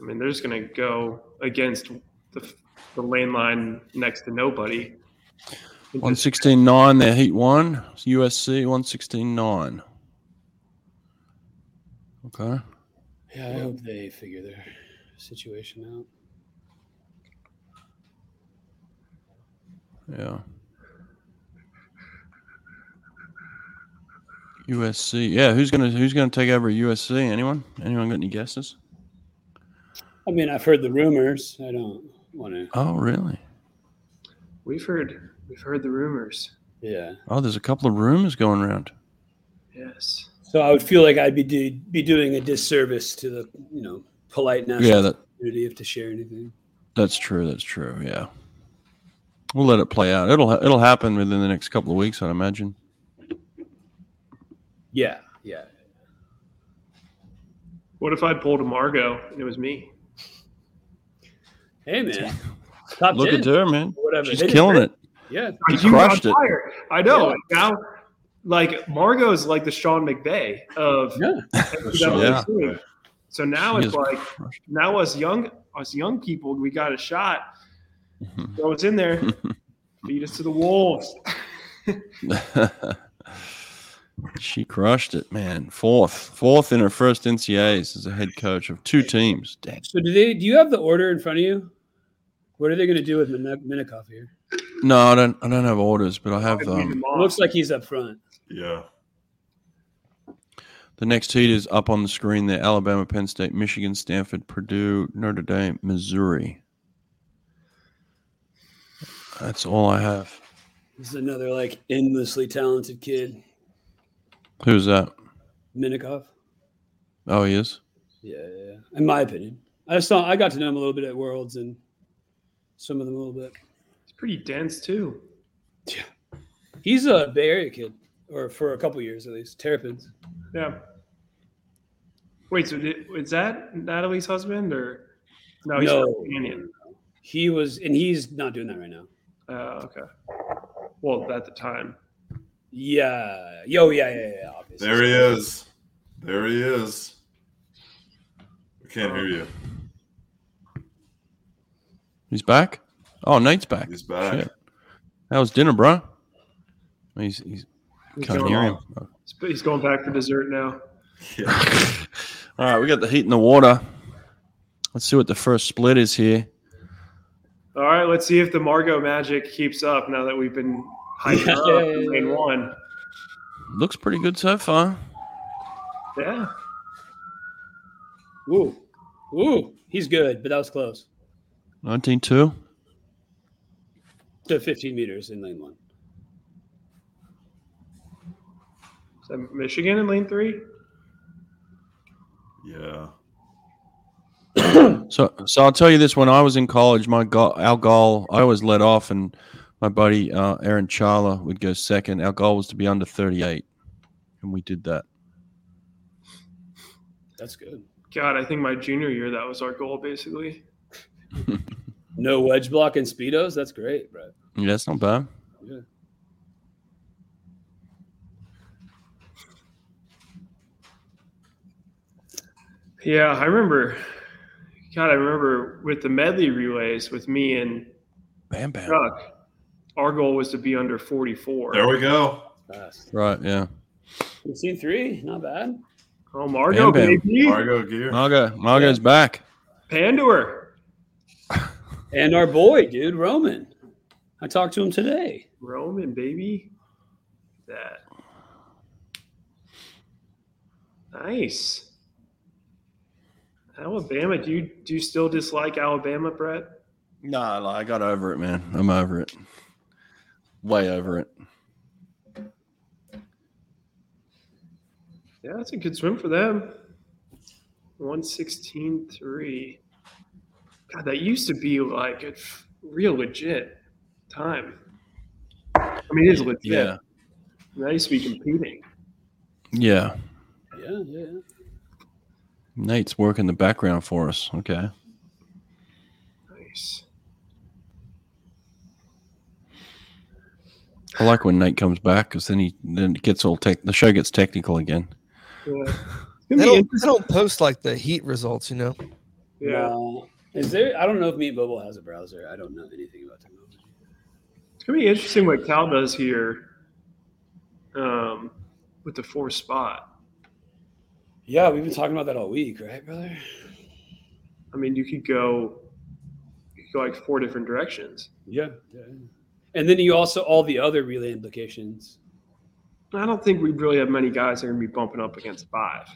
S6: I mean, they're just going to go against the, the lane line next to nobody.
S1: One sixteen nine, their heat one. It's USC one sixteen nine. Okay.
S5: Yeah, I hope they figure their situation out.
S1: Yeah. USC. Yeah, who's gonna who's gonna take over USC? Anyone? Anyone got any guesses?
S5: I mean, I've heard the rumors. I don't want to.
S1: Oh, really?
S6: We've heard, we've heard the rumors.
S5: Yeah.
S1: Oh, there's a couple of rumors going around.
S6: Yes.
S5: So I would feel like I'd be do, be doing a disservice to the you know polite national
S1: Yeah, that
S5: community if to share anything.
S1: that's true. That's true. Yeah. We'll let it play out. It'll ha- it'll happen within the next couple of weeks, I'd imagine.
S5: Yeah, yeah.
S6: What if I pulled a Margot and it was me?
S5: Hey man, top
S1: Look
S5: ten,
S1: at her, man.
S5: whatever.
S1: She's
S5: Hit
S1: killing
S5: man.
S1: it.
S5: Yeah,
S1: She
S6: You were on
S1: crushed it.
S6: fire. I know.
S5: Yeah.
S6: Now, like Margot is like the Sean McVay of
S5: Yeah.
S1: Yeah.
S6: 2002. So now
S1: She
S6: it's
S1: just
S6: like
S1: crushed
S6: now us young us young people, we got a shot.
S1: Mhm.
S6: Throw us in there, feed us to the wolves.
S1: it. she crushed it, man. Fourth, fourth in her first NCAs as a head coach of two teams. Dang.
S5: So do they? Do you have the order in front of you? What are they going to do with Min- Minikov here?
S1: No, I don't. I don't have orders, but I have um,
S5: It looks like he's up front.
S3: Yeah.
S1: The next heat is up on the screen there Alabama, Penn State, Michigan, Stanford, Purdue, Notre Dame, Missouri. That's all I have.
S5: This is another like endlessly talented kid,
S1: Who's that?
S5: Minikov.
S1: Oh, he is?
S5: Yeah, yeah. In my opinion, I just saw I got to know him a little bit at Worlds and some of them a little bit.
S6: it's pretty dense too.
S5: He's a Bay Area kid. or for a couple years at least. Terrapins.
S6: Yeah. Wait, so did, is that Natalie's husband or no? He's
S5: No.
S6: from Canyon.
S5: He was, and he's not doing that right now.
S6: Oh, okay. Well, at the time,
S5: Yeah. Yo. Yeah. Yeah. Yeah. Obviously.
S3: There he is. There he is. We can't hear you.
S1: Oh. He's back. Oh, Nate's back.
S3: He's back.
S1: Shit. That was dinner, bro. He's he's
S6: he's
S1: can't
S6: going,
S1: hear him. Oh,
S6: he's going back for dessert now.
S3: Yeah.
S1: All right, we got the heat and the water. Let's see what the first split is here.
S6: All right, let's see if the Margot magic keeps up now that we've been hyping her up in lane one.
S1: Looks pretty good so far.
S6: Yeah.
S5: Ooh. Ooh. He's good, but that was close.
S1: 19-2.
S5: To 15 meters in lane one.
S6: Is that Michigan in lane three?
S3: yeah.
S1: So, so I'll tell you this: when I was in college, my goal, our goal, I always led off, and my buddy uh, Aaron Charla would go second. Our goal was to be under thirty-eight, and we did that.
S5: That's good.
S6: God, I think my junior year that was our goal basically.
S5: No wedge block and speedos. That's great, bro.
S1: Yeah, that's not bad.
S5: Yeah.
S6: Yeah, I remember. God, I remember with the medley relays with me and
S1: Bam, bam.
S6: Chuck, our goal was to be under 44.
S3: There we go.
S5: Fast.
S1: Right, yeah.
S5: 15 three. Not bad.
S6: oh, Margo,
S1: Bam, bam.
S6: baby.
S3: Margo Gear.
S1: Margo, Margo's back.
S6: Pandour.
S5: And our boy, dude, Roman. I talked to him today.
S6: Roman, baby. That. Nice. Alabama, do you do you still dislike Alabama, Brett?
S1: Nah, like, I got over it, man. I'm over it. Way over it.
S6: Yeah, that's a good swim for them. 116.3. God, that used to be like a f- real legit time. I mean, it is legit.
S1: Yeah,
S6: That used to be competing.
S1: yeah.
S5: Yeah. Yeah. yeah.
S1: Nate's working the background for us. Okay.
S6: Nice.
S1: I like when Nate comes back because then he then it gets all tech. The show gets technical again.
S6: Yeah.
S2: They don't, they don't post like the heat results, you know.
S6: yeah.
S5: Well, Uh, is there? I don't know if Meat Bubble has a browser. I don't know anything about technology.
S6: It's gonna be interesting what Cal does here um, with the four spot.
S5: Yeah, we've been talking about that all week, right, brother?
S6: I mean, you could go, you could go like four different directions.
S5: Yeah. yeah. And then you also all the other relay implications.
S6: I don't think we really have many guys that are gonna be bumping up against five.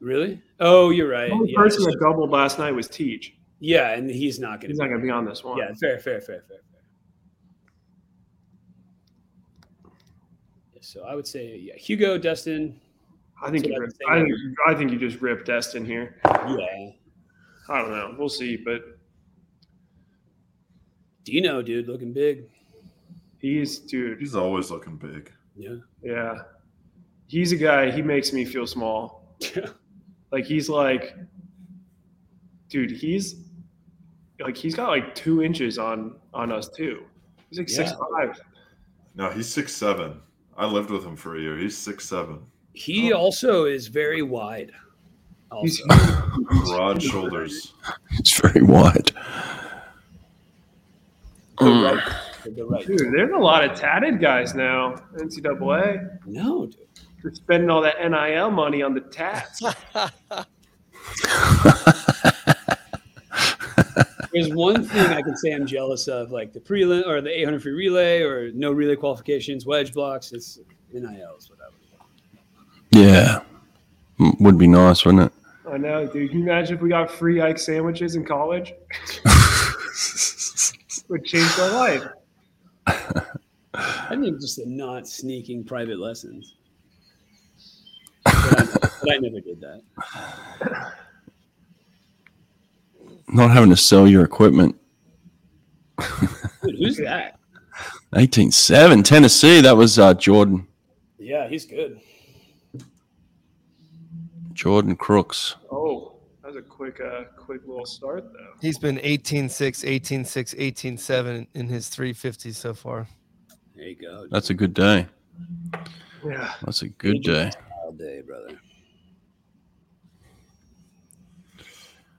S5: Really? Oh, you're right.
S6: The only
S5: Yeah,
S6: person
S5: so-
S6: that doubled last night was Teach.
S5: yeah, and he's not going
S6: He's
S5: to.
S6: not gonna be on this one.
S5: Yeah, fair, fair, fair, fair, fair. Yeah, So I would say, yeah, Hugo, Dustin,
S6: I think
S5: That's
S6: you
S5: what
S6: ripped, I
S5: I'm
S6: think I think you just ripped Destin here.
S5: yeah,
S6: I don't know. We'll see, but
S5: Dino, dude, looking big.
S6: he's dude.
S3: He's always looking big.
S5: Yeah,
S6: Yeah, he's a guy. He makes me feel small. Like he's like, dude, he's like he's got like two inches on on us too. He's like six five.
S3: No, he's six seven. I lived with him for a year. He's six seven.
S5: he also is very wide.
S6: Oh. He's
S5: Also,
S3: Broad shoulders.
S1: It's very wide.
S5: the right, the right.
S6: dude. There's a lot of tatted guys now. NCAA.
S5: No, dude.
S6: They're spending all that NIL money on the tats.
S5: There's one thing I can say I'm jealous of, like the prelim or the 800 free relay or no relay qualifications, wedge blocks. It's NILs, whatever.
S1: Yeah. M- Would be nice, wouldn't it?
S6: I know, dude. Can you imagine if we got free Ike sandwiches in college? Would change our life.
S5: I think just the not sneaking private lessons. But I, but I never did that.
S1: Not having to sell your equipment.
S5: Dude, who's that?
S1: 187 Tennessee. That was uh, Jordan.
S5: Yeah, he's good.
S1: Jordan Crooks.
S6: Oh, that was a quick, uh, quick little start though.
S2: He's been 18 6, 18 6, 18 7 in his 350s so far.
S5: There you go.
S1: That's a good day.
S6: Yeah.
S1: That's a good day.
S5: All day, brother.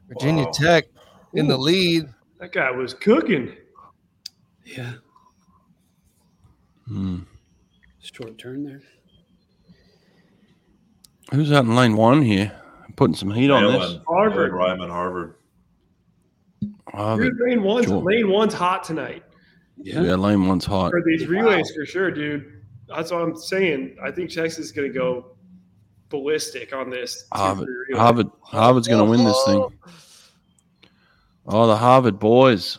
S2: Virginia
S3: Wow.
S2: Tech in the lead.
S6: That guy was cooking.
S5: Yeah.
S1: Hmm.
S5: Short turn there.
S1: Who's out in lane one here? I'm putting some heat on this.
S3: Ryman,
S6: Harvard.
S3: Ryman, Harvard.
S1: Oh,
S6: Dude, lane one's
S1: Jordan.
S6: lane one's hot tonight
S1: yeah. lane one's hot.
S6: for these relays for sure, dude. That's what I'm saying. I think Texas is gonna go ballistic on this. two
S1: Harvard,
S6: for relay.
S1: Harvard, Harvard's going to win this thing. Oh, the Harvard boys.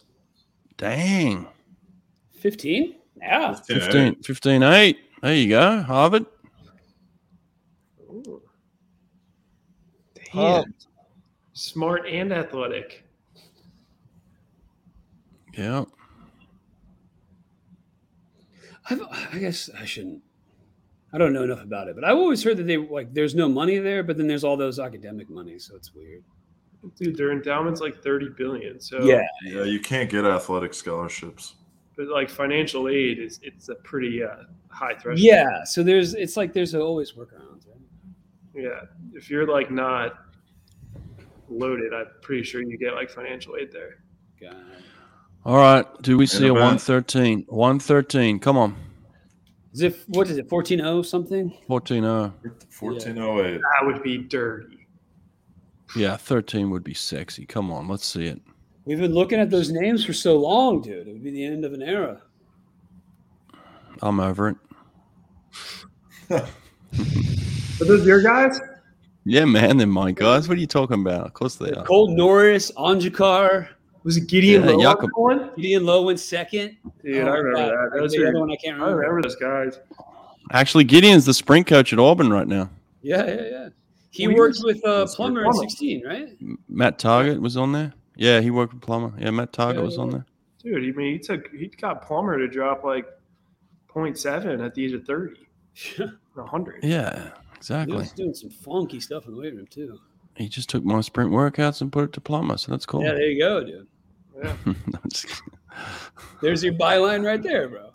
S1: Dang.
S5: 15? Yeah.
S1: 15, 15 8. There you go, Harvard.
S6: Ooh. Damn.
S2: Oh,
S6: Smart and athletic.
S1: Yeah.
S5: I've, I guess I shouldn't. I don't know enough about it, but I've always heard that they like there's no money there, but then there's all those academic money, so it's weird.
S6: Dude, their endowment's like 30 billion. So
S3: Yeah, you can't get athletic scholarships.
S6: but like financial aid is it's a pretty uh, high threshold.
S5: Yeah. So there's it's like there's always workarounds, right?
S6: Yeah. If you're like not loaded, I'm pretty sure you get like financial aid there.
S5: God.
S1: All right. Do we see a
S3: event.
S1: 113? 113. Come on.
S5: Is it what is it, fourteen oh something?
S1: 14 0.
S3: 1408.
S6: That would be dirty.
S1: Yeah, 13 would be sexy. Come on. Let's see it.
S5: We've been looking at those names for so long, dude. It would be the end of an era.
S1: I'm over it.
S6: Are those your guys?
S1: Yeah, man. They're my guys. What are you talking about? Of course they are.
S5: Cole Norris, Anjakar,
S6: Was it Gideon
S1: Yeah,
S6: Lowe on
S1: Jakob.
S6: that one?
S5: Gideon Lowe went second.
S6: Dude,
S5: Oh
S6: I
S5: my
S6: remember
S5: God.
S6: that. Those
S5: the
S6: were-
S5: other one I can't
S6: I
S5: remember.
S6: remember those guys.
S1: Actually, Gideon's the spring coach at Auburn right now.
S5: Yeah, yeah, yeah. He
S6: We
S5: worked with uh,
S3: That's
S5: Plumber
S6: right.
S5: in sixteen, right?
S1: M- Matt Target was on there. Yeah, he worked with Plumber. Yeah, Matt Target
S5: Yeah,
S1: was
S5: yeah.
S1: on there.
S6: Dude, I mean, he took he got Plummer to drop like 0.7 at the age of 30,
S5: Yeah.
S6: 100.
S1: Yeah,
S5: He
S1: exactly.
S5: was doing some funky stuff in the weight room too.
S1: He just took my sprint workouts and put it to Plumber, so that's cool.
S5: Yeah, there you go, dude.
S1: No, I'm just kidding.
S5: There's your byline right there, bro.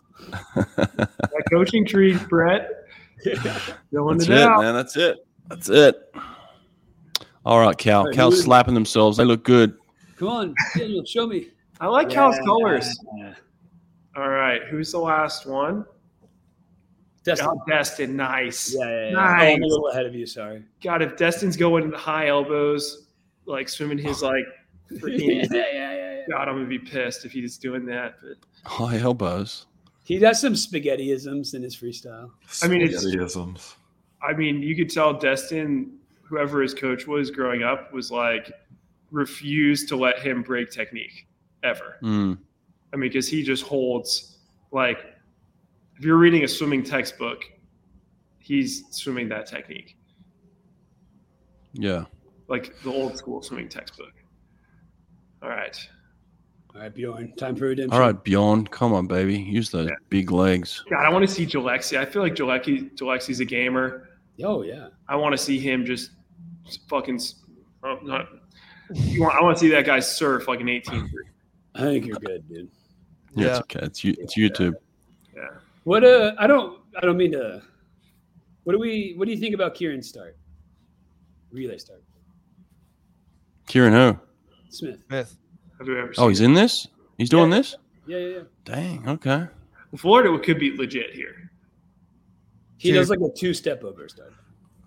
S6: That coaching tree, Brett, filling
S1: that's
S6: it
S1: it,
S6: out.
S1: man. That's it. That's it. All right, Cal.
S5: Hey,
S1: Cal's
S5: who-
S1: slapping themselves. They look good.
S5: Come on, Daniel, show me.
S6: I like Cal's
S5: Yeah.
S6: colors. All right, who's the last one?
S5: Destin.
S6: Oh, Destin, nice.
S5: Yeah, yeah, yeah.
S6: Nice.
S5: Oh, I'm a little ahead of you. Sorry.
S6: God, if Destin's going high elbows, like swimming his like
S5: yeah, yeah,
S6: freaking
S5: yeah, yeah.
S6: God, I'm gonna be pissed if he's doing that. But
S1: High Oh, elbows.
S5: He does some spaghettiisms in his freestyle.
S6: I mean, it's-
S3: Spaghettiisms.
S6: I mean, you could tell Destin, whoever his coach was growing up, was like refused to let him break technique ever.
S1: Mm.
S6: I mean, because he just holds like if you're reading a swimming textbook, he's swimming that technique,
S1: Yeah.
S6: like the old school swimming textbook. All right.
S5: All right, Bjorn, time for redemption.
S1: All right, Beyond. Come on, baby. Use those
S6: Yeah.
S1: big legs.
S6: God, I want to see Jalexi. I feel like Jalexi, Jalexi's a gamer.
S5: Oh yeah.
S6: I want to see him just fucking. s- Oh, not, you want, I want to see that guy surf like an 18.
S5: I think you're good, dude.
S1: Yeah,
S2: yeah.
S1: it's okay. It's you. It's YouTube.
S5: What uh I don't I don't mean to what do we what do you think about Kieran start? Relay start.
S1: Kieran who?
S5: Smith.
S2: Smith.
S6: Have you ever seen?
S1: Oh, he's in this. He's doing
S5: Yeah.
S1: this.
S5: Yeah, yeah, yeah.
S1: Dang. Okay.
S6: Florida could be legit here.
S5: He
S2: Dude.
S5: does like a two step over start.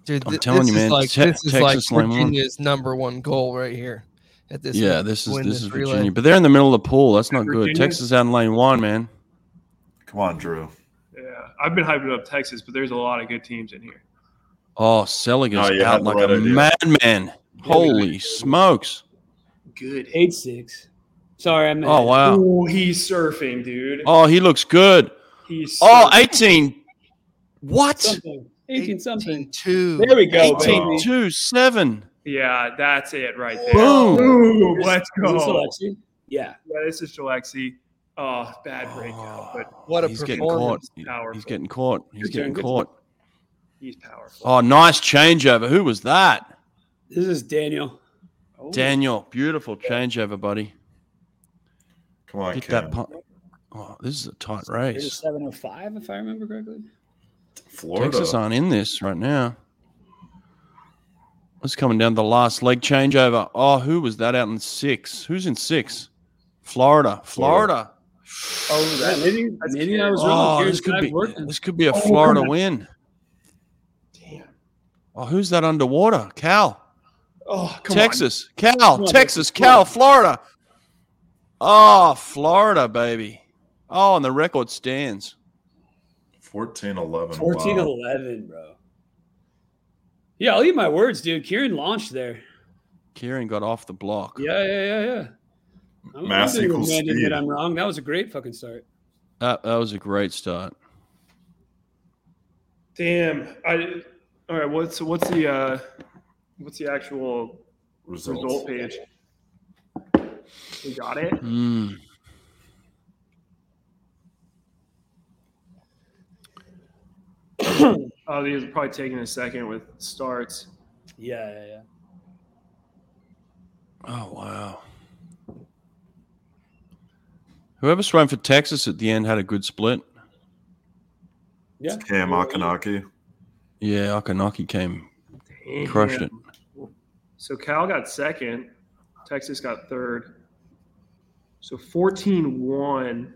S2: Dude,
S1: I'm
S2: thi-
S1: telling
S2: this
S1: you,
S2: is
S1: man,
S2: Like,
S1: Te-
S2: this is like
S1: Texas lane one.
S2: Virginia's number one goal right here at this.
S1: yeah,
S2: moment.
S1: this is
S2: win
S1: this,
S2: this
S1: is
S2: relay.
S1: Virginia, but they're in the middle of the pool. That's not
S6: Virginia?
S1: good. Texas out in lane one, man.
S3: Come on, Drew.
S6: Yeah, I've been hyping up Texas, but there's a lot of good teams in here.
S1: Oh, Seliger's
S3: Oh, you had
S1: out
S3: the
S1: like
S3: right
S1: a
S3: idea.
S1: madman. Holy smokes!
S6: Good.
S5: Eight six. Sorry, I'm
S1: Oh wow!
S6: Ooh, he's surfing, dude.
S1: Oh, he looks good.
S6: He's
S1: Oh,
S6: surfing.
S1: 18. What?
S5: something. Eighteen something.
S2: Two.
S5: There we go.
S1: 18
S5: baby.
S1: 2 7.
S6: yeah, that's it right there.
S1: Boom.
S6: Ooh,
S5: Is-
S6: let's
S5: is this
S6: go.
S5: Alexi? Yeah.
S6: Yeah, this is Jalexi. Oh, bad breakout, but
S2: What a
S1: he's getting caught.
S2: performance.
S1: He-
S6: Powerful.
S1: He's getting caught. He's
S5: Good turn,
S1: getting
S5: good
S1: caught.
S7: He's powerful.
S1: Oh, nice changeover. Who was that?
S5: This is Daniel.
S7: Oh,
S1: Daniel. Beautiful changeover, buddy.
S3: Come on,
S1: Get
S3: Cam.
S1: that punt. Oh, this is a tight
S5: It was
S1: race.
S5: 705, if I remember correctly.
S3: Florida.
S1: Texas aren't in this right now. What's coming down the last leg changeover? Oh, who was that out in six? Who's in six? Florida. Florida.
S5: Oh, that, maybe,
S7: That's
S5: maybe I was wrong.
S1: Oh,
S5: Here's
S1: this could
S5: Clive
S1: be
S5: Workman.
S1: this could be a Florida win.
S7: damn.
S1: Oh, who's that underwater? Cal.
S7: Oh, come
S1: Texas. Cal.
S5: Come on,
S1: Texas. Cal. Florida. Oh, Florida, baby. Oh, and the record stands.
S3: 14 11.
S5: 14
S3: wow.
S5: 11, bro. Yeah, I'll eat my words, dude. Kieran launched there.
S1: Kieran got off the block.
S5: Yeah, yeah, yeah, yeah. I'm,
S3: Mass
S5: I'm
S3: equals
S5: demanding
S3: speed.
S5: that I'm wrong. That was a great fucking start.
S1: That, that was a great
S7: on.
S1: start.
S7: Damn.
S6: I, all right, what's what's the uh, what's the actual
S3: Results.
S6: result page? We got it.
S1: Hmm.
S6: Oh, these are probably taking a second with starts.
S5: Yeah, yeah, yeah.
S1: Oh, wow. Whoever swam for Texas at the end had a good split.
S5: Yeah.
S3: Cam Akinaki.
S1: Yeah, Akanaki came, crushed it.
S6: So Cal got second, Texas got third. So 14 1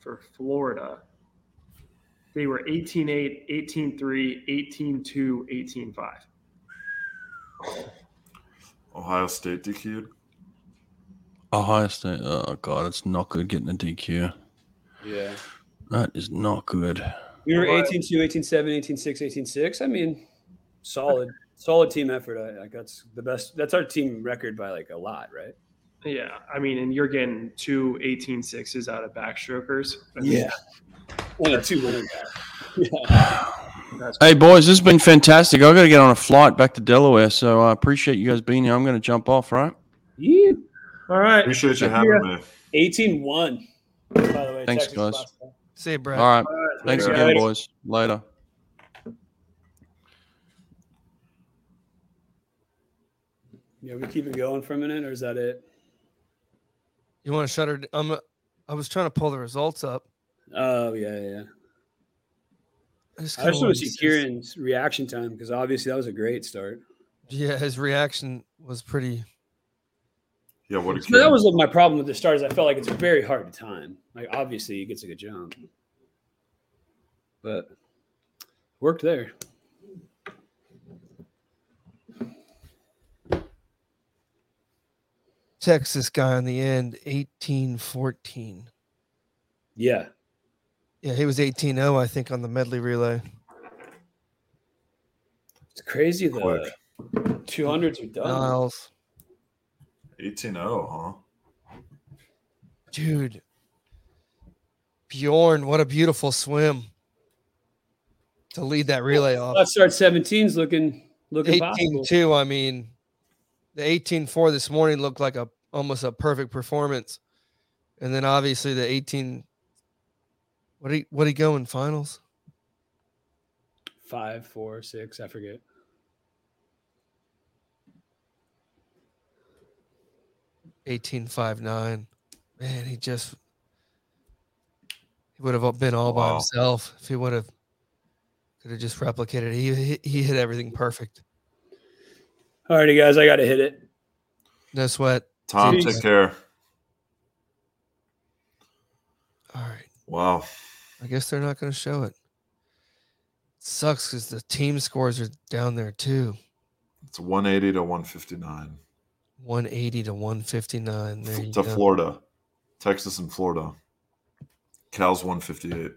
S6: for Florida. They were 18 8, 18 3, 18 2, 18 5.
S3: Ohio State DQ'd.
S1: Ohio State. Oh, God, it's not good getting a DQ.
S5: Yeah.
S1: That is not good.
S5: We were
S6: Right.
S5: 18 2, 18 7, 18 6, 18 6. I mean, solid, solid team effort. I, like that's the best. That's our team record by like a lot, right?
S6: Yeah. I mean, and you're getting two 18 6s out of backstrokers. I mean,
S5: One or two winning
S1: Hey, boys, this has been fantastic. i got to get on a flight back to Delaware, so I appreciate you guys being here. I'm going to jump off, right?
S5: Yeah.
S6: All right.
S3: Appreciate you having me.
S5: 18 1. By the way,
S1: Thanks,
S5: Texas
S1: guys.
S5: last time.
S2: See you, Brad.
S1: All right. Thanks
S5: Later,
S1: again,
S5: guys.
S1: boys. Later.
S5: Yeah, we keep it going for a minute, or is that it?
S2: You want to shut her? d- I'm. uh, I was trying to pull the results up.
S5: Oh, yeah, yeah.
S2: I just,
S5: I just want to see
S2: Kieran.
S5: Kieran's reaction time because obviously that was a great start.
S2: Yeah, his reaction was pretty.
S3: Yeah, what a
S5: So that
S3: kid.
S5: was like my problem with the stars. I felt like it's very hard to time. Like obviously he gets a good jump, but worked there.
S2: Texas guy on the end, eighteen fourteen.
S5: Yeah,
S2: Yeah, he was 18 0, I think, on the medley relay.
S5: it's crazy though.
S3: Quick.
S5: Two hundreds are done.
S2: Niles.
S3: 18 0,
S2: Dude. Bjorn, what a beautiful swim to lead that relay off.
S5: Let's start 17's looking looking
S2: 18
S5: possible.
S2: 2, I mean, the 18 4 this morning looked like a almost a perfect performance. And then obviously the 18. What he what he go in finals?
S5: Five, four, six. I forget.
S2: Eighteen five nine. Man, he just he would have been all by
S3: Wow.
S2: himself if he would have could have just replicated. it. He he- he hit everything perfect.
S5: Alrighty, guys, I gotta hit it.
S2: No sweat.
S3: huh? Tom,
S5: Jeez.
S3: take care.
S2: All right.
S3: Wow.
S2: I guess they're not going to show it. Sucks because the team scores are down there too.
S3: It's 180 to 159
S2: 180 to 159. There you go.
S3: to Florida, Texas and Florida. Cal's 158.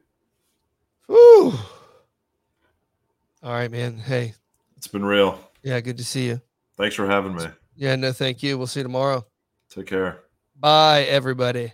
S2: Whew. All right, man. Hey,
S3: It's been real.
S2: yeah, good to see you.
S3: Thanks for having me.
S2: Yeah, no, thank you. We'll see you tomorrow.
S3: Take care.
S2: Bye, everybody.